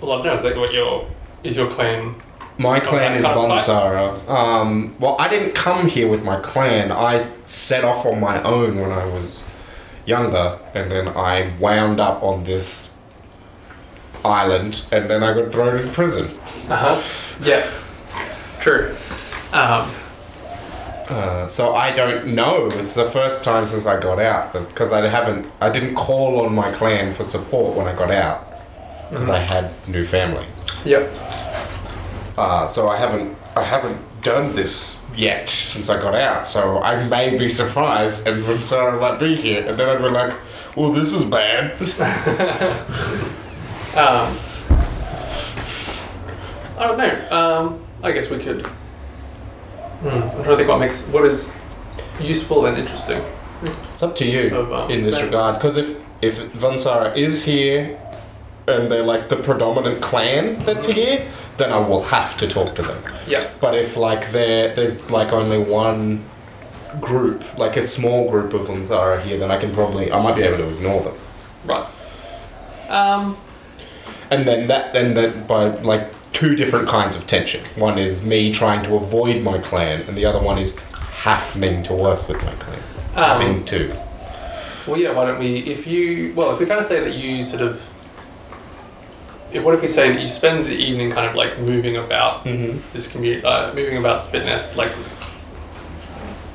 well, I don't know. Is that what your is your claim? My clan is Oh, that's Vansara. Um, well, I didn't come here with my clan. I set off on my own when I was younger, and then I wound up on this island, and then I got thrown in prison. Uh huh. Yes. True. Um, Uh, so I don't know. It's the first time since I got out because I haven't. I didn't call on my clan for support when I got out because I had new family. yep. Uh, so I haven't I haven't done this yet since I got out. So I may be surprised, and when Sarah might be here, and then I'd be like, "Well, this is bad." Um, I don't know. Um, I guess we could. Hmm, I'm trying to think what makes what is useful and interesting. it's up to you Of, um, in this bad. regard, because if if Vansara is here, and they're like the predominant clan that's here, then I will have to talk to them. Yeah. But if like there there's like only one group, like a small group of Vansara here, then I can probably I might be able to ignore them. Right. Um, and then that then that by like two different kinds of tension one is me trying to avoid my clan and the other one is having to work with my clan having um, to well, yeah. Why don't we? If you well, if we kind of say that you sort of. If, what if we say that you spend the evening kind of like moving about mm-hmm. this commute, uh, moving about Spitnest, like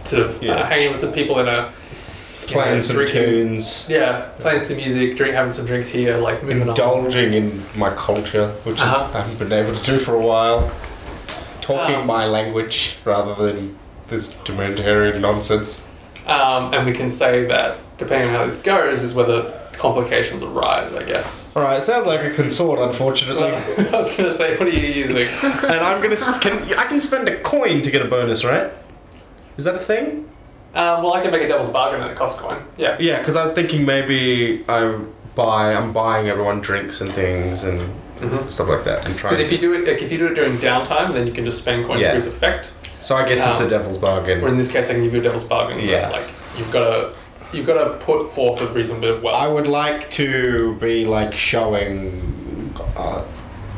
sort of uh, Yeah. hanging with some people in a you know, playing some drinking- tunes Yeah, playing some music, drink, having some drinks here, like moving on. indulging in my culture which is, Uh-huh. I haven't been able to do for a while talking Um, my language rather than this dementarian nonsense Um, and we can say that depending on how this goes, is whether complications arise. I guess. all right sounds like a consort unfortunately I was gonna say, what are you using? and i'm gonna s- can i can spend a coin to get a bonus right is that a thing Um, well, I can make a devil's bargain and it costs coin. Yeah. Yeah, because I was thinking maybe I buy. I'm buying everyone drinks and things and Mhm. stuff like that. And trying. Because if you do it, like, if you do it during downtime, then you can just spend coin Yeah. to increase effect. so I guess it's um, a devil's Or in bargain. this case, I can give you a devil's bargain. that, Yeah. Like you've got to, you've got to put forth a reasonable well. I would like to be like showing, uh,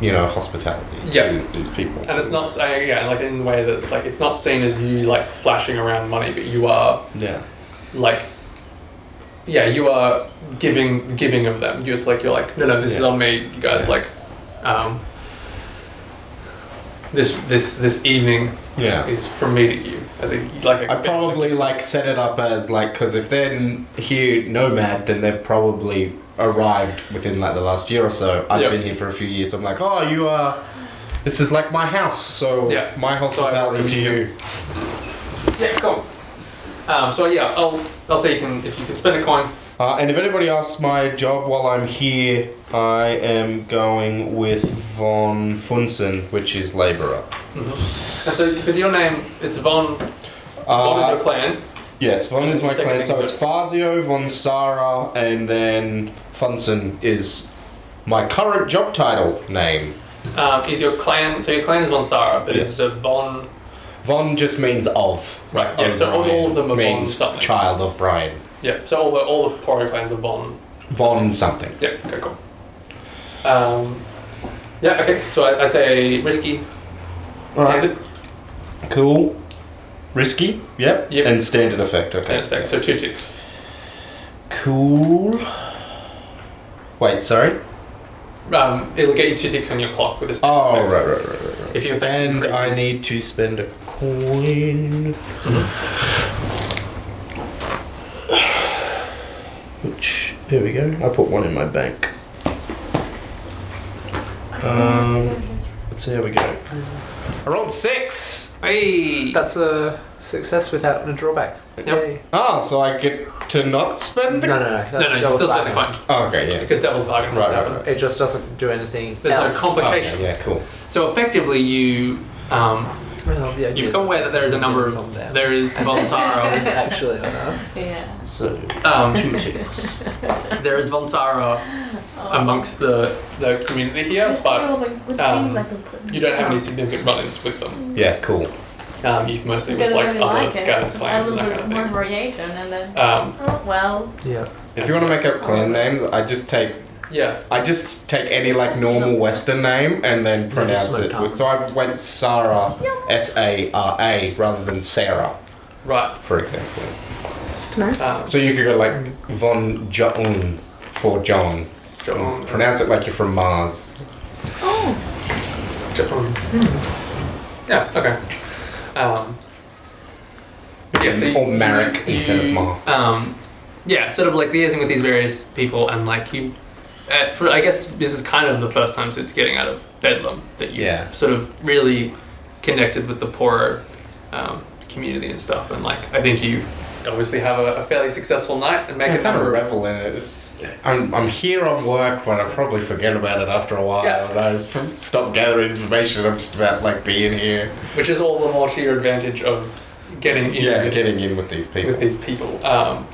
you know, hospitality Yeah. to these people. and it's not saying yeah, like in the way that it's like it's not seen as you like flashing around money, but you are Yeah. like yeah you are giving giving of them you, it's like you're like no no this is Yeah. on me you guys Yeah. like um this this this evening Yeah. is from me to you as a like a I probably like set it up as like because if they're n- here nomad, then they've probably arrived within like the last year or so. I've Yep. been here for a few years. I'm like, oh, you are. This is like my house, so Yeah. my So I welcome hospitality to you. you. yeah cool um so yeah i'll i'll say you can if you can spend a coin Uh, and if anybody asks my job while I'm here, I am going with von Funsen, which is labourer. and so because your name it's von von is your Mm-hmm. Uh, clan yes, von is my Second clan, so name. it's Fazio, von Sara, and then Funsen is my current job title name. um is your clan so your clan is von Sara, but Yes. it's the von Von just means of. It's Right, yeah, so all- O'Brien all of them are von means something. child of Brian. yeah so all the all the poorer clans are von Von something. Yeah, okay, cool. Um, yeah, okay, so I, I say risky. Right. Cool. Risky. Yep. Yep. And standard effect. Okay. So two ticks. Cool. Wait, sorry. Um, it'll get you two ticks on your clock with this. Oh, right, right, right, right, right. If you And I need to spend a coin. Which, here we go. I put one in my bank. Um, Let's see how we go. I rolled six. Hey. That's a success without a drawback. Yep. Yay. Oh, so I get to not spend. No, no, no. That's No, no, you double still spend the bargain. coin Oh, okay, yeah. because devil's bargain Right, doesn't right, happen. right. It just doesn't do anything. There's else. no Oh, complications. yeah, yeah, cool. So effectively, you um, Well, yeah, you become aware that there is a number of there is It's Volsaro, actually on us. Yeah. So, um, ticks. there is Volsaro Oh, amongst the the community here, There's still, but like, good um, things I can put in you don't have any the significant run-ins with them. Yeah, cool. Um, you've mostly with Because I like really other like it. scattered Just clans add and a that little kind bit of more reagent and then. thing. Um, oh well. Yeah. If you want to make up clan names, I just take yeah, I just take any like normal Western name and then pronounce slow it. down. So I went Sarah, S A R A, rather than Sarah, right. for example. Smart. Um, So you could go like von John for John. John, Pronounce it like you're from Mars. Oh. John. Hmm. Yeah. Okay. Um, yeah, so you- or Marek you- instead of Mar. um, yeah, sort of like liaising with these various people, and like you, uh, for I guess this is kind of the first time since getting out of Bedlam that you Yeah. have sort of really connected with the poorer um, community and stuff, and like I think you obviously have a, a fairly successful night and make I a kind of number of. revel in it. It's, I'm, I'm here on work, but I probably forget about it after a while. Yeah. And I stop gathering information. I'm just about like being here. which is all the more to your advantage of getting in Yeah, with, getting in with these people. with these people, um,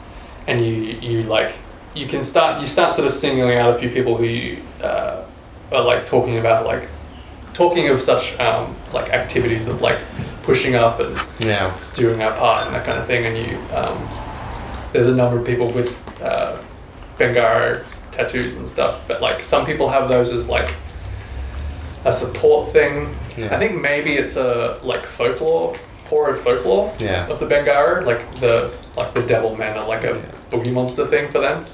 and you you like you can start you start sort of singling out a few people who you uh, are like talking about like talking of such um, like activities of like pushing up and Yeah. doing our part and that kind of thing, and you um, there's a number of people with uh, Bengaro tattoos and stuff, but like some people have those as like a support thing. Yeah. I think maybe it's a like folklore, poorer folklore Yeah. of the Bengaro, like the like the devil men are like a boogie monster thing for them.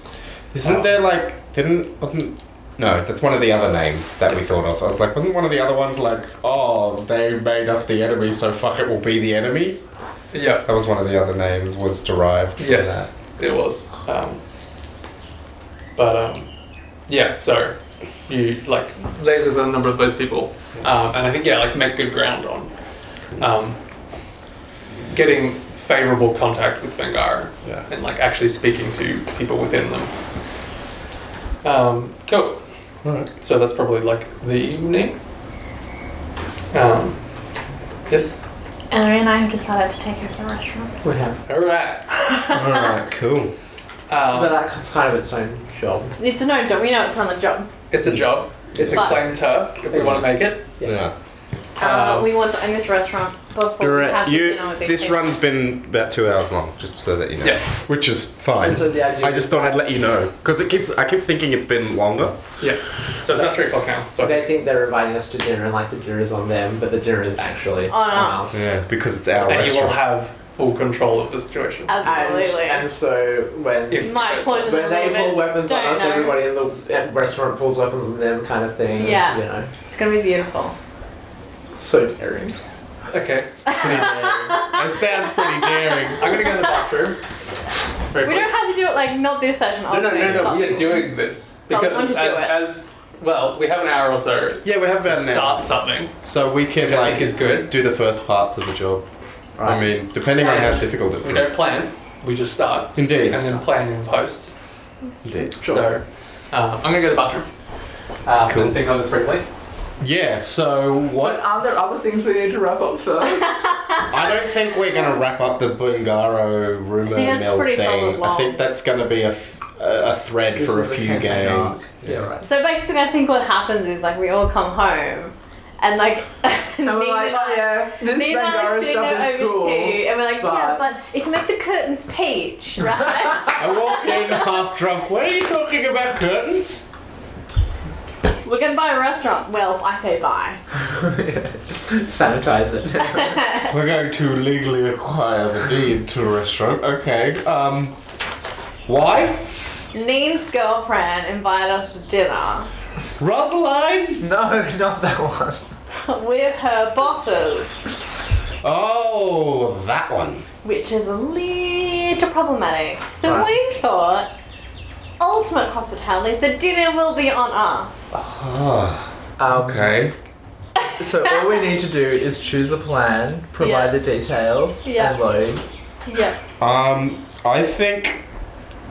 Isn't Um, there like didn't wasn't no, that's one of the other names that we thought of. I was like, wasn't one of the other ones like, oh, they made us the enemy, so fuck it, we'll be the enemy. Yeah. That was one of the other names was derived from Yes, it was. Um, but um, yeah, so you like those are the number of those people, um, and I think yeah, like make good ground on um, getting favorable contact with Vengara Yeah. and like actually speaking to people within them. Um, cool. that. Alright. So that's probably like the evening. Um, yes. Ellery and I have decided to take over the restaurant. We have. All right. Alright, cool. But Um, that's kind of its own job. It's no job. We know it's not a job. it's a job. It's a But- claim turf if we want to make it. Yeah. Yeah. Uh, Um, we want to own this restaurant before we have the Uh, You, dinner with these this people. run's been about two hours long, just so that you know. Yeah. Which is fine. And so the idea I just thought I'd let you know. Because it keeps I keep thinking it's been longer. Yeah. So it's not three o'clock now. So They think they're inviting us to dinner and like the dinner is on them, but the dinner is actually On on us. us. Because it's our and you will restaurant. have full control of the situation. And, Absolutely. and so when If- Might poison them when a they little pull bit. weapons on Don't us, know. everybody in the at restaurant pulls weapons on them, kind of thing. Yeah. You know, It's gonna be beautiful. so daring. Okay. That sounds pretty daring. I'm gonna go to the bathroom. Very We quick. don't have to do it like not this session. no, no, no, no. obviously, We are doing this But we want because as, to do it. as well, we have an hour or so to Yeah, we have about an hour. start something. So we can Which I like think is good. Do the first parts of the job. I mean, depending on how Yeah. difficult it We is. don't plan. We just start Indeed. and then plan in post. Indeed. So um, I'm gonna go to the bathroom. Um, Cool. And think on this briefly. Yeah. So But what? are there other things we need to wrap up first? I don't think we're gonna wrap up the Bungaro rumor I think that's mill pretty solid thing. I long. think that's gonna be a, f- a a thread This for a is few campaign arc. games. Yeah, right. So basically, I think what happens is like we all come home, and like And we're neither- like, oh yeah, this neither Bengara Alexander stuff is over cool. to, and we're like, yeah, but- but if you make the curtains peach, right? I walk in half drunk. What are you talking about curtains? we're gonna buy a restaurant. Well, I say buy. Sanitize it. We're going to legally acquire the deed to a restaurant. Okay. Um. Why? Neen's girlfriend invited us to dinner Rosaline? no, not that one. with her bosses, Oh, that one. which is a little problematic. So Right. we thought, ultimate hospitality, the dinner will be on us. Ah. Um, Okay. So all we need to do is choose a plan, provide Yeah. the detail, Yeah. and load. Yeah. Um, I think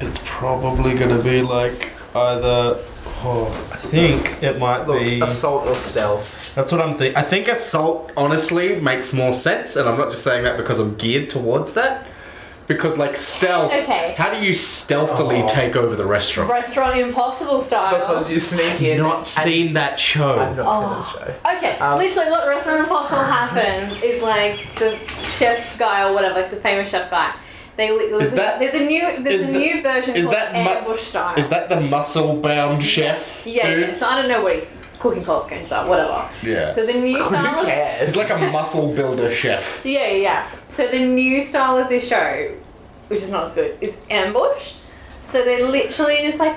it's probably gonna be like either. Oh, I think it might Look, be. assault or stealth. That's what I'm thinking. I think assault honestly makes more sense, and I'm not just saying that because I'm geared towards that. Because like stealth, Okay. how do you stealthily take over the restaurant? Restaurant Impossible style. Because you sneak in. I've not seen that show. I've not Oh. seen this show. Okay, Um, literally what Restaurant Impossible happens is like the chef guy or whatever, like the famous chef guy. They li- Is that- there's a new there's is a the- new version is called that mu- ambush style. Is that the muscle-bound chef? yeah, dude? yeah, so I don't know what he's cooking cocktails or whatever. Yeah. So the new style Who of cares? It's like a muscle builder chef. Yeah, yeah, yeah. So the new style of this show, which is not as good, is ambush. So they literally just like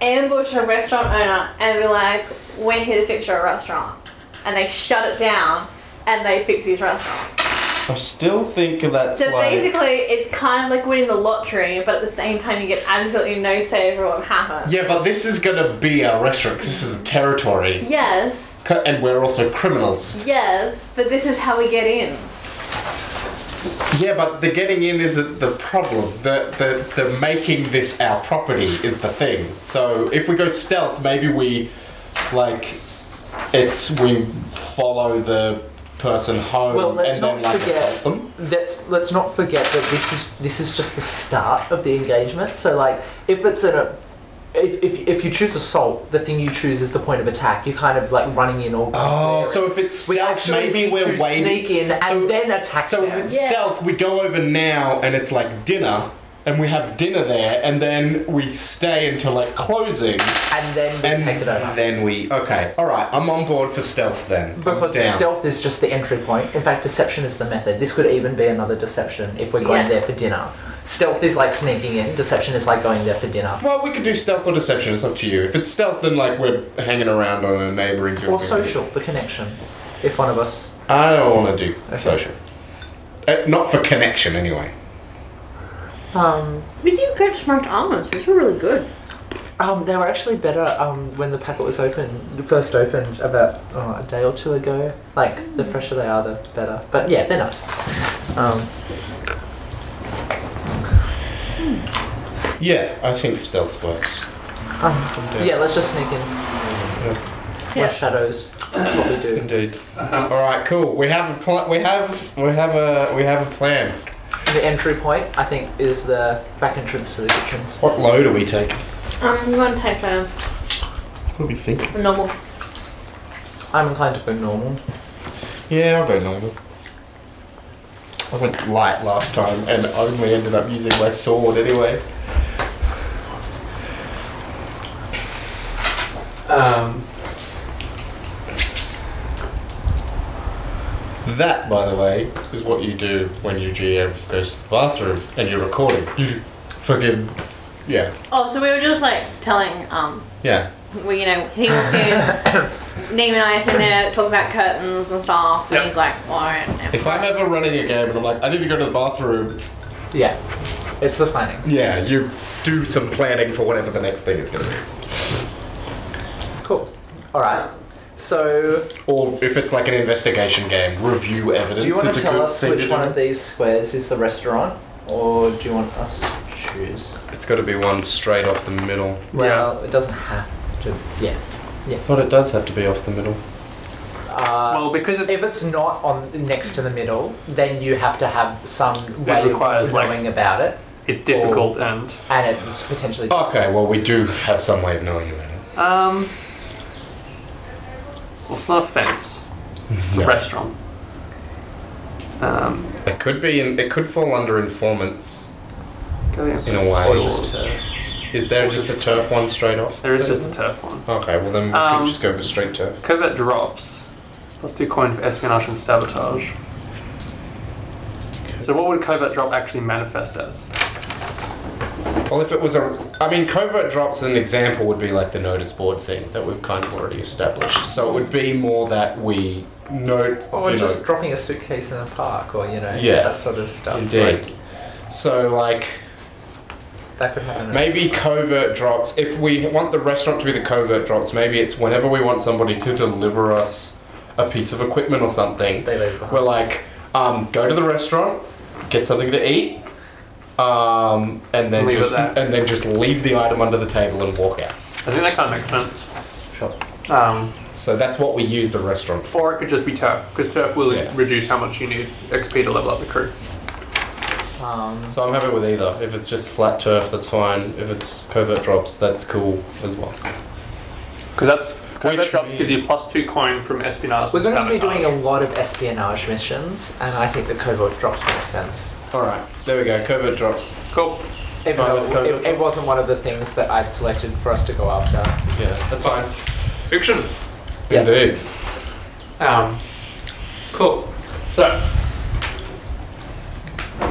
ambush a restaurant owner and be like, "We're here to fix your restaurant," and they shut it down and they fix his restaurant. I still think that's So like. basically, it's kind of like winning the lottery, but at the same time, you get absolutely no say over what happens. Yeah, but this is gonna be our restaurant 'cause this is a territory, Yes, C- and we're also criminals. yes, but this is how we get in. Yeah, but the getting in isn't the problem. The the the making this our property is the thing. So if we go stealth, maybe we like it's we follow the person home Well, let's and then not like forget- assault them. Let's let's not forget that this is this is just the start of the engagement. So like, if it's an a, if, if, if you choose assault, the thing you choose is the point of attack. You're kind of like running in all. Oh, so if it's we stealth, actually maybe need we're to waiting. sneak in and So- then attack So if them. it's Yeah. stealth, we go over now and it's like dinner, and we have dinner there, and then we stay until like closing, and then we and take it over. then we. Okay, all right, I'm on board for stealth then. I'm Because down. stealth is just the entry point. In fact, deception is the method. This could even be another deception if we're going Yeah. there for dinner. Stealth is like sneaking in. Deception is like going there for dinner. Well, we could do stealth or deception. It's up to you. If it's stealth, then like we're hanging around on a neighboring building. Or social, the connection. If one of us, I don't want to do social. Uh, not for connection, anyway. um, We do great smoked almonds, which were really good. um, they were actually better um when the packet was opened, first opened about oh, a day or two ago. Like the fresher they are, the better. But yeah, they're nice. Um, Yeah, I think stealth works. um, yeah, let's just sneak in. Yeah. We're shadows. That's what we do. Indeed. All right, cool. We have a pl- we have we have a we have a plan. The entry point, I think, is the back entrance to the kitchens. What load are we taking? I'm going um, to take a What do we think? normal. I'm inclined to go normal. Yeah, I'll go normal. I went light last time and only ended up using my sword anyway. Um, That, by the way, is what you do when your GM goes to the bathroom and you're recording. You fucking yeah Oh, so we were just like telling um yeah. well, you know, he walked in, Name and I are sitting there talking about curtains and stuff, and Yep. he's like, alright. yeah." If I'm ever running a game and I'm like I need to go to the bathroom, Yeah, it's the planning. yeah, you do some planning for whatever the next thing is going to be. Cool. All right. So, Or if it's like an investigation game, review evidence. do you want is to a tell good us thing which to one do. of these squares is the restaurant, or do you want us to choose? It's got to be one straight off the middle. Well, it doesn't have to. Yeah. I thought it does have to be off the middle. Uh, well, because it's, if it's not on next to the middle, then you have to have some way requires, of like- knowing about it, it's difficult and and it's potentially. Oh, Okay, well we do have some way of knowing about it. um, well, it's not a fence. It's a No. restaurant. Um, It could be. In, it could fall under informants. going out In a for way. Or stores. just to- Is there just a turf one straight off? there is just a turf one. Okay, well then we Um, could just go for straight turf. Covert drops. Plus two coin for espionage and sabotage. So what would covert drop actually manifest as? Well, if it was a, I mean, covert drops as an example would be like the notice board thing that we've kind of already established. So it would be more that we note. or you know, just dropping a suitcase in a park, or you know, Yeah. that sort of stuff. indeed. Like, So like that could happen. maybe covert drops. If we want the restaurant to be the covert drops, maybe it's whenever we want somebody to deliver us a piece of equipment or something. They leave it behind. We're like, um, go to the restaurant, get something to eat, um, and then Leave it just there. and then just leave the item under the table and walk out. I think that kind of makes sense. Sure. Um, So that's what we use the restaurant for. or it could just be turf, because turf will Yeah. reduce how much you need XP to level up the crew. Um, So I'm happy with either. If it's just flat turf, that's fine. If it's covert drops, that's cool as well. Because that's covert Which drops means- gives you plus two coin from espionage. we're and going to be sabotage. doing a lot of espionage missions, and I think the covert drops make sense. All right, there we go. Covert drops. cool. Even Fine Oh, though with covert it, it drops. wasn't one of the things that I'd selected for us to go after. Yeah, that's fine. Fiction. Yeah. Indeed. Um, cool. So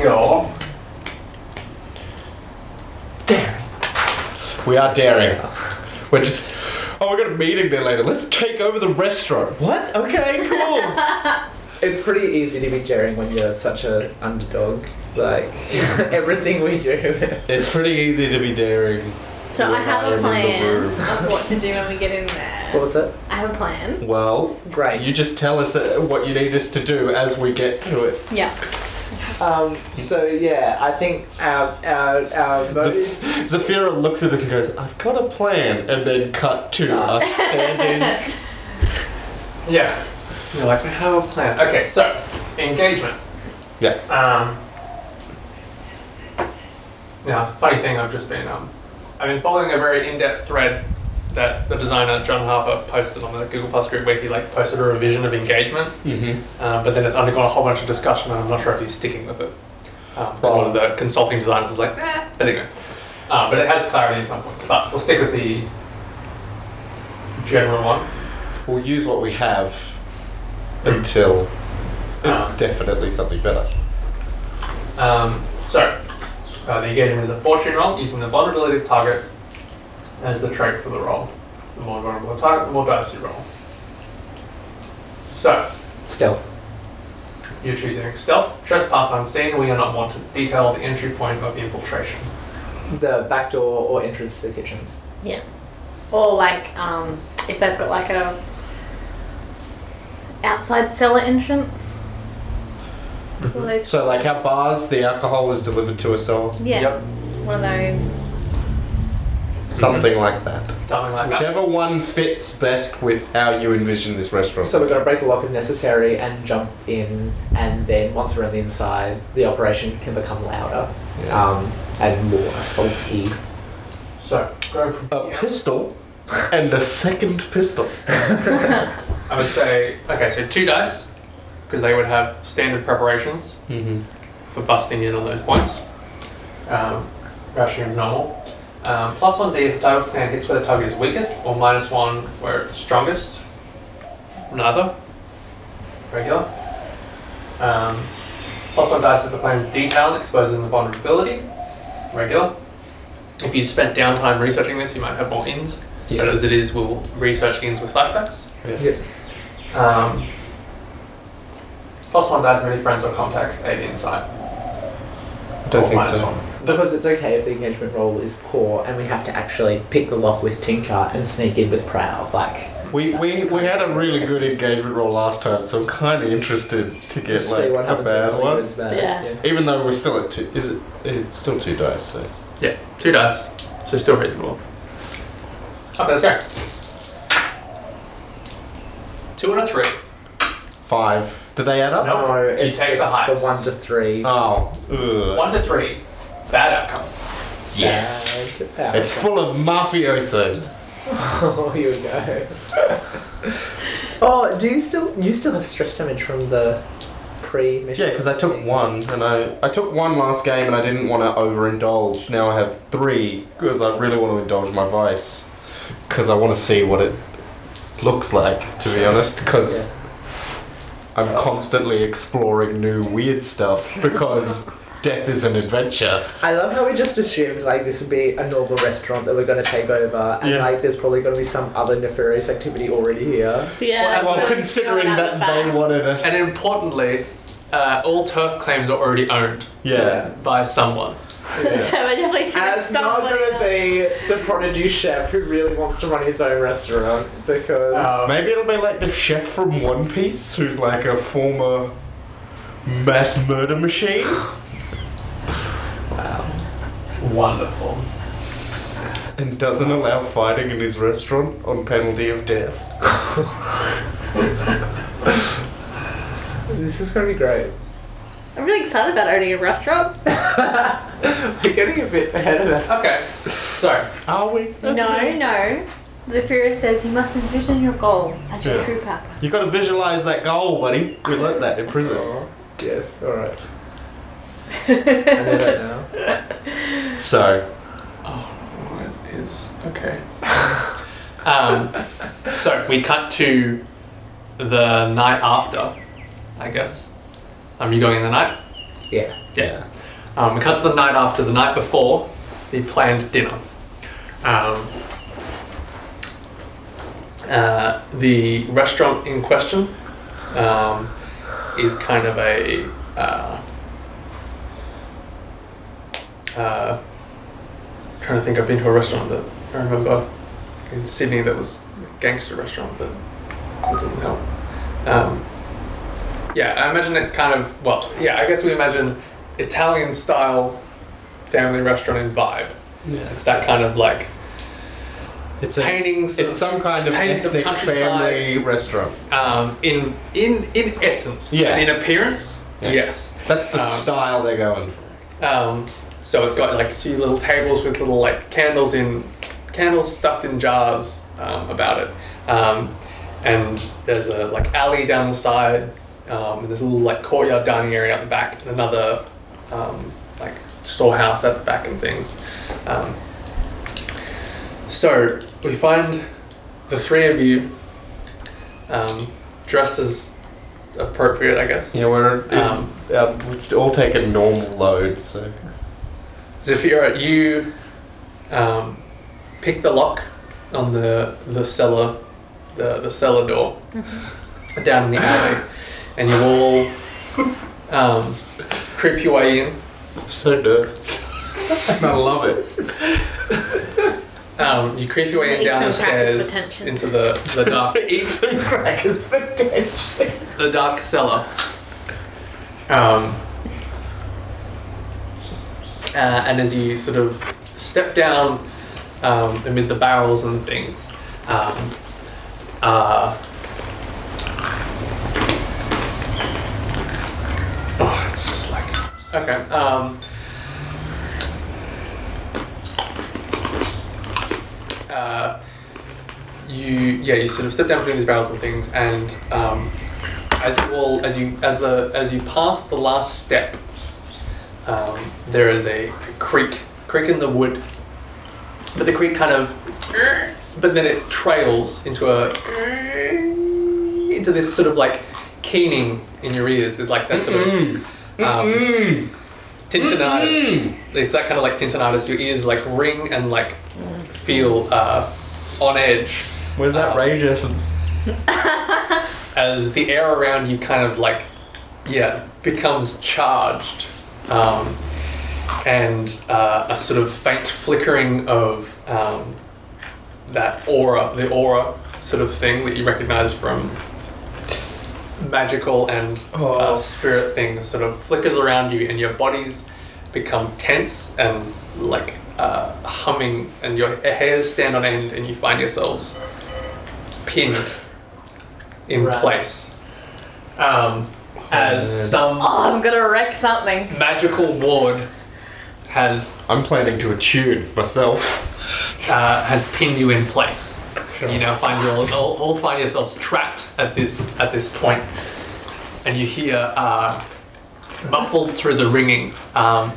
Yo. Daring. We are daring. We're just. Oh, we got a meeting there later. Let's take over the restaurant. What? Okay, cool. It's pretty easy to be daring when you're such an underdog. Like everything we do. it's pretty easy to be daring. So I When I'm have in a the plan room. of what to do when we get in there. What was it? I have a plan. Well, Great. you just tell us uh, what you need us to do as we get to it. Yeah. Um, so yeah, I think our our, our motive. Zeph- Zephyra looks at this and goes, I've got a plan. And then cut to Ah. us standing. yeah, you're like I have a plan. Okay, so engagement. Yeah. Um, now, funny thing, I've just been um, I've been following a very in-depth thread that the designer John Harper posted on the Google Plus group where he like posted a revision of engagement, Mm-hmm. uh, but then it's undergone a whole bunch of discussion, and I'm not sure if he's sticking with it. Um, 'cause one of the consulting designers was like, nah, but anyway, um, but it has clarity at some points. But we'll stick with the general one. We'll use what we have until it's Um, definitely something better. Um, so, uh, the engagement is a fortune roll using the vulnerability of target as the trait for the roll. The more vulnerable the target, the more dice you roll. So, Stealth. you're choosing stealth, trespass unseen, we are not wanted. Detail the entry point of infiltration. The back door or entrance to the kitchens. Yeah. Or like, um, if they've got like a outside cellar entrance. One of those. So, like our bars, the alcohol was delivered to us all. yeah. Yep. One of those. Something like that. Something like that. Whichever one fits best with how you envision this restaurant. So we're gonna break the lock if necessary and jump in, and then once we're on the inside, the operation can become louder Yeah. um, and more assaulty. So, going from Oh, a here, pistol and a second pistol. I would say, okay, so two dice, because they would have standard preparations Mm-hmm. for busting in on those points. Um, rationing normal. Um, plus one D if the target plan hits where the target is weakest, or minus one where it's strongest. Neither. Regular. Um, plus one dice if the plan is detailed, exposing the vulnerability. Regular. If you spent downtime researching this, you might have more ins. But as it is, we'll research ins with flashbacks. Yeah. Um, plus one dice if any friends or contacts aid insight. Don't Or think minus so. one. Because it's okay if the engagement role is poor and we have to actually pick the lock with Tinker and sneak in with Prowl. Like, We, we, we had a really good engagement roll last time, so I'm kind of interested to get see like what a happens if bad something one. goes bad. Yeah. Even though we're still at two, is it? It's still two dice. So Yeah, two dice, so still reasonable. Okay, let's go. Two and a three. five. Do they add up? Nope. No, You Oh, it's take the just the highest. one to three. Oh. ugh. One to three, bad outcome. Yes. Bad outcome. It's full of mafiosos. Oh, here we go. oh, do you still you still have stress damage from the pre-mission? Yeah, because I took one, and I I took one last game, and I didn't want to overindulge. Now I have three because I really want to indulge my vice, because I want to see what it looks like. To be honest, because I'm constantly exploring new weird stuff because death is an adventure. I love how we just assumed like this would be a normal restaurant that we're going to take over, and Yeah. like there's probably going to be some other nefarious activity already here. Yeah. well, considering that they wanted us, And importantly, uh, all turf claims are already owned Yeah. by someone. so we're definitely And it's not gonna be the prodigy chef who really wants to run his own restaurant because Maybe it'll be like the chef from One Piece, who's like a former mass murder machine. Wonderful. and doesn't allow fighting in his restaurant on penalty of death. this is gonna be great. I'm really excited about owning a restaurant. We're getting a bit ahead of us. Okay, so Are we? no, no. The Furious says you must envision your goal as your Yeah. true purpose. You gotta visualize that goal, buddy. We learnt that in prison. Yes, alright. I know that now. So, what is okay? um, so we cut to the night after, I guess. Um, you going in the night? Yeah. yeah. Um, we cut to the night after, the night before the planned dinner. Um, uh, the restaurant in question um, is kind of a. Uh, uh, trying to think, I've been to a restaurant that I remember in Sydney that was a gangster restaurant, but it doesn't help. Um, yeah, I imagine it's kind of well, yeah, I guess we imagine Italian style family restaurant in vibe. Yeah. It's that kind of like It's paintings It's some kind of Paint the ethnic countryside. family restaurant. um, in in in essence. Yeah. And in appearance. Yeah. Yes. That's the Um, style they're going for. Um, so it's got like two little tables with little like candles in candles stuffed in jars um, about it, um, and there's a like alley down the side, um, and there's a little like courtyard dining area out the back, and another um, like storehouse at the back and things. Um, so we find the three of you um, dressed as appropriate, I guess. Yeah, we're Um, Uh, um, we've all taken normal load, so Zafira, you um, pick the lock on the the cellar the, the cellar door down in the alley, and you all um, creep your way in. I'm so nervous. and I love it. Um, you creep your way in Eat down the some crackers for stairs tension. into the, the dark Eat some crackers for tension. the dark cellar. Um, uh, and as you sort of step down um, amid the barrels and things, um, uh, oh, it's just like okay. Um, uh, you yeah you sort of step down between these barrels and things and um, as you all as you as the as you pass the last step um, there is a creek creek in the wood but the creek kind of but then it trails into a into this sort of like keening in your ears it's like that sort of um, Mm. tinnitus it's that kind of like tinnitus your ears like ring and like feel uh, on edge Where's that Ah. Um, rage essence? as the air around you kind of like, yeah, becomes charged, um, and uh, a sort of faint flickering of um, that aura, the aura sort of thing that you recognize from magical and Oh. uh, spirit things sort of flickers around you, and your bodies become tense and like uh, humming, and your hairs stand on end, and you find yourselves pinned in Right. place um, as some Oh, I'm gonna wreck something. magical ward has I'm planning to attune myself. uh, has pinned you in place. You now find you all, all, all find yourselves trapped at this at this point, and you hear uh, muffled through the ringing um,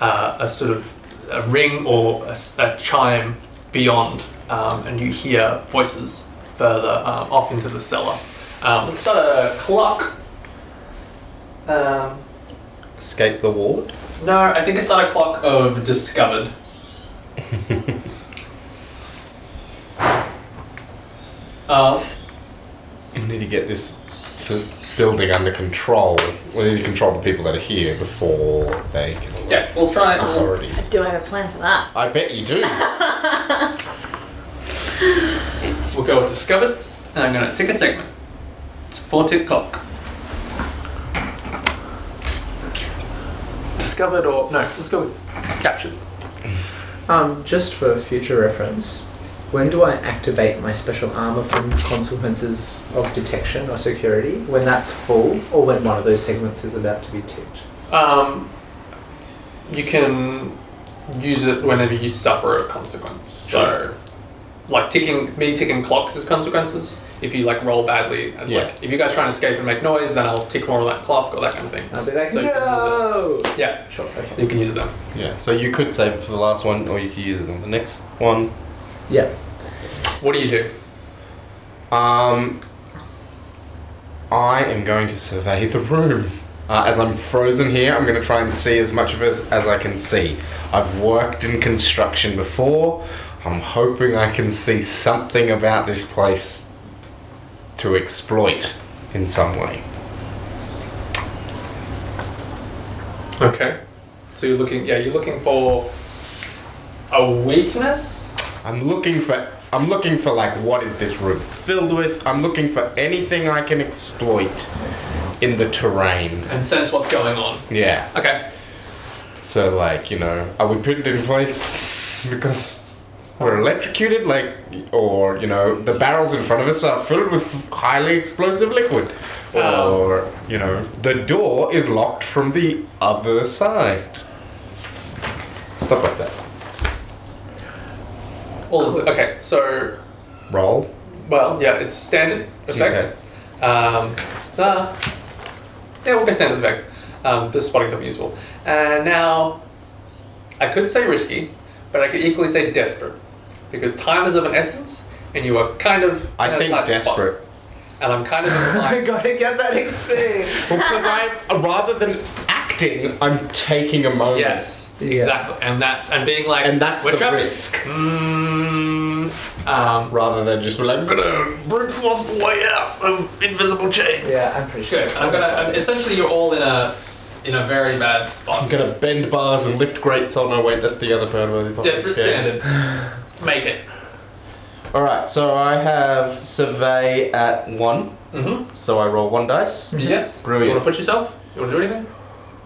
uh, a sort of a ring or a, s- a chime beyond, um, and you hear voices further um, off into the cellar. Um, let's start a clock. Um, Escape the ward. no, I think it's not a clock of discovered. uh, Uh, We need to get this for building under control. We need to control the people that are here before they can elect Yeah, we'll try it. We'll, authorities. Do I have a plan for that? I bet you do. we'll go with discovered, and I'm gonna take a segment. It's 40 o'clock. Discovered or no? Let's go with captured. Um, just for future reference, when do I activate my special armor from consequences of detection or security? When that's full, or when one of those segments is about to be ticked? Um, you can use it whenever you suffer a consequence. So, like ticking me ticking clocks is consequences. If you like roll badly, and Yeah. like if you guys try and escape and make noise, then I'll tick more of that clock or that kind of thing. I'll be like, So you can no. use it. Yeah, Sure. Okay. you can use it then. yeah, so you could save it for the last one, or you could use it on the next one. Yeah. What do you do? Um, I am going to survey the room. Uh, as I'm frozen here, I'm going to try and see as much of it as I can see. I've worked in construction before. I'm hoping I can see something about this place to exploit in some way. Okay. So you're looking. Yeah, you're looking for a weakness. I'm looking for. I'm looking for like what is this room filled with? I'm looking for anything I can exploit in the terrain. and sense what's going on. Yeah. Okay. So, like, you know, are we put it in place because we're electrocuted? Like, or, you know, the barrels in front of us are filled with highly explosive liquid? Um. Or, you know, the door is locked from the other side? Stuff like that. All of the, okay. So Roll. well, yeah, it's standard effect. Um, uh, yeah, we'll go standard effect. Um, just spotting something useful. And now, I could say risky, but I could equally say desperate, because time is of an essence, and you are kind of. I in a think tight spot. desperate. And I'm kind of inclined. gotta get that XP. Well, because I, uh, rather than acting, I'm taking a moment. yes. Yeah. Exactly. And that's and being like. And that's we're the trapped. risk. Mm, um, Rather than just be like, I'm gonna brute force the way out of invisible chains. Yeah, I'm pretty sure. Good. I'm gonna. um, essentially, you're all in a in a very bad I'm spot. gonna bend bars and lift grates. Oh no, wait, that's the other part of the podcast. Desperate Yeah. standard. Make it. Alright, so I have survey at one, Mm-hmm. so I roll one dice. Yes. Brilliant. You want to put yourself? You want to do anything?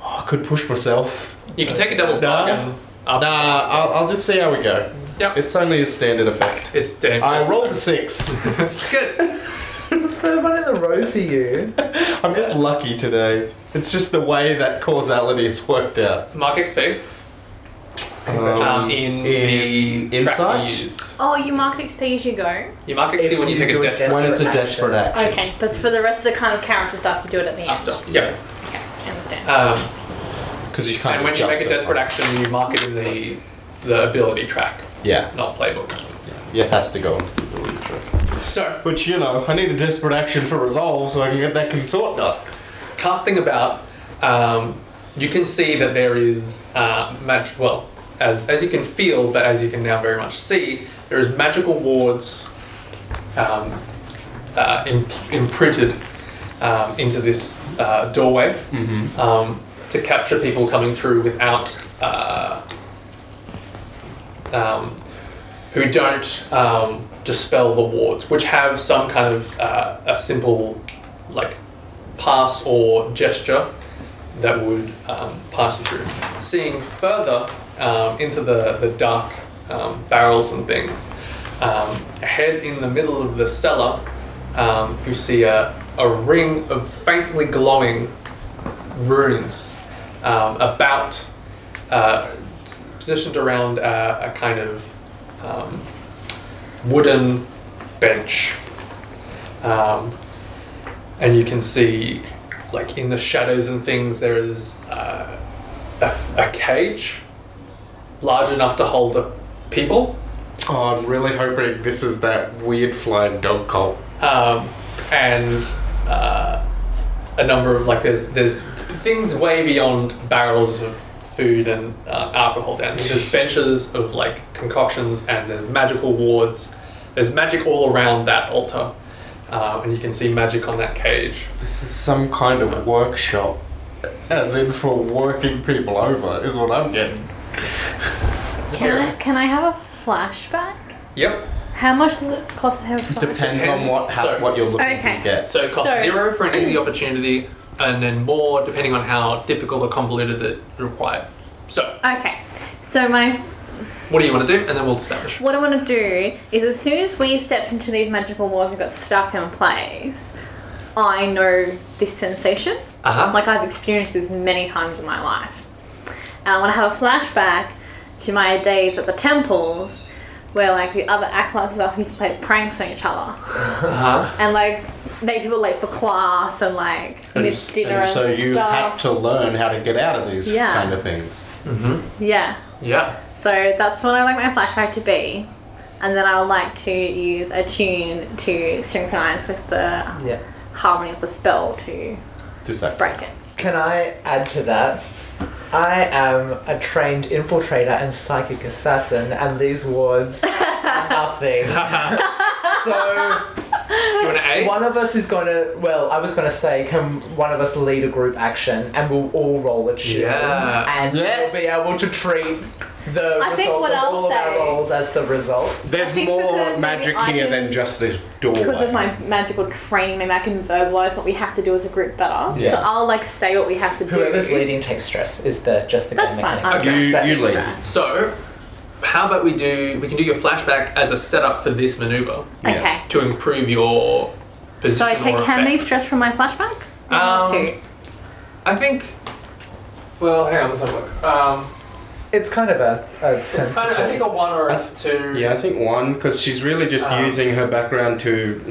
Oh, I could push myself. You can take a double Nah. spot. and after- Nah, I'll, I'll just see how we go. Yep. It's only a standard effect. It's damn. I rolled a six. Good. It's the third one in a row for you. I'm just lucky today. It's just the way that causality has worked out. Mark XP. Um, Um, in, in the track insight? you used. Oh, you mark XP as you go. You mark XP If when you, you take do a a desperate when it's a Desperate desperate action. Okay, but for the rest of the kind of character stuff, you do it at the end. after. Yep. I understand. Um, Because you can't. and when you make adjust a it. desperate action, you mark it in the the ability track, Yeah, not playbook. it has to go on. So Which, you know, I need a desperate action for resolve so I can get that consort done. casting about, um, you can see that there is uh, magic. Well, as as you can feel, but as you can now very much see, there is magical wards um, uh, imp- imprinted um, into this uh, doorway um, to capture people coming through without. Uh, um, who don't um, dispel the wards, which have some kind of uh, a simple like pass or gesture that would um, pass you through. Seeing further um, into the, the dark um, barrels and things, um, ahead in the middle of the cellar, um, you see a, a ring of faintly glowing runes um, about uh, positioned around uh, a kind of um, wooden bench. Um, and you can see, like in the shadows and things, there is uh, a, a cage large enough to hold the people. Oh, I'm really hoping this is that weird flying dog cult. um, and uh, a number of like there's there's things way beyond barrels of food and uh, alcohol down. There's just benches of like concoctions and there's magical wards. There's magic all around that altar, uh, and you can see magic on that cage. This is some kind of workshop. As in for working people over, is what I'm getting. Can I, can I have a flashback? Yep. How much does it cost to have a flashback? Depends on what ha- Sorry. what you're looking Okay. to get. So it costs Sorry. zero for an easy opportunity, and then more depending on how difficult or convoluted it required. So, Okay. So my what do you want to do? And then we'll establish. what I want to do is as soon as we stepped into these magical walls and got stuck in place, I know this sensation. Uh-huh. Like I've experienced this many times in my life. And I want to have a flashback to my days at the temples where like the other acolytes and stuff used to play pranks on each other Uh-huh. and like make people late for class and like miss dinner and, so you stuff. have to learn how to get out of these Yeah. kind of things. Yeah. Yeah. So that's what I like my flashback to be. And then I would like to use a tune to synchronize with the Yeah. harmony of the spell to Just that. break it. Can I add to that? I am a trained infiltrator and psychic assassin, and these wards are nothing. so Do you want to aid? one of us is gonna. Well, I was gonna say, can one of us lead a group action, and we'll all roll a shield, Yeah. and Yes. we'll be able to treat the I result think what of I'll all of our say- rolls as the result. I There's think because more maybe magic I here can- than just this doorway. Because of my magical training, maybe I can verbalise what we have to do as a group better. Yeah. So I'll like say what we have to Whoever's do. leading takes stress is the just the That's game fine. mechanic. I'll You- take that you lead. extra. So, how about we do? We can do your flashback as a setup for this maneuver Yeah. Okay. to improve your position. So I take or how many effect. stress from my flashback? One or Um, two. I think. Well, hang on, let's have a look. Um, It's kind of a. a it's kind of, I think a one or a two. Yeah, I think one, because she's really just Um, using her background to.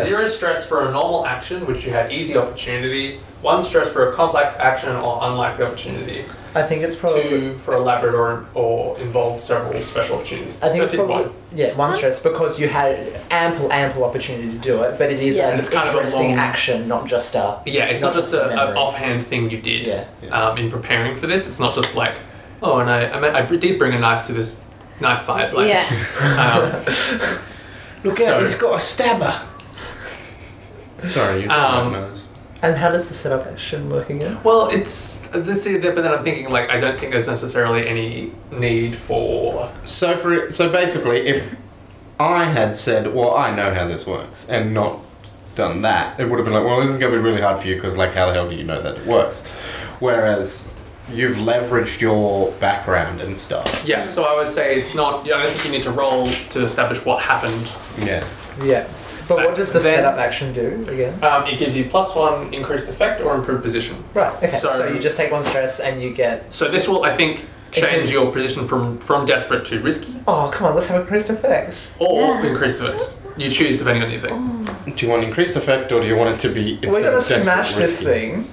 Zero stress for a normal action, which you had easy opportunity. One stress for a complex action or unlikely opportunity. I think it's probably. Two for elaborate or, or involved several special opportunities. I think That's it's in probably one. yeah one stress because you had ample ample opportunity to do it, but it is Yeah. an And it's kind of a interesting long- action, not just a Yeah, it's not, just a a, an memory. offhand thing you did Yeah. Um, in preparing for this. It's not just like, oh, and I, I, mean, I did bring a knife to this knife fight. Like, yeah. Um, Look Sorry. out, it's got a stabber. Sorry, you Um, And how does the setup action work again? well, it's this, is- but then I'm thinking like I don't think there's necessarily any need for So for so basically, if I had said, "Well, I know how this works," and not done that, it would have been like, "Well, this is going to be really hard for you because, like, how the hell do you know that it works?" Whereas you've leveraged your background and stuff. yeah. So I would say it's not. Yeah, I don't think you need to roll to establish what happened. Yeah. Yeah, but what does the Then- setup action do again? Um, it gives you plus one increased effect or improved position. Right. Okay. So, So- you just take one stress and you get. So this will, I think, change Increase. your position from from desperate to risky Oh come on, let's have a increased effect. or Yeah. increased effect. You choose depending on the effect. Do you want increased effect or do you want it to be? We're instead gonna of desperate, smash this risky? thing.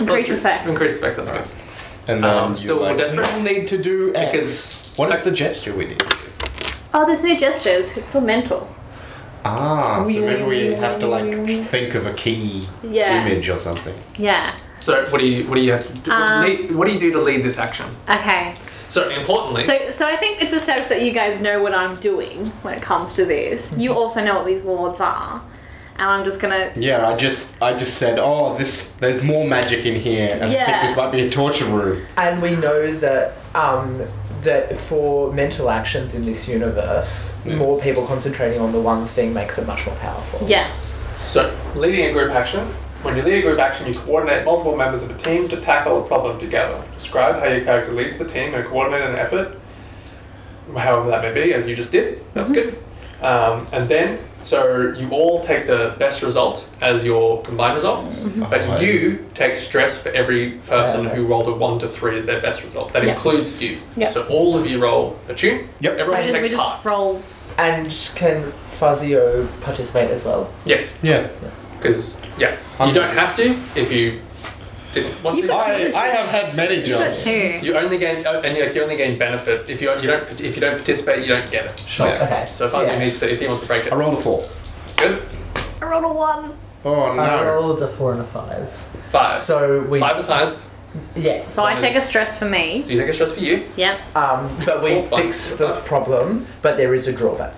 Increase Let's- effect. Increased effect. That's good. And then Um, you still like, desperate. "We all need to do X." Because- what is the gesture we need? to do? Oh, there's no gestures. It's all mental. Ah, so maybe we have to like think of a key Yeah. image or something. Yeah. So what do you what do you have to do, Um, lead, what do you do to lead this action? Okay. So importantly, So, so I think it's a sense that you guys know what I'm doing when it comes to this. You also know what these wards are, and I'm just gonna. Yeah, I just I just said, oh, this there's more magic in here, and I Yeah. think this might be a torture room. And we know that um, that for mental actions in this universe, Hmm. more people concentrating on the one thing makes it much more powerful. Yeah. so leading a group action. When you lead a group action, you coordinate multiple members of a team to tackle a problem together. Describe how your character leads the team and coordinate an effort, however that may be, as you just did. That's Mm-hmm. good. Um, and then, so you all take the best result as your combined results, Mm-hmm. but you take stress for every person who rolled a one to three as their best result. That Yeah. includes you. Yeah. So all of you roll a tune. Yep. We Everyone just, we takes just half. roll. And can Fazio participate as well? Yes, Yeah. because yeah, you don't have to if you didn't want You to. could- I, I have had many jobs. Two. You only gain oh, and like, you only gain benefit if you you don't if you don't participate you don't get it. Sure. Yeah. Okay. So if Andy Yeah. needs to if he wants to break it, I rolled a four. good I rolled a one. Uh, Oh I no. rolled a four and a five. five. So we Uh, five is highest. yeah. So I Nice. take a stress for me. Do you take a stress for you? Yep. Um, but we Four, five. fix the problem, but there is a drawback.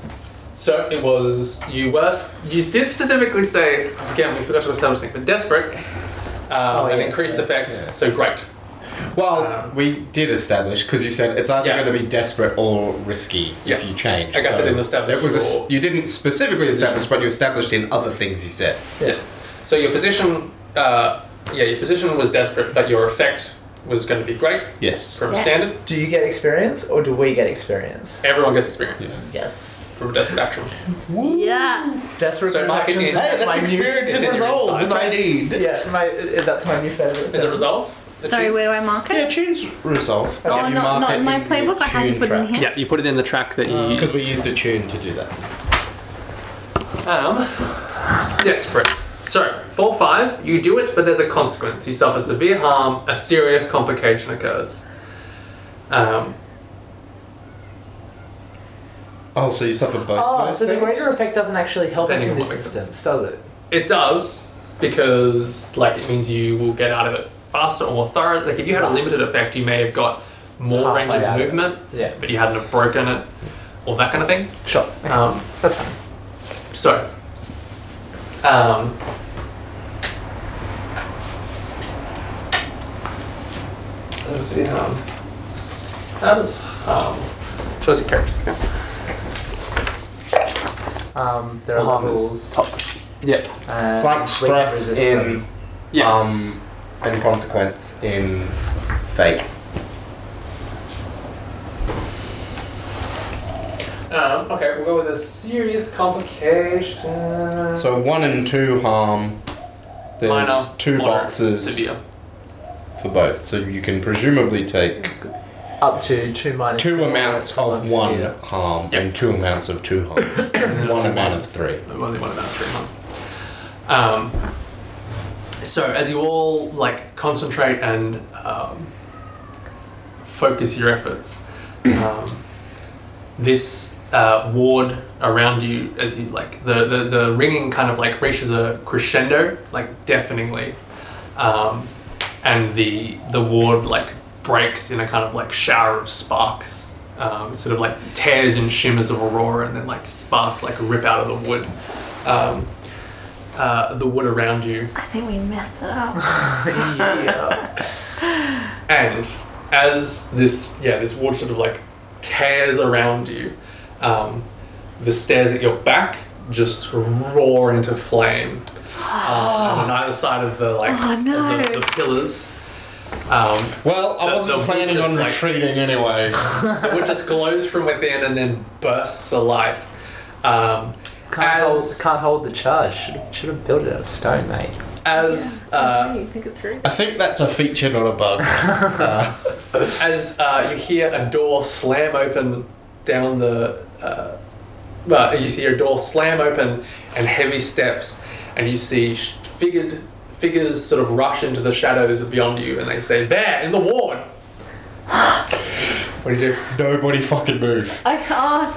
So it was you were you did specifically say again we forgot to establish thing, but desperate. Um, Oh, an yes, increased yeah. effect, Yeah. so great. Well, Um, we did establish because you said it's either Yeah. going to be desperate or risky Yeah. if you change. I guess I So didn't establish It was a s- your- you didn't specifically establish, but you established in other things you said. Yeah. So your position, uh, yeah, your position was desperate, but your effect was going to be great Yes. from Yeah. standard. Do you get experience or do we get experience? Everyone gets experience Yes. from desperate action. Yes. Desperate So mark it actions. in. Hey, my new- experience and resolve, which I need. Yeah, my, uh, that's my new favorite. Is it thing. resolve? Sorry, where do I mark Yeah, it? choose resolve. Oh, Yeah, you not, mark not it in my your playbook. I had to tune put it in track. here. you put it in the track that you Because we used a tune to do that. Um, desperate. So, 4 5, you do it, but there's a consequence. You suffer severe harm, a serious complication occurs. Um, Oh, so you suffer both. Oh, those so the things? greater effect doesn't actually help us in Depending on this what makes sense. instance, does it? it does, because, like, it means you will get out of it faster or more thorough. Like, if you had a limited effect, you may have got more Halfway range of out of it. movement, Yeah. but you hadn't have broken it, or that kind of thing. Sure. Um, That's fine. So, um, let's see, um, how does um, choice of characters go? Um, there are Harm is levels. Yeah, and Like we can stress resist in them. yeah. um and consequence in fake. Um, okay, we'll go with a serious Oh. complication. So one and two harm. There's Minor, two moderate, boxes Severe. for both, so you can presumably take up to two minus two four, amounts of plus one zero. harm Yeah. and two amounts of two harm. And one amount of three. I've only one about three months. Um, so as you all like concentrate and um, focus your efforts, um, this uh, ward around you, as you like the, the the ringing kind of like reaches a crescendo, like deafeningly, um, and the the ward like breaks in a kind of like shower of sparks. Um, sort of like tears and shimmers of aurora, and then like sparks like rip out of the wood, um, uh, the wood around you. I think we messed it up. yeah. And as this, yeah, this ward sort of like tears around you, um, the stairs at your back just roar into flame. Uh, on either side of the like Oh, no. of the, the pillars, um, Well, I The- wasn't the planning just on like- retreating anyway. the wood just glows from within and then bursts alight. Um, Can't, hold, as can't hold the charge. Should have, should have built it out of stone, mate. as uh, you think it's through? I think that's a feature, not a bug. Uh, As uh, you hear a door slam open down the, uh, well, you see a door slam open and heavy steps, and you see sh- figured figures sort of rush into the shadows beyond you, and they say, "There, in the ward." what do you do? nobody fucking move. I can't.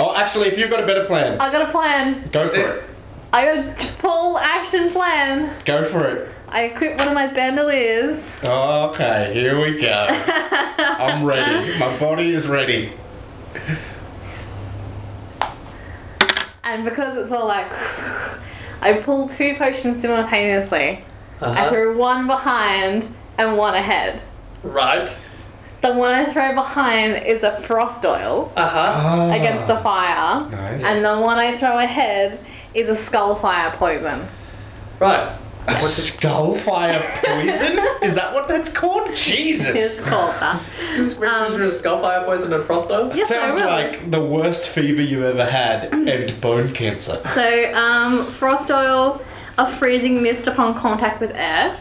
Oh, actually, if you've got a better plan, I got a plan. go for Eh. it. I got a full action plan. Go for it. I equip one of my bandoliers. Okay, here we go. I'm ready. My body is ready. And because it's all like, I pull two potions simultaneously. I Uh-huh. throw one behind and one ahead. Right. The one I throw behind is a frost oil Uh huh. Ah, against the fire, Nice. and the one I throw ahead is a skull fire poison. Right. A skull fire poison? is that what that's called? It's Jesus. called that. Um, Skullfire poison and frosto. Yes, I Sounds will. Mm. like the worst fever you ever had and bone cancer. So, um, frost oil, a freezing mist upon contact with air.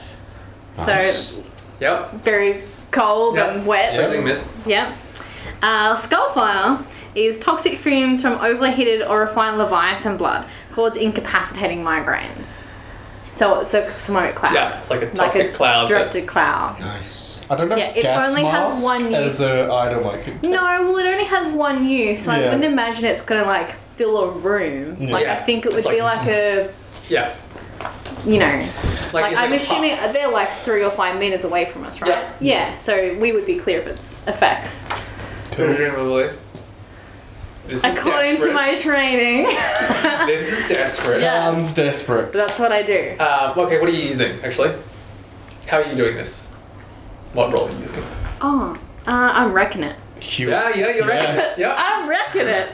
Nice. So, Yep. very cold Yep. and wet. Freezing mist. Yep. Uh, Skullfire is toxic fumes from overheated or refined leviathan blood cause incapacitating migraines. So it's a smoke cloud. Yeah, it's like a Like toxic a cloud. but- directed cloud. Nice. I don't know. Yeah, if it gas only has mask one use. as an item I could. No, well, it only has one use, so I Yeah. wouldn't imagine it's gonna like fill a room. Like Yeah. I think it would It's be like- like a, Yeah. you know, like, it's like a I'm puff. assuming they're like three or five meters away from us, right? Yeah. so we would be clear of its effects. Presumably. This is According to desperate. my training. This is desperate. Yeah. Um, Sounds desperate. But that's what I do. Uh, okay, what are you using actually? How are you doing this? What roll are you using? Oh, uh, I'm wrecking it. Hugh, Yeah, yeah, you're Yeah. right. Yeah. I'm wrecking it.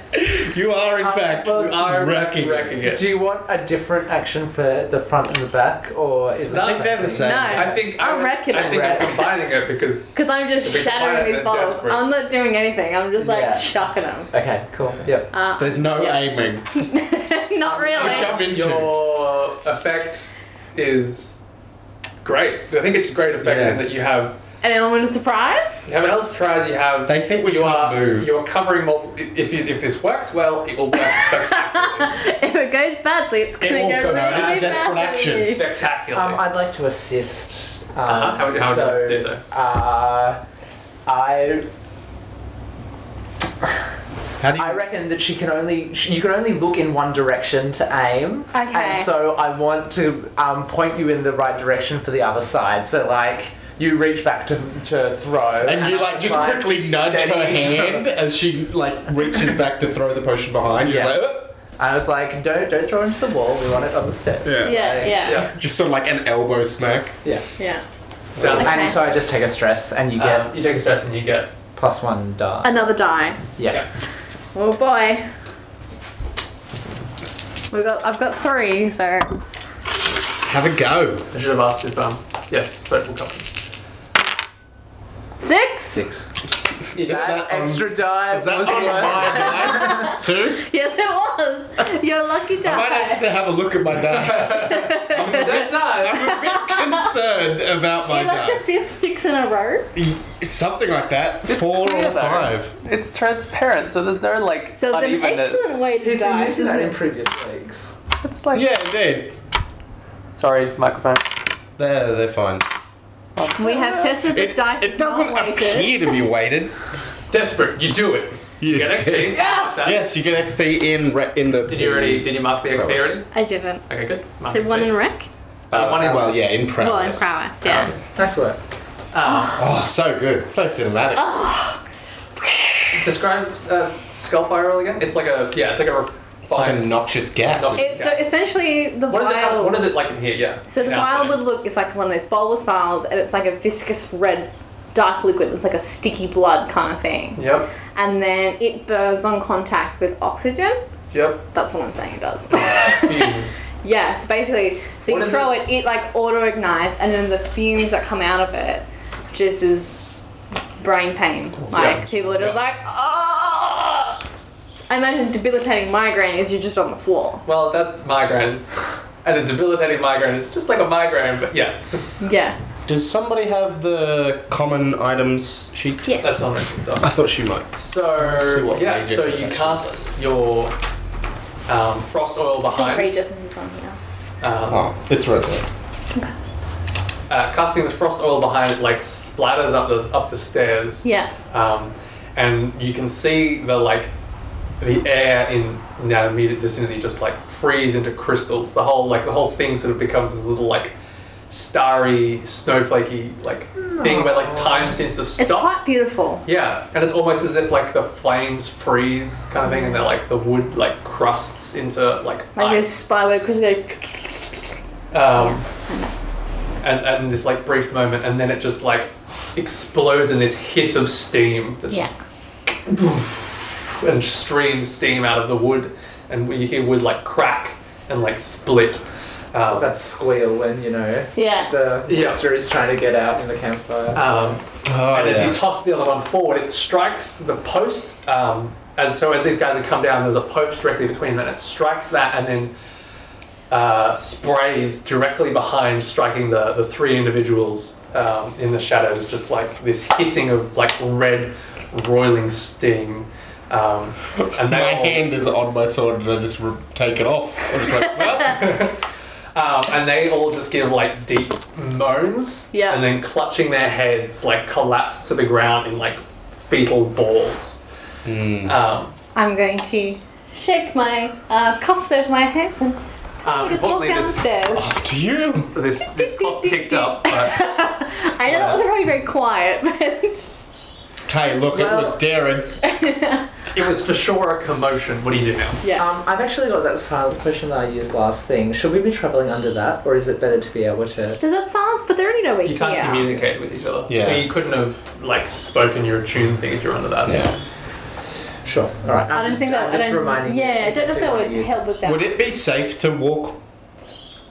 you are in fact well, you Are are wrecking. wrecking it. Do you want a different action for the front and the back, or is it? No, the Like same? they're the same. No. I think I'm I, wrecking I it. think Wreck. I'm combining it because Because I'm just Be quiet shattering these and bottles. desperate. I'm not doing anything. I'm just like Yeah. chucking them. Okay, cool. Yep. Uh, There's no yeah. aiming. not You really. jump into. your effect is great. I think it's a great effect Yeah. in that you have An element of surprise? You have an else prize. You have. They think we you can't are. move. You're covering multiple. If you, if this works well, it will work spectacularly. if it goes badly, it's going to won't go go really bad. It's a desperate badly. action. spectacularly. Um, I'd like to assist. Um, Uh-huh. How would- how would you so, like to do so? Uh, I How do you? I reckon that she can only sh you can only look in one direction to aim. Okay. And so I want to um, point you in the right direction for the other side. So like you reach back to to throw, and you I like just try and quickly nudge her steady- hand as she like reaches back to throw the potion behind. Yeah. You're like, "Ugh." I was like, don't don't throw into the wall. We want it on the steps. Yeah. Yeah, yeah, yeah. just sort of like an elbow smack. Sound- Okay. Um, And so I just take a stress, and you get Uh, um, you take a stress and you get. plus one die. Another die. Yeah. Oh boy. We got. I've got three, so Have a go. I should have asked if um. Yes, so we'll cover. six. Six. You just That that on- extra die Is that was on worth- my dice too? Yes, it was. Your lucky I might have die. to have a look at my dice. that I'm time. a bit concerned about my You got the dice. fifth six in a row. E- Something like that. It's Four clear, or though. five. It's transparent, so there's no like So it's an excellent way to He's been die. isn't using that in it? previous leagues. It's like. Yeah, indeed. Sorry, microphone. They're, they're fine. We have tested the It, dice. it is doesn't not weighted. appear to be weighted. Desperate. You do it. You get XP. Yeah. Yes, you get XP in re- in the. Did you already? Did you mark the XP Prowess. already? I didn't. Okay, good. Mark Did one XP. in rec? Uh, one in well, yeah, in prowess. Well, in prowess, yeah. Prowess. Nice work. Um, Oh, so good. So cinematic. describe uh, Skullfire roll again. It's like a yeah. It's like a It's like a refined- noxious gas. Noxious. It, so essentially, the What is it? vial. What is it like in here? Yeah. So the In our vial setting. would look. It's like one of those bulbous vials, and it's like a viscous red, dark liquid. It's like a sticky blood kind of thing. Yep. And then it burns on contact with oxygen. Yep. That's what I'm saying. It does. Fumes. Yes, basically. So What you is throw it? it, like auto ignites, and then the fumes that come out of it just is brain pain. Like Yeah. people are just Yeah. like, oh! I imagine debilitating migraine is you're just on the floor. well, that migraines, and a debilitating migraine is just like a migraine, but yes, Yeah. Does somebody have the common items sheet? Yes. that's on Rachel's I stuff. thought she might. see So what yeah, mages so it's you actually cast your um, frost oil behind. outrageous is on here. Um, Oh, it's right there. uh, casting the frost oil behind like splatters up the up the stairs. Yeah. um, and you can see the like the air in, in that immediate vicinity just like freeze into crystals. The whole like the whole thing sort of becomes this little like starry, snowflakey like thing where like time seems to It's stop. quite beautiful. yeah, and it's almost as if like the flames freeze kind of thing, and they're like the wood like crusts into like Like this ice. spyware because go Um, and, and this like brief moment, and then it just like explodes in this hiss of steam that's Yeah. and streams steam out of the wood, and you hear wood like crack and like split. Um, That squeal when you know Yeah. Uh, the Yeah. monster is trying to get out in the campfire. um, Oh, and yeah. as you toss the other one forward, it strikes the post. Um, as so, as these guys have come down, there's a post directly between them, and it strikes that, and then uh, sprays directly behind, striking the, the three individuals um, in the shadows, just like this hissing of like red, roiling steam. Um, and my they all- hand is on my sword and I just re- take it off. I'm just like, well, Um, and they all just give like deep moans. Yeah. And then clutching their heads, like collapse to the ground in like fetal balls. Hmm. Um, I'm going to shake my uh, cuffs over my head and um, just walk unfortunately, this, downstairs. after you. this, this clock ticked up. But, I know that was probably very quiet, but Hey, look, it was daring. It was for sure a commotion. What do you do now? Yeah. Um, I've actually got that silence potion that I used last thing. Should we be traveling under that, or is it better to be able to? Does that silence? But they already know we're You can't here. communicate with each other. Yeah. So you couldn't have like spoken your attuned thing if you're under that. Yeah. Sure. All right. I I'm don't just, think I'm that. I just don't, reminding you. yeah, I don't know So if that why would don't you use help with that. Would it be safe to walk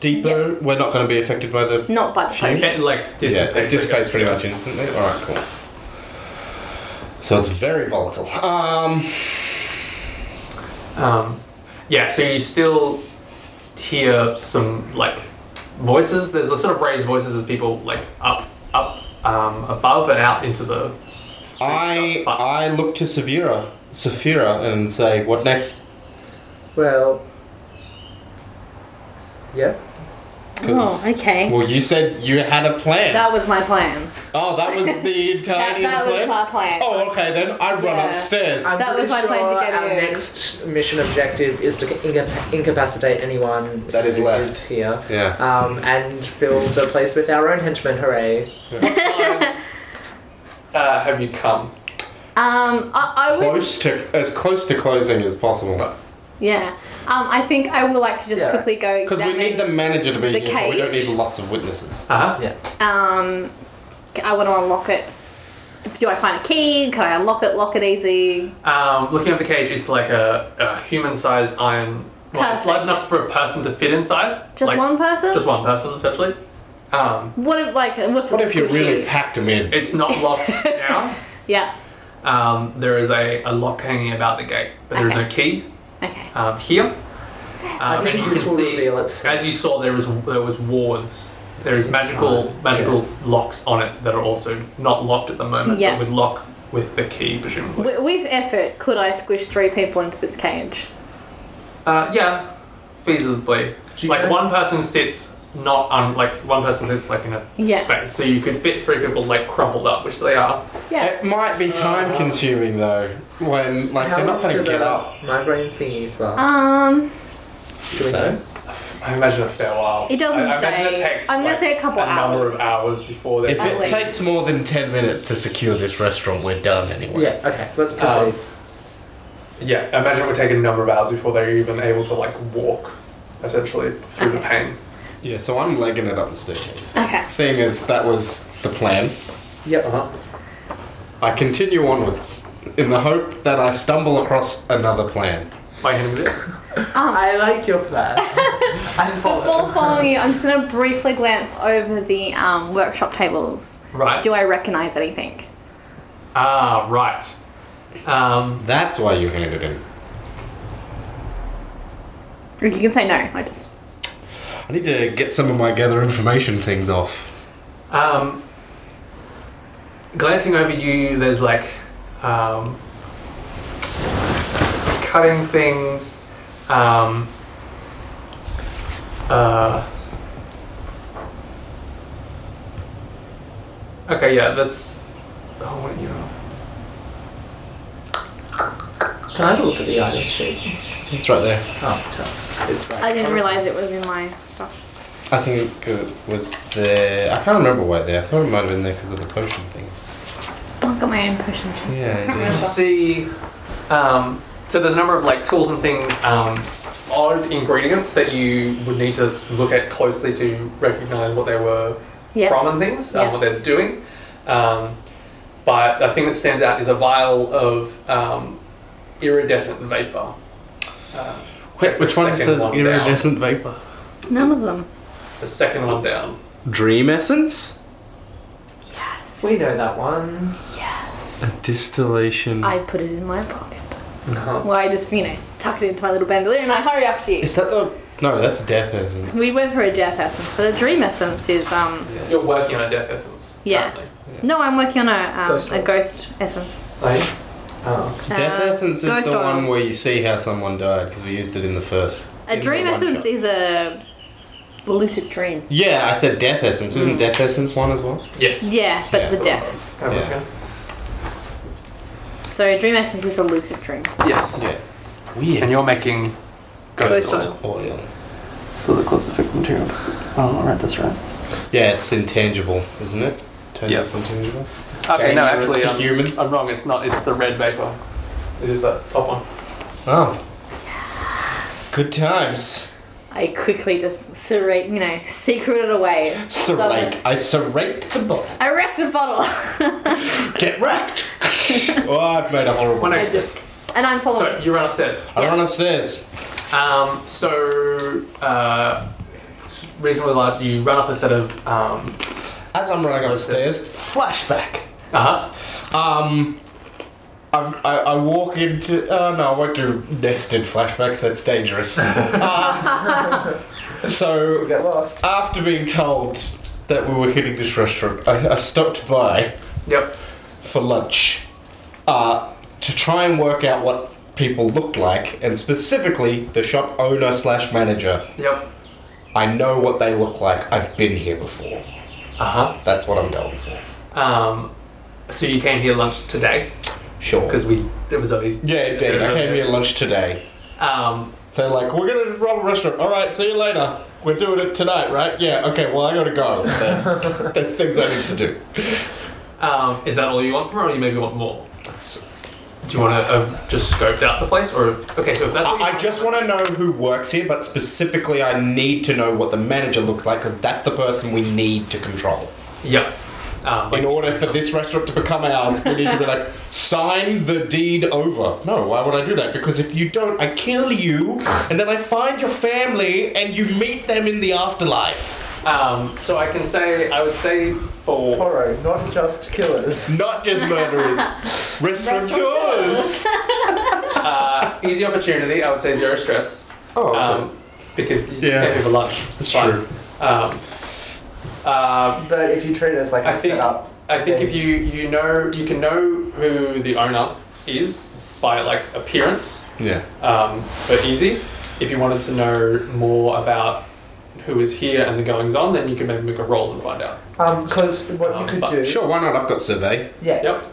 deeper? Yeah. We're not going to be affected by the. Not by the Fumes? potion. It, like Yeah, dissipates. I it dissipates guess. pretty much instantly. Alright, cool. So it's very volatile. Um, Um, yeah. So you still hear some like voices. There's a sort of raised voices as people like up, up, um, above and out into the. streets. I But- I look to Severa, Sephira and say, what next? Well. Yeah. Oh, 'Cause- okay. Well, you said you had a plan. That was my plan. oh, that was the That, entirety that of the was plan? my plan. Oh, okay then. I run Yeah. upstairs. I'm That was pretty my sure plan to get Our in. next mission objective is to inca- incapacitate anyone That is who left. is here, yeah. um, and fill the place with our own henchmen. Hooray! uh, have you come? Um, I, I would. Close to as close to closing as possible. Yeah. Um, I think I would like to just Yeah. quickly go Because we examine. need the manager to be The here, but we don't cage. need lots of witnesses. Uh-huh. Yeah. Um, I want to unlock it. Do I find a key? Can I unlock it? Lock it easy. Um, looking at the cage, it's like a, a human-sized iron. Well, it's large Perfect. enough for a person to fit inside. Just like, one person. Just one person, essentially. Um, What if like what's What a if you squishy? really packed him in? It's not locked now. Yeah. Um, there is a, a lock hanging about the gate, but there is no key Okay. um, here. I Um, think and you this can will see, reveal its- as you saw, there was there was wards. There is Ah, magical magical locks on it that are also not locked at the moment, Yeah. but would lock with the key presumably. Wi- With effort, could I squish three people into this cage? Uh, yeah, feasibly. Do you Like know- one person sits not on like one person sits like in a Yeah. space, so you could fit three people like crumpled up, which they are. Yeah. It might be time Uh, consuming though, when like How they're not long going do to get the up. migraine thingies last? Um, Do we know? I imagine a fair while. It doesn't I, I imagine it say. takes. I'm gonna like, say a couple a number of hours. hours before they. If At it least. takes more than ten minutes to secure this restaurant, we're done anyway. Yeah. Okay. Let's Um, proceed. yeah, I imagine it would take a number of hours before they're even able to like walk, essentially through the pain. Yeah, so I'm legging it up the staircase. Okay. Seeing as that was the plan, yep. Uh-huh. I continue onwards in the hope that I stumble across another plan. By hitting this. Ah. I like your plan. I follow. Um, Before following you, I'm just gonna briefly glance over the um, workshop tables. Right. Do I recognize anything? ah, right. Um, That's why you handed him. Or you can say no. I just. I need to get some of my gather information things off. Um, glancing over you, there's like um, cutting things. Um, uh, okay, yeah, that's. Oh, what you Can I have a look at the item sheet? It's right there. Oh, tough. It's right. I didn't realize it was in my stuff. I think it was there. I can't remember why there. I thought it might have been there because of the potion things. Oh, I've got my own potion. Yeah, shots. I you can't do. You remember. see, um, so there's a number of like tools and things, um, odd ingredients that you would need to s- look at closely to recognize what they were Yeah. from and things, um, Yeah. what they're doing. Um, but the thing that stands out is a vial of um, iridescent vapor. Uh, Wait, which one Second says one down. iridescent vapor? None of them. the second one down. Dream essence? Yes. We know that one. Yes. A distillation. I put it in my pocket. No. Well, I just you know tuck it into my little bandolier and I hurry up to you. Is that the. No, that's death essence. We went for a death essence, but a dream essence is um. You're working on a death essence. Yeah. currently. No, I'm working on a um, Ghost a oil. ghost essence. Like, um, Death Uh, essence is ghost the oil. one where you see how someone died because we used it in the first. in A the dream one essence shot. is a lucid dream. Yeah, I said death essence. Mm. Isn't death essence one as well? yes. Yeah, but Yeah. the death. Have a look Yeah. So dream essence is a lucid dream. at- Yes. Yeah. Weird. And you're making Ghost oil. oil. for the crucifixion material. Oh, right, that's right. Yeah, it's intangible, isn't it? Turns Yep. us intangible. Okay, no, dangerous actually, um, to I'm, humans. I'm wrong. It's not. It's the red vapor. It is that top one. Oh. Good times. I quickly just serrate, you know, secret it away. Serrate. I serrate the book. I wrecked the bottle. Get wrecked! oh, I've made a horrible One mistake. I just, and I'm following. So you run upstairs. I run upstairs. Um, so uh, it's reasonably large. You run up a set of um, As I'm running upstairs, flashback. uh huh. Um, I, I, I walk into. Uh, no, I won't do nested flashbacks, that's dangerous. Uh, so, Get lost. after being told that we were hitting this restaurant, I, I stopped by Yep. for lunch uh, to try and work out what people looked like, and specifically the shop owner slash manager. Yep. I know what they look like, I've been here before. Uh That's what I'm going for. huh. Um, so you came here lunch today Sure. because we it was only Yeah, indeed. I came here at lunch today. Um, They're like, we're gonna rob a restaurant. All right, see you later. We're doing it tonight, right? Yeah. Okay. Well, I gotta go. So, there's things I need to do. um, is that all you want from her, or you maybe want more? That's- Do you want to have just scoped out the place, or okay? So if that's all you I, I just want to know who works here, but specifically, I need to know what the manager looks like because that's the person we need to control. Yep. Um, In order for this restaurant to become ours, we need to be like, sign the deed over. No, why would I do that? Because if you don't, I kill you, and then I find your family, and you meet them in the afterlife. um, so I can say I would say for Horror, not just killers. Not just murderers, restaurateurs. uh, easy opportunity, I would say zero stress. Oh, Um, because you just Yeah. can't have a lunch. It's Fine. Um, um, But if you treat it as like a I think- setup, I think then- if you you know you can know who the owner is by like appearance, Yeah. um, but easy. If you wanted to know more about who is here and the goings on, then you can maybe make a roll and find out. um, because what Um, you could but- do, Sure, why not? I've got survey. yeah, Yep.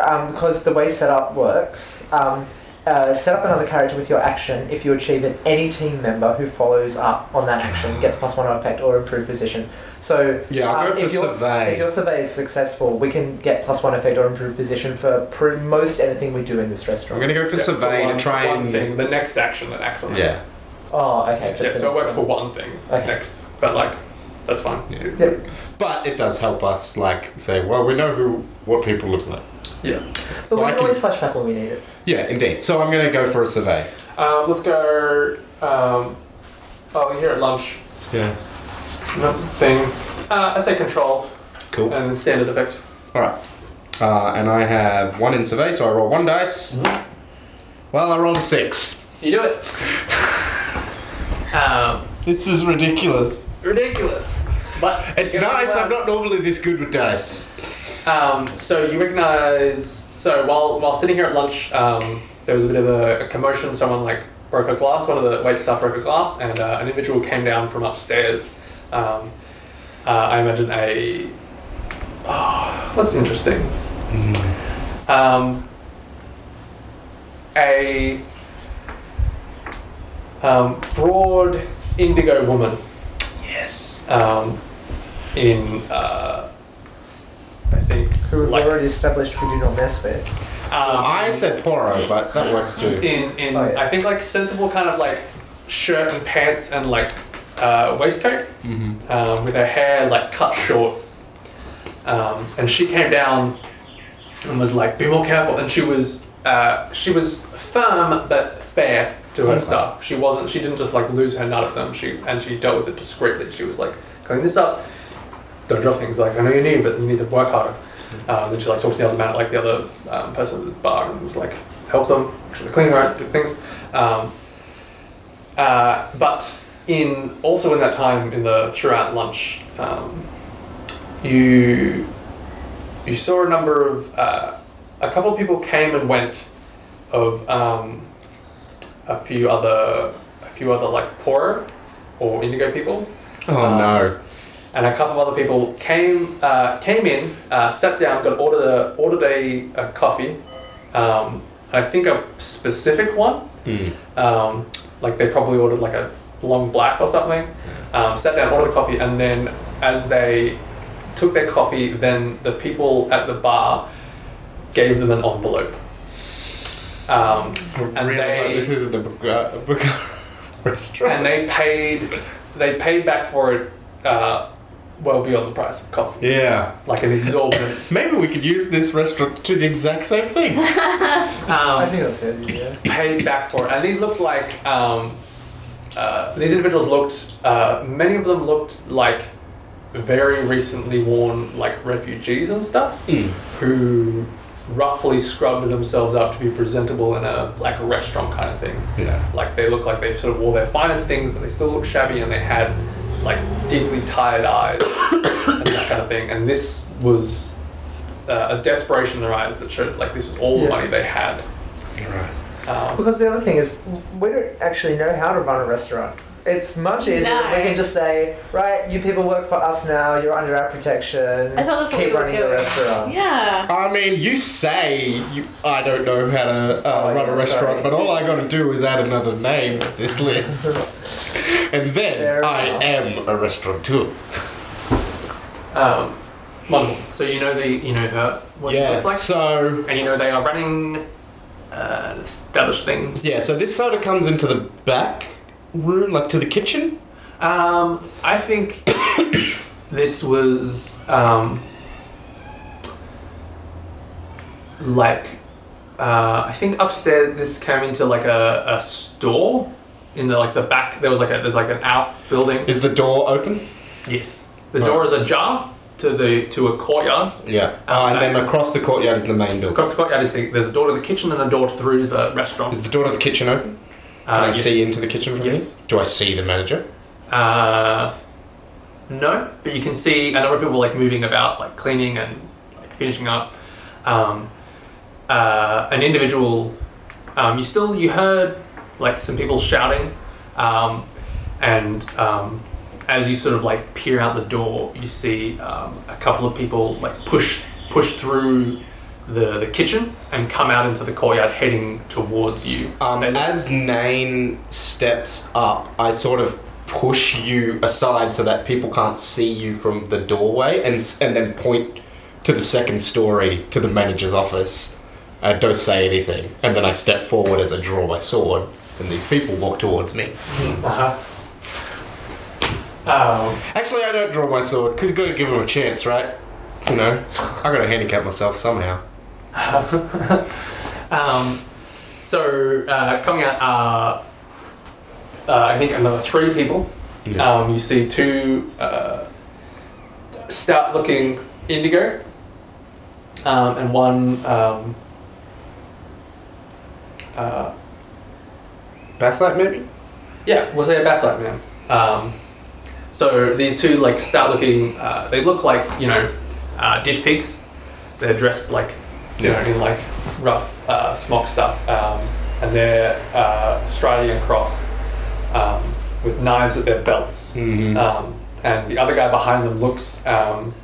um, because the way setup works, um, uh, set up another character with your action. If you achieve it, any team member who follows up on that action gets plus one on effect or improved position. So Yeah, I'll um, go for if, your, survey. if your survey is successful, we can get plus one effect or improved position for pr- most anything we do in this I'm restaurant. gonna go for Yeah, survey one, to try one and thing, the next action that acts on it. yeah. Oh, okay, just Yeah, the so it next works for one. one thing Okay. next, but like, that's fine. Yeah. Yep. But it does help us, like, say, well, we know who what people look like. Yeah. So But we I can can- always flashback when we need it. Yeah, indeed. So I'm gonna go for a survey. Um, let's go. Um, oh, you're here at lunch. Yeah. No, Thing. Uh, I say controlled Cool. and standard effect. All right. Uh, and I have one in survey, so I roll one dice. Well, I rolled a six. You do it. Um, This is ridiculous. ridiculous. But It's nice. I'm not normally this good with dice. Um, so you recognize. So while while sitting here at lunch, um, there was a bit of a, a commotion. Someone like broke a glass. One of the wait staff broke a glass, and uh, an individual came down from upstairs. Um, uh, I imagine a. Oh, what's interesting? Um, a um, broad indigo woman Yes. um, in uh, I think Who we've like already established we do not mess with. um, I said Poro, but that works too. in in Oh, yeah. I think like sensible kind of like shirt and pants and like uh, waistcoat um, with her hair like cut short, um, and she came down and was like, "Be more careful." And she was uh, she was firm but fair to her staff. She wasn't. She didn't just like lose her nut at them. She and she dealt with it discreetly. She was like, "Clean this up. Don't drop things." Like I know you need, but you need to work harder. Um, then she like talked to the other man, like the other um, person at the bar, and was like, "Help them. Actually, clean right, do things." Um, uh, but in also in that time in the throughout lunch, um, you you saw a number of uh, a couple of people came and went of um, a few other a few other like poorer or indigo people Oh no. and a couple of other people came uh, came in, uh, sat down, got ordered a ordered a, a coffee, um, and I think a specific one. Hmm. Um, like they probably ordered like a long black or something. Um, sat down, ordered a coffee, and then as they took their coffee, then the people at the bar gave them an envelope. Um, and really they, hope this isn't a Bugatti restaurant. and they paid they paid back for it uh, well beyond the price of coffee, yeah. like an exorbitant. Maybe we could use this restaurant to do the exact same thing. I Um, think that's it. Yeah. paid back for it, and these looked like um, uh, these individuals looked. Uh, many of them looked like very recently worn, like refugees and stuff, who roughly scrubbed themselves up to be presentable in a like a restaurant kind of thing. Yeah. like they look like they sort of wore their finest things, but they still look shabby and they had like deeply tired eyes and that kind of thing. And this was uh, a desperation in their eyes that showed like this was all the Yeah. money they had. Um, Because the other thing is, we don't actually know how to run a restaurant. It's much easier if No. we can just say, right, you people work for us now. You're under our protection. I thought that's what Keep we were running the doing. restaurant. Yeah. I mean, you say you, I don't know how to uh, Oh, run yeah, a restaurant, sorry. but all I gotta do is add another name to this list. and then Fair I enough. am a restaurateur. um, wonderful. So you know the you know her what she yeah, looks like, so and you know they are running uh, established things. Yeah, so this soda comes into the back room, like to the kitchen. Um, I think this was um, like uh, I think upstairs. This came into like a, a store in the like the back. There was like a there's like an outbuilding. Is the door open? Yes, the door is ajar to the to a courtyard. Yeah. Uh, and then across the courtyard is the main door. Across the courtyard is the, there's a door to the kitchen and a door through the restaurant. Is the door to the kitchen open? Can Uh, I yes. see into the kitchen from Yes. here? Do I see the manager? Uh, no, but you can see a number of people like moving about, like cleaning and like finishing up. Um, uh, an individual, um, you still you heard like some people shouting, um, and um, as you sort of like peer out the door, you see um, a couple of people like push push through. The, the kitchen and come out into the courtyard heading towards you. Um, They- as Nain steps up, I sort of push you aside so that people can't see you from the doorway and, s- and then point to the second story to the manager's office. I don't say anything. And then I step forward as I draw my sword, and these people walk towards me. uh-huh. um, Actually, I don't draw my sword because you got to give them a chance, right? You know, I got to handicap myself somehow. um, so uh, coming out are uh, I think another three people. Yeah. Um, you see two uh, stout-looking indigo, um, and one um, uh, Basslight, maybe? yeah, was they a basilisk man? Um, so these two like stout looking, uh, they look like you know uh, dish pigs. They're dressed like you Yeah. know in like rough uh, smock stuff, um, and they're uh, striding across um, with knives at their belts. Mhm. Um, and the other guy behind them looks um,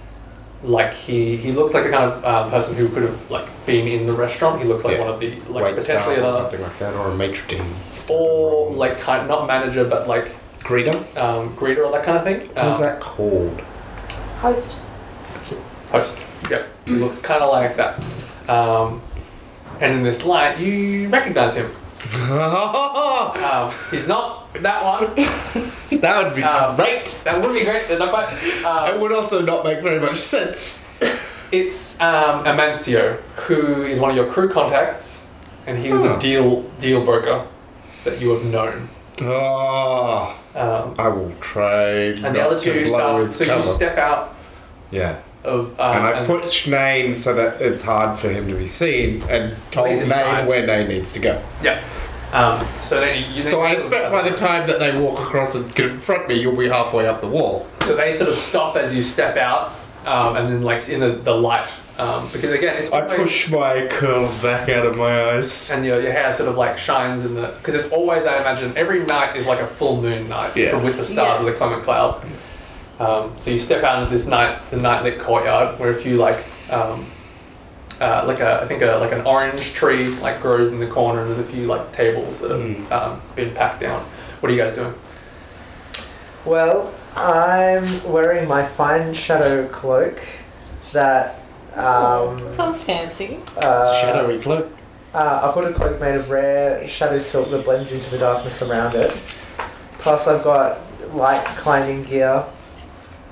like he he looks like the kind of um, person who could have like been in the restaurant. He looks like Yeah. one of the like Wait staff potentially or another something like that, or a maitre d'. or like kind not manager but like Greeter? um, greeter or that kind of thing. Um, What is that called? Host. Host. Yep. He looks kind of like that. Um, and in this light, you recognize him. that Um, he's not that one. would be Um, great. That would be great. but Not quite. It Um, would also not make very much sense. it's um, Amancio, who is one of your crew contacts, and he was Oh. a deal deal broker that you have known. Oh, Um, I will try. and the other two staff. So you step out Yeah. of. Um, And I've and- put Shane so that it's hard for him to be seen and told He's Nain inside. where Nain needs to go. Yeah. Um, so then you. you So I expect by the time that they walk across and confront me, you'll be halfway up the wall. So they sort of stop as you step out, um, and then like in the, the light, um, because again it's I always- push my curls back out of my eyes. and your, your hair sort of like shines in the because it's always I imagine every night is like a full moon night Yeah. from with the stars of the climate cloud. Um, so you step out into this night the nightlit courtyard where a few like um, uh, like a I think a, like an orange tree like grows in the corner and there's a few like tables that have Hmm. um, been packed down. What are you guys doing? Well, I'm wearing my fine shadow cloak that. Um, Um, Sounds fancy. uh, Shadowy cloak. Uh, I've got a cloak made of rare shadow silk that blends into the darkness around it. Plus, I've got light climbing gear,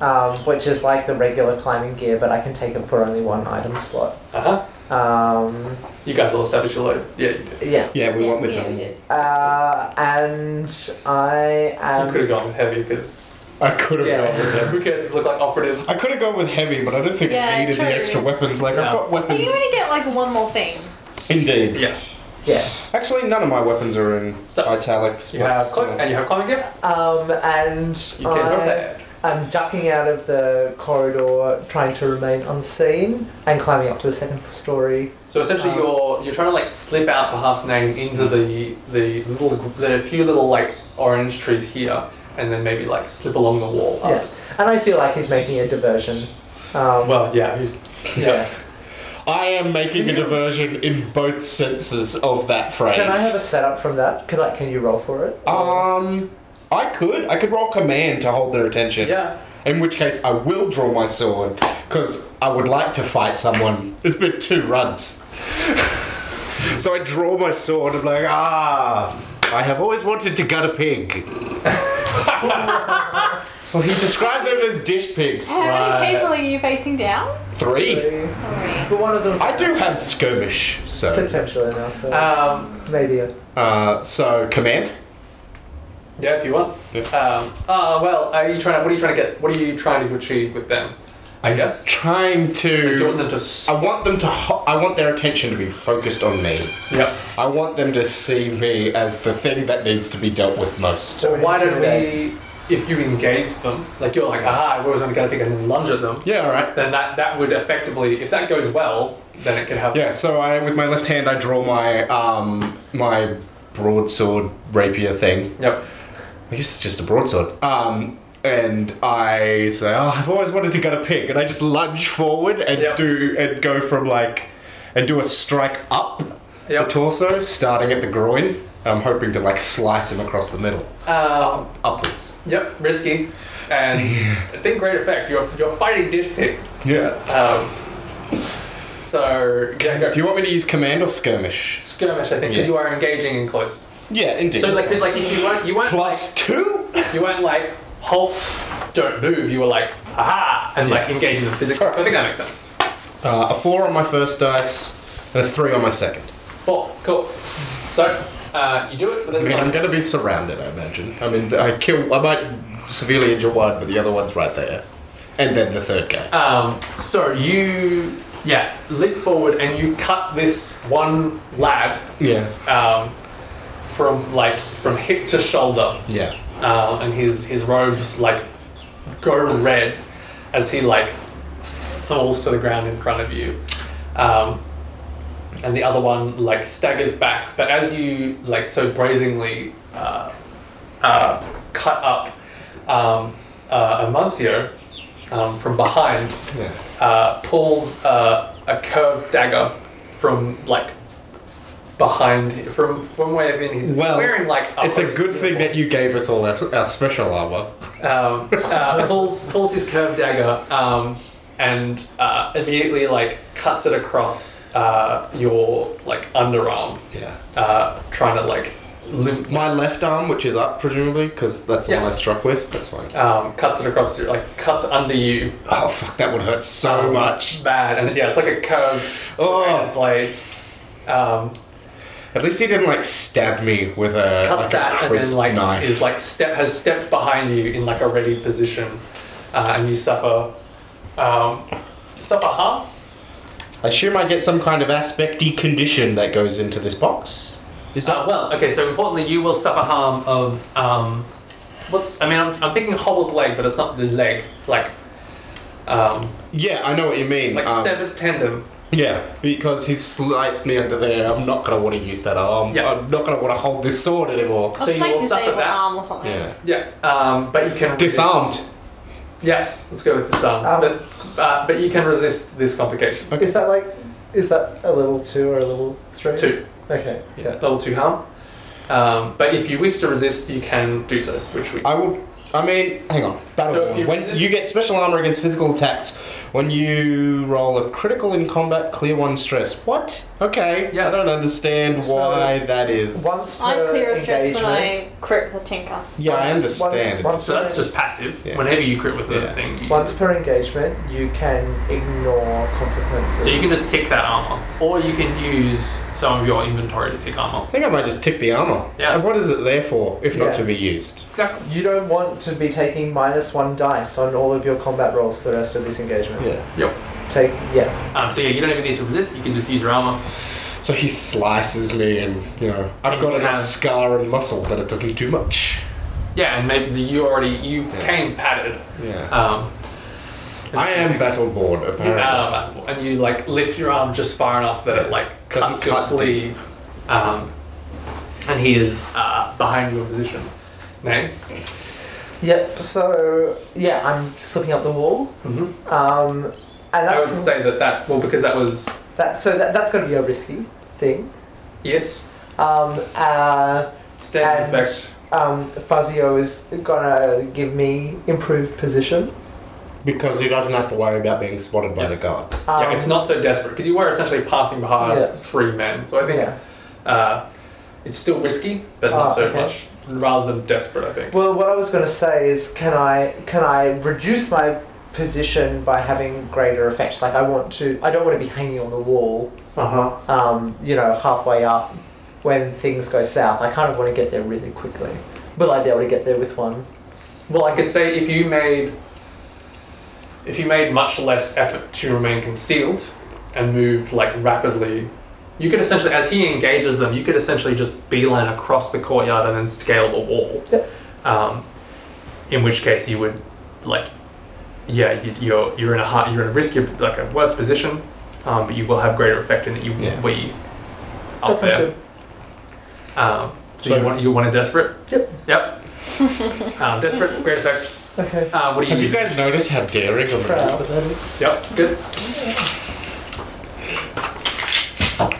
um, which is like the regular climbing gear, but I can take it for only one item slot. Uh huh. Um, You guys all establish your load. Yeah, you did. yeah. Yeah, we went with yeah, them. yeah. Uh, and I Um, you could have am. gone with heavy because I could have Yeah. gone with them. who cares if you look like operatives? I could have gone with heavy, but I don't think Yeah, it needed the true. extra weapons. Like I've No. got But weapons. you only get like one more thing. Indeed. Yeah. Yeah. Actually, none of my weapons are in So- italics. You but uh, have still. cloak and you have climbing gear. Um, and You can go I there. am ducking out of the corridor, trying to remain unseen, and climbing up to the second story. So essentially, Um, you're you're trying to like slip out the half name into the the little the few little like orange trees here, and then maybe like slip along the wall. up. Yeah. And I feel like he's making a diversion. Um, Well, yeah. he's- yeah. I am making a diversion in both senses of that phrase. Can I have a setup from that? Can like, can you roll for it? um, I could. I could roll command to hold their attention. Yeah. In which case, I will draw my sword because I would like to fight someone. It's been two runs. so I draw my sword. I'm like, ah, I have always wanted to gut a pig. well, he described them as dish pigs. How many people are you facing down? Three. Three. Three. But one of them's I do have skirmish, so potentially now, so Um, maybe. A, uh, so command. yeah, if you want. Yeah. Um, uh, well, are you trying to? What are you trying to get? What are you trying to achieve with them? I guess. Trying Do you want to. them to? s- I want them to. Ho- I want their attention to be focused on me. Yeah. I want them to see me as the thing that needs to be dealt with most. so Why don't intimidate. we? If you engage them, like you're like, aha, I was only going to pick and then lunge at them. Yeah, alright. Then that that would effectively, if that goes well, then it could have. Yeah, so I with my left hand I draw my um my broadsword rapier thing. Yep. I guess it's just a broadsword. Um and I say, Oh, I've always wanted to gut a pig and I just lunge forward and Yep. do and go from like and do a strike up Yep. the torso, starting at the groin. I'm hoping to like slice him across the middle. Um, Upwards. Yep, risky, and I think great effect. You're you're fighting dish pigs. Yeah. Um, so yeah, go. Do you want me to use command or skirmish? skirmish? I think Yeah. because you are engaging in close. Yeah, indeed. So like, 'cause, like if you weren't you weren't plus two? like, you weren't like halt, don't move. You were like aha, and like engaging them physically. So I think that makes sense. Uh, a four on my first dice and a three on my second. Four, cool. So uh, you do it, but I there's mean, I'm going to be consequences. surrounded, I imagine. I mean, I kill. I might severely injure one, but the other one's right there, and then the third guy. Um, so you yeah leap forward and you cut this one lad Yeah. um, from like from hip to shoulder, Yeah. uh, and his his robes like go red as he like falls to the ground in front of you, um, and the other one like staggers back. But as you like so brazenly uh, uh, cut up um, uh, Amancio um, from behind, Yeah. uh, pulls uh, a curved dagger from like behind from from where in he's Well, wearing like It's a good thing that you gave us all our, our special armor. um, uh, pulls pulls his curved dagger um, and uh, immediately like cuts it across uh, your like underarm Yeah. uh, trying to like limp My left arm, which is up presumably, because that's the Yeah. one I struck with. That's fine. um, cuts it across your like cuts under you Oh fuck, that would hurt so Oh, much. bad and it's, yeah it's like a curved serrated Oh. blade um, At least he didn't like stab me with a cuts like that a and crisp then like knife. is like step has stepped behind you in like a ready position, uh, and you suffer um, suffer harm. I assume I get some kind of aspecty condition that goes into this box. Is Uh, well, okay. So importantly, you will suffer harm of um, what's I mean I'm, I'm thinking hobbled leg, but it's not the leg like um, Yeah, I know what you mean. like um, severed tendon. Yeah, because he slides me under there. I'm not gonna want to use that arm. Yeah. I'm not gonna want to hold this sword anymore. I So was you like will suffer disabled that. arm or something. Yeah. Yeah, um, but you can resist- Disarmed. Oh. Yes, let's go with disarmed. Um, but uh, but you can resist this complication. Is that like, is that a level two or a level three? Two. Okay. Yeah. level two harm. Um, but if you wish to resist, you can do so, which we. I will. I mean, hang on. Battle So if worn. you when resist- you get special armor against physical attacks When you roll a critical in combat, clear one stress. What? Okay. Yeah. I don't understand So, why that is. Once I per clear a stress when engagement. I crit the tinker. yeah, I understand. Once, once So per- that's just passive. Yeah. Whenever you crit with a Yeah. thing, you Once per engagement, you can ignore consequences. so you can just tick that armor, or you can use some of your inventory to tick armor. I think I might just tick the armor. Yeah. And what is it there for, if Yeah. not to be used? Exactly. You don't want to be taking minus one dice on all of your combat rolls for the rest of this engagement. Yeah. Yep. Take yeah. Um, so yeah, you don't even need to resist. You can just use your armor. So he slices me, and you know, I've And got you enough have- scar and muscle that it doesn't do much. Yeah, and maybe you already you came padded. Yeah. Um, I am battle bored you- apparently. uh, and you like lift your arm just far enough that it like Doesn't cuts your cut deep. sleeve. Um, and he is uh, behind your position. Nay. Yep. So yeah, I'm slipping up the wall. Mm-hmm. Um, and I that's would say that that well because that was that. So that, that's going to be a risky thing. yes Um, uh, standard And- effect. um, Fazio is gonna give me improved position. Because he doesn't have to worry about being spotted by Yeah. the guards. Um, yeah, it's not so desperate because you were essentially passing past Yeah. three men. So I think Yeah. uh, it's still risky, but not Ah, so okay. much. Rather than desperate, I think. Well, what I was going to say is, can I can I reduce my position by having greater effect? Like, I want to. I don't want to be hanging on the wall. Uh Uh-huh. huh. Um, you know, halfway up when things go south. I kind of want to get there really quickly. Will I be able to get there with one? Well, I could say if you made if you made much less effort to remain concealed and moved like rapidly, you could essentially, as he engages them, you could essentially just beeline across the courtyard and then scale the wall. Yep. Um, in which case, you would like, yeah, you, you're you're in a hard, you're in a riskier, like a worse position, um, but you will have greater effect in that you Yeah. where you That are sounds there. good. Um, so, So- you want you want a desperate. Yep. Yep. um, desperate, great effect. Okay. Uh, what do you Have you use? guys noticed how daring of Proud. a Yep, good.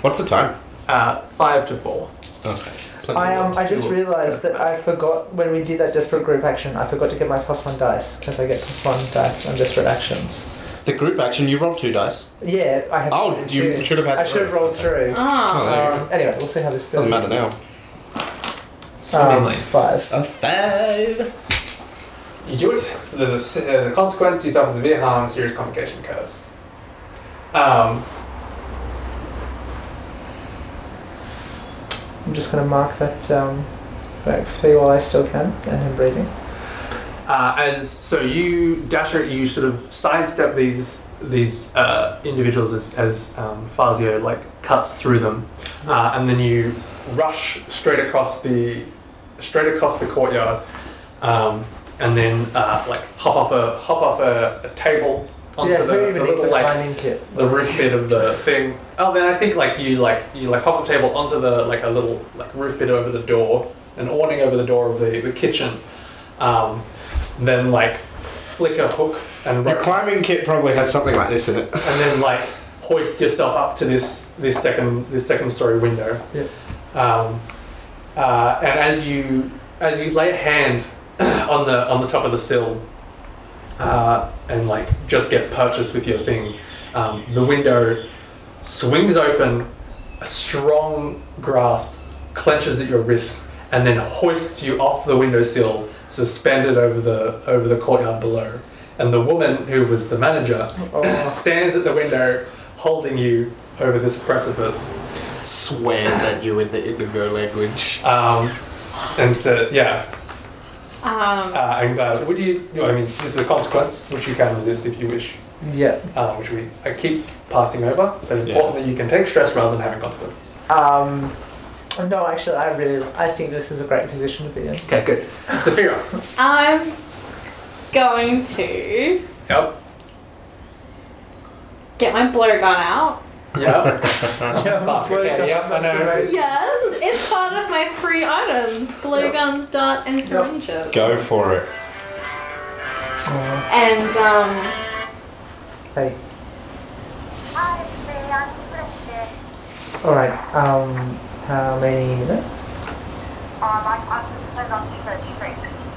What's the time? Uh, five to four. Okay. I um, I just realised that I forgot when we did that desperate group action. I forgot to get my plus one dice because I get plus one dice on desperate actions. The group action, you rolled two dice. Yeah, I have. Oh, rolled you through. should have had I should have three. rolled through. Ah. there you go. Um, anyway, we'll see how this goes. Doesn't matter now. Um, Swimmingly. five. A five. you do it. The, the, the consequence, you suffer severe harm, serious complication occurs. Um, I'm just going to mark that um, for XP while I still can and I'm breathing. uh, as so, you Dasher, you sort of sidestep these these uh, individuals as, as um, Fazio like cuts through them, uh, and then you rush straight across the straight across the courtyard, um, and then uh, like hop off a hop off a, a table onto yeah, the, who even the needs little the like climbing kit? the roof bit of the thing. Oh, then I think like you like you like hop off the table onto the like a little like roof bit over the door, an awning over the door of the, the kitchen, um, then like flick a hook and Your rope, climbing kit probably has something like this in it. and then like hoist yourself up to this this second this second story window. Yep. Um, uh, and as you as you lay a hand on the on the top of the sill, uh, and like just get purchased with your thing, um, the window swings open, a strong grasp clenches at your wrist, and then hoists you off the windowsill, suspended over the over the courtyard below. And the woman who was the manager Oh. stands at the window, holding you over this precipice. Swears at you in the indigo language. Um, and so, yeah. Um, Uh, and uh, would you, you know, I mean, this is a consequence which you can resist if you wish, Yeah. uh, which we I keep passing over, but important that you can take stress rather than having consequences. Um, no, actually, I really, I think this is a great position to be in. Okay, good. Sophia. I'm going to Yep. get my blowgun out. Yep. Yeah, Fuck, okay, yep, I know. Yes, it's part of my free items: blowguns, dart, and syringes. Go for it. And um, Hey. All right. Um, how many minutes?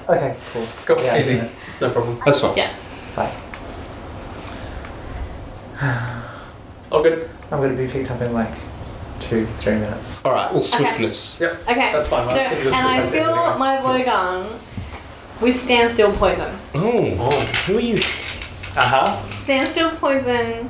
Okay. Cool. Go, Yeah, easy. yeah. No problem. That's fine. yeah. Bye. All good. I'm going to be picked up in like two, three minutes. All right. Well, swiftness. Yep. Okay. That's fine. So, and I feel my Voygang with standstill poison. Oh, Oh. who are you? Uh huh. Standstill poison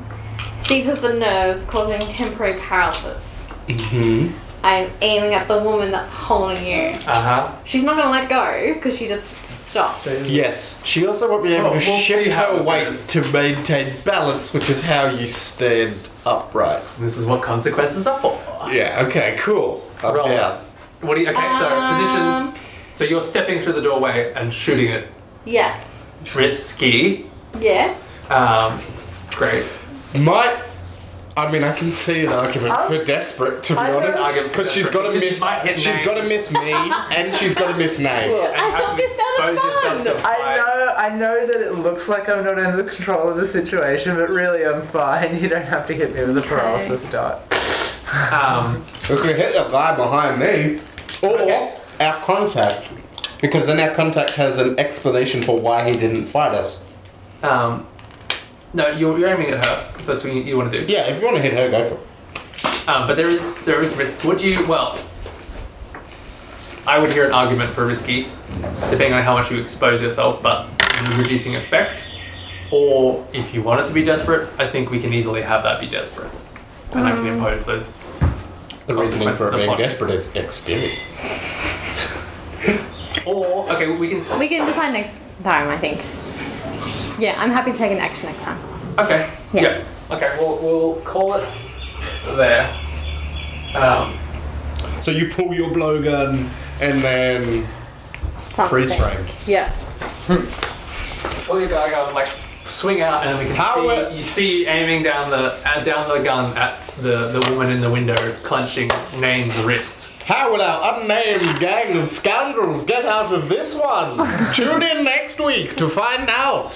seizes the nerves, causing temporary paralysis. hmm I'm aiming at the woman that's holding you. Uh huh. She's not gonna let go because she just stopped. Yes. She also won't be able Well, to we'll see shift how her it weight goes. to maintain balance, which is how you stand upright. This is what consequences are for. Yeah. Okay. Cool. Up Roll. down. What do you? Okay, so position. Um, So you're stepping through the doorway and shooting it. Yes. Risky. Yeah. Um, great. Might. I mean, I can see an argument Oh. Um, for desperate, to be I don't- honest, Argument for because she's got to desperate, because miss. you might hit She's Nate. got to miss me, and she's got to miss Nate. And you I have thought to this sounded expose yourself fun. to a I fight. know, I know that it looks like I'm not in the control of the situation, but really I'm fine. You don't have to hit me with a paralysis dot. Um, We could hit the guy behind me, or Okay. our contact, because then our contact has an explanation for why he didn't fight us. um, no, you're, you're aiming at her. If that's what you, you want to do. Yeah, if you want to hit her, go for it. Um, but there is there is risk. Would you? Well, I would hear an argument for risky, depending on how much you expose yourself, but reducing effect. Or if you want it to be desperate, I think we can easily have that be desperate, and I can Mm. impose those. The reasoning for it Consequences being upon it. desperate is experience. Or okay, we can. We can decide next time, I think. Yeah, I'm happy to take an action next time. Okay. Yeah. Okay. We'll we'll call it there. Um, So you pull your blowgun and then Something. freeze frame. Yeah. pull your guy gun, like swing out, and then we can How see were- you see you aiming down the uh, down the gun at the the woman in the window, clenching Nane's wrist. How will our unnamed gang of scoundrels get out of this one? Tune in next week to find out.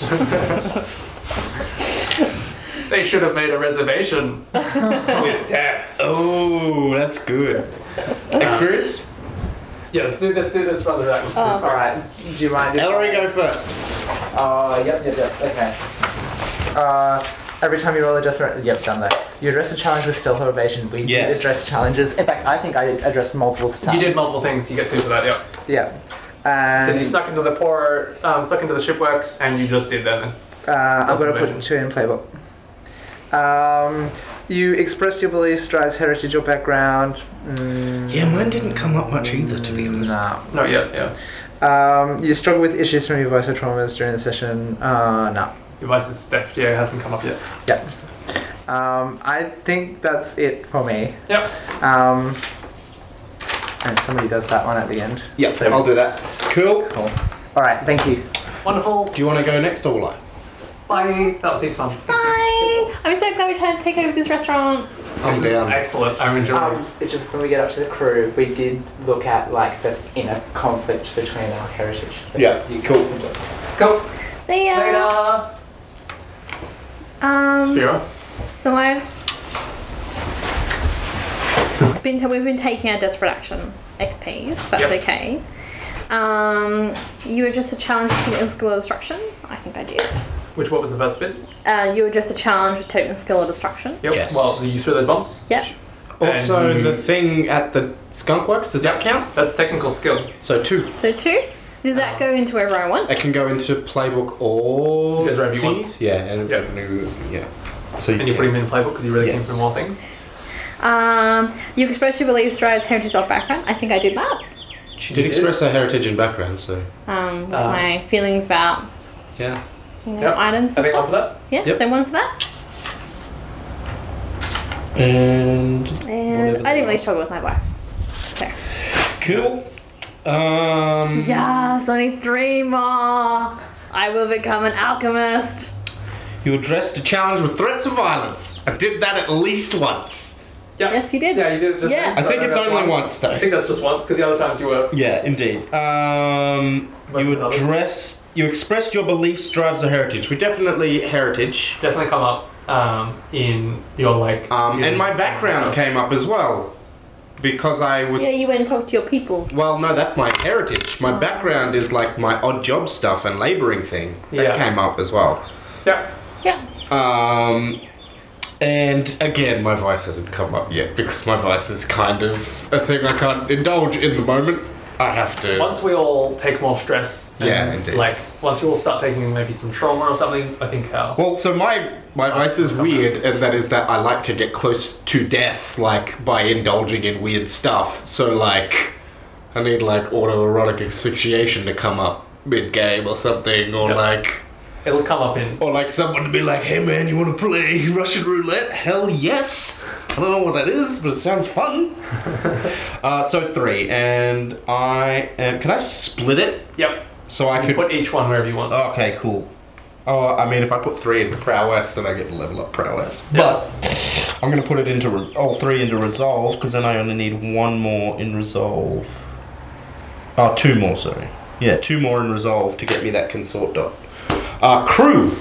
They should have made a reservation with death. Oh, that's good. Experience? Yeah, let's do this. Do this rather than Oh. All right. Do you mind? if- Ellery, go first. Uh, yep, yep, yep. Okay. Uh, every time you roll a desperate, yep, done that. You address a challenge with stealth or evasion. We Yes. did address challenges. In fact, I think I addressed multiple stuff. you did multiple things. You get two for that. Yeah, Yeah. because And you stuck into the poor, um, stuck into the shipworks, and you just did them. uh, I'm gonna evasion. put two in playbook. Um, you express your beliefs, drives, heritage, or background. Mm, Yeah, mine didn't come up much either, to be honest. nah. No, yeah, yeah. Um, you struggle with issues from your voice or traumas during the session. Uh, no. Your vices theft. Yeah, it hasn't come up yet. Yep. Um, I think that's it for me. Yep. Um, and somebody does that one at the end. Yep, I'll do that. Cool. Cool. All right. Thank you. Wonderful. Do you want to go next or will I? Bye. That seems fun. Bye! I'm so glad we tried to take over this restaurant. I'm This is down. excellent. I'm enjoying. Um, it's just when we get up to the crew, we did look at like the inner conflict between our heritage. Yeah, cool. Go. See ya! Later. Um, Spiro. So I've been we've been taking our desperate action XPs. That's Yep. okay. Um, you were just a challenge with totem skill or destruction. I think I did. Which what was the first bit? Uh, you were just a challenge with totem skill or destruction. Yep. Yes. Well, you threw those bombs. Yep. Also, And you- the thing at the skunk works, does that count? That's technical skill. So two. So two. Does that go into wherever I want? It can go into playbook or It goes wherever you want. these. Yeah, and Yeah. revenue. Yeah. So And you put him in playbook because you really Yes. came from all things. Um, you express your beliefs, drives, heritage, or background. I think I did that. She did express her heritage and background, so Um, with Uh, my feelings about yeah. you know, Yep. items. I And think stuff. after that. Yeah. Yep. So one for that. And And Whatever they I didn't are. really struggle with my voice. So. cool. Mhm. Um. Yes, only three more. I will become an alchemist. You addressed a challenge with threats of violence. I did that at least once. Yeah. Yes, you did. Yeah, you did it just. Yeah. I think it's that's only one. once I though. think that's just once because the other times you were. Yeah, indeed. Um, But with you others? addressed, you expressed your beliefs, drives, or heritage. We definitely heritage. definitely come up um, in your like. Um, and my dealing- background came up as well because I was Yeah, you went and talked to your peoples. Well, no, that's my heritage. My Oh. background is like my odd job stuff and labouring thing. That Yeah. came up as well. Yeah. Yeah. Um, And again, my vice hasn't come up yet because my vice is kind of a thing I can't indulge in the moment. I have to. Once we all take more stress, and, Yeah, indeed. Like once we all start taking maybe some trauma or something, I think uh, how Well, so my my vice is weird, and that is that I like to get close to death, like by indulging in weird stuff. So like, I need like autoerotic asphyxiation to come up mid game or something, or Yep. like, it'll come up in. or like someone to be like, "Hey man, you want to play Russian roulette? Hell yes! I don't know what that is, but it sounds fun." uh, so three, and I am. Can I split it Yep. so I You could? put each one wherever you want. Okay, cool. Oh, I mean, if I put three into prowess, then I get to level up prowess. Yeah. But I'm gonna put it into res- all three into resolve because then I only need one more in resolve. Oh, two more, sorry. Yeah, two more in resolve to get me that consort dot. Uh, crew.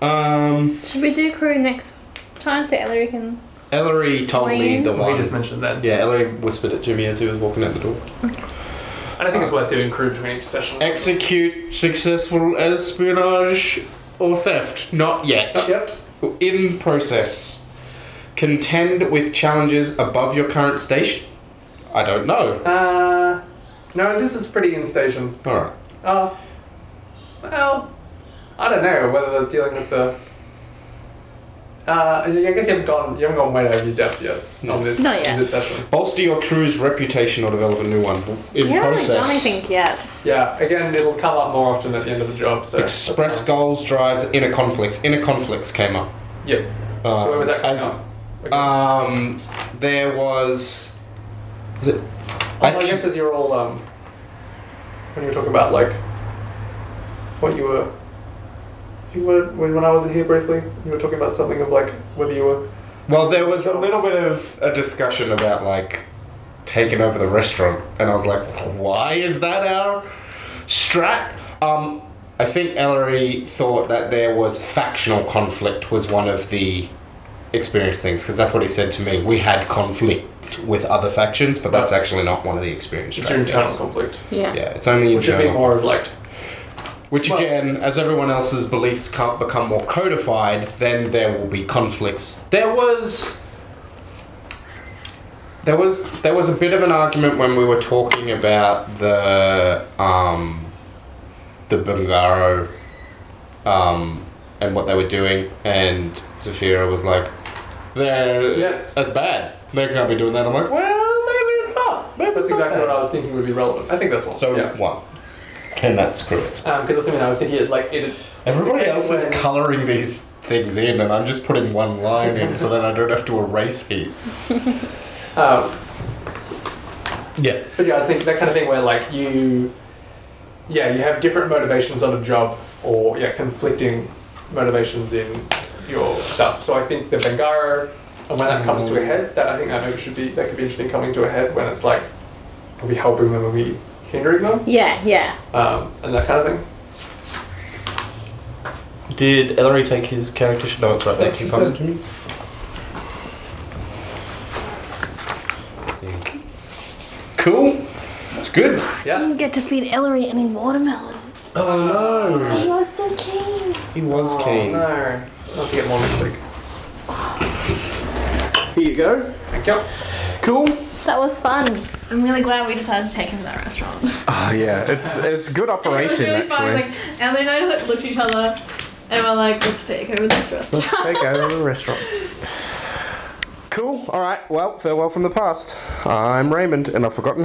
Um, Should we do crew next time so Ellery can? Ellery told me Wayne? the We one. just mentioned that. yeah, Ellery whispered it to me as he was walking out the door. And I think it's worth doing crew between each session. execute successful espionage or theft. Not yet. Yep. In process. Contend with challenges above your current station? I don't know. Uh, no, this is pretty in station. Alright. Uh, well, I don't know whether they're dealing with the. Uh, I guess you haven't gone. You haven't gone way over your depth yet on this Not yet. in this session. Bolster your crew's reputation or develop a new one. In we haven't process. done anything yet. Yeah. Again, it'll come up more often at the end of the job. So that's Express goals, drives, inner conflicts. Inner conflicts came up. fine. Yep. Um, so where was that coming as- up? Okay. Um, there was. Was it? Although Oh, I guess as you're all um, when you were talking about like what you were, you were when, when I wasn't here briefly, you were talking about something of like whether you were Well, there was a little bit of a discussion about like taking over the restaurant, and I was like, "Why is that our strat?" Um, I think Ellery thought that there was factional conflict was one of the experience things because that's what he said to me. We had conflict with other factions, but that's actually not one of the experience. it's strat your internal things. conflict, Yeah. Yeah, it's only which would internal. be more of like Which Well- again, as everyone else's beliefs can't become more codified, then there will be conflicts. There was there was there was a bit of an argument when we were talking about the um, the Bungaro um, and what they were doing, and Zafira was like, "There, Yes. that's bad. They can't be doing that." I'm like, "Well, maybe it's not. Maybe that's it's not exactly bad." what I was thinking would be relevant. I think that's one. So yeah, one, and that's correct. because that's something I was thinking. It, like it, it's Everybody else is When- colouring these things in, and I'm just putting one line in so that I don't have to erase heaps. um, Yeah. But yeah, I think that kind of thing where like you, yeah, you have different motivations on a job or yeah, conflicting motivations in your stuff. So I think the Vengaro, and when that comes to a head, that I think that maybe should be that could be interesting coming to a head when it's like are we helping them, are we hindering them, Yeah. Yeah. um, and that kind of thing. Did Ellery take his character? No, it's right there. Can you pass it to me? Thank you. Cool. That's good. Yeah. Didn't get to feed Ellery any watermelon. Oh no. She was so keen. He was keen. no, not to get more next week. Here you go. Thank you. Cool. That was fun. I'm really glad we decided to take him to that restaurant. Oh, yeah. It's it's good It was operation, really fun. actually. Like, and then I looked at each other and we're like, let's take over this restaurant. Let's take over the restaurant. Cool. All right. Well, farewell from the past. I'm Raymond, and I've forgotten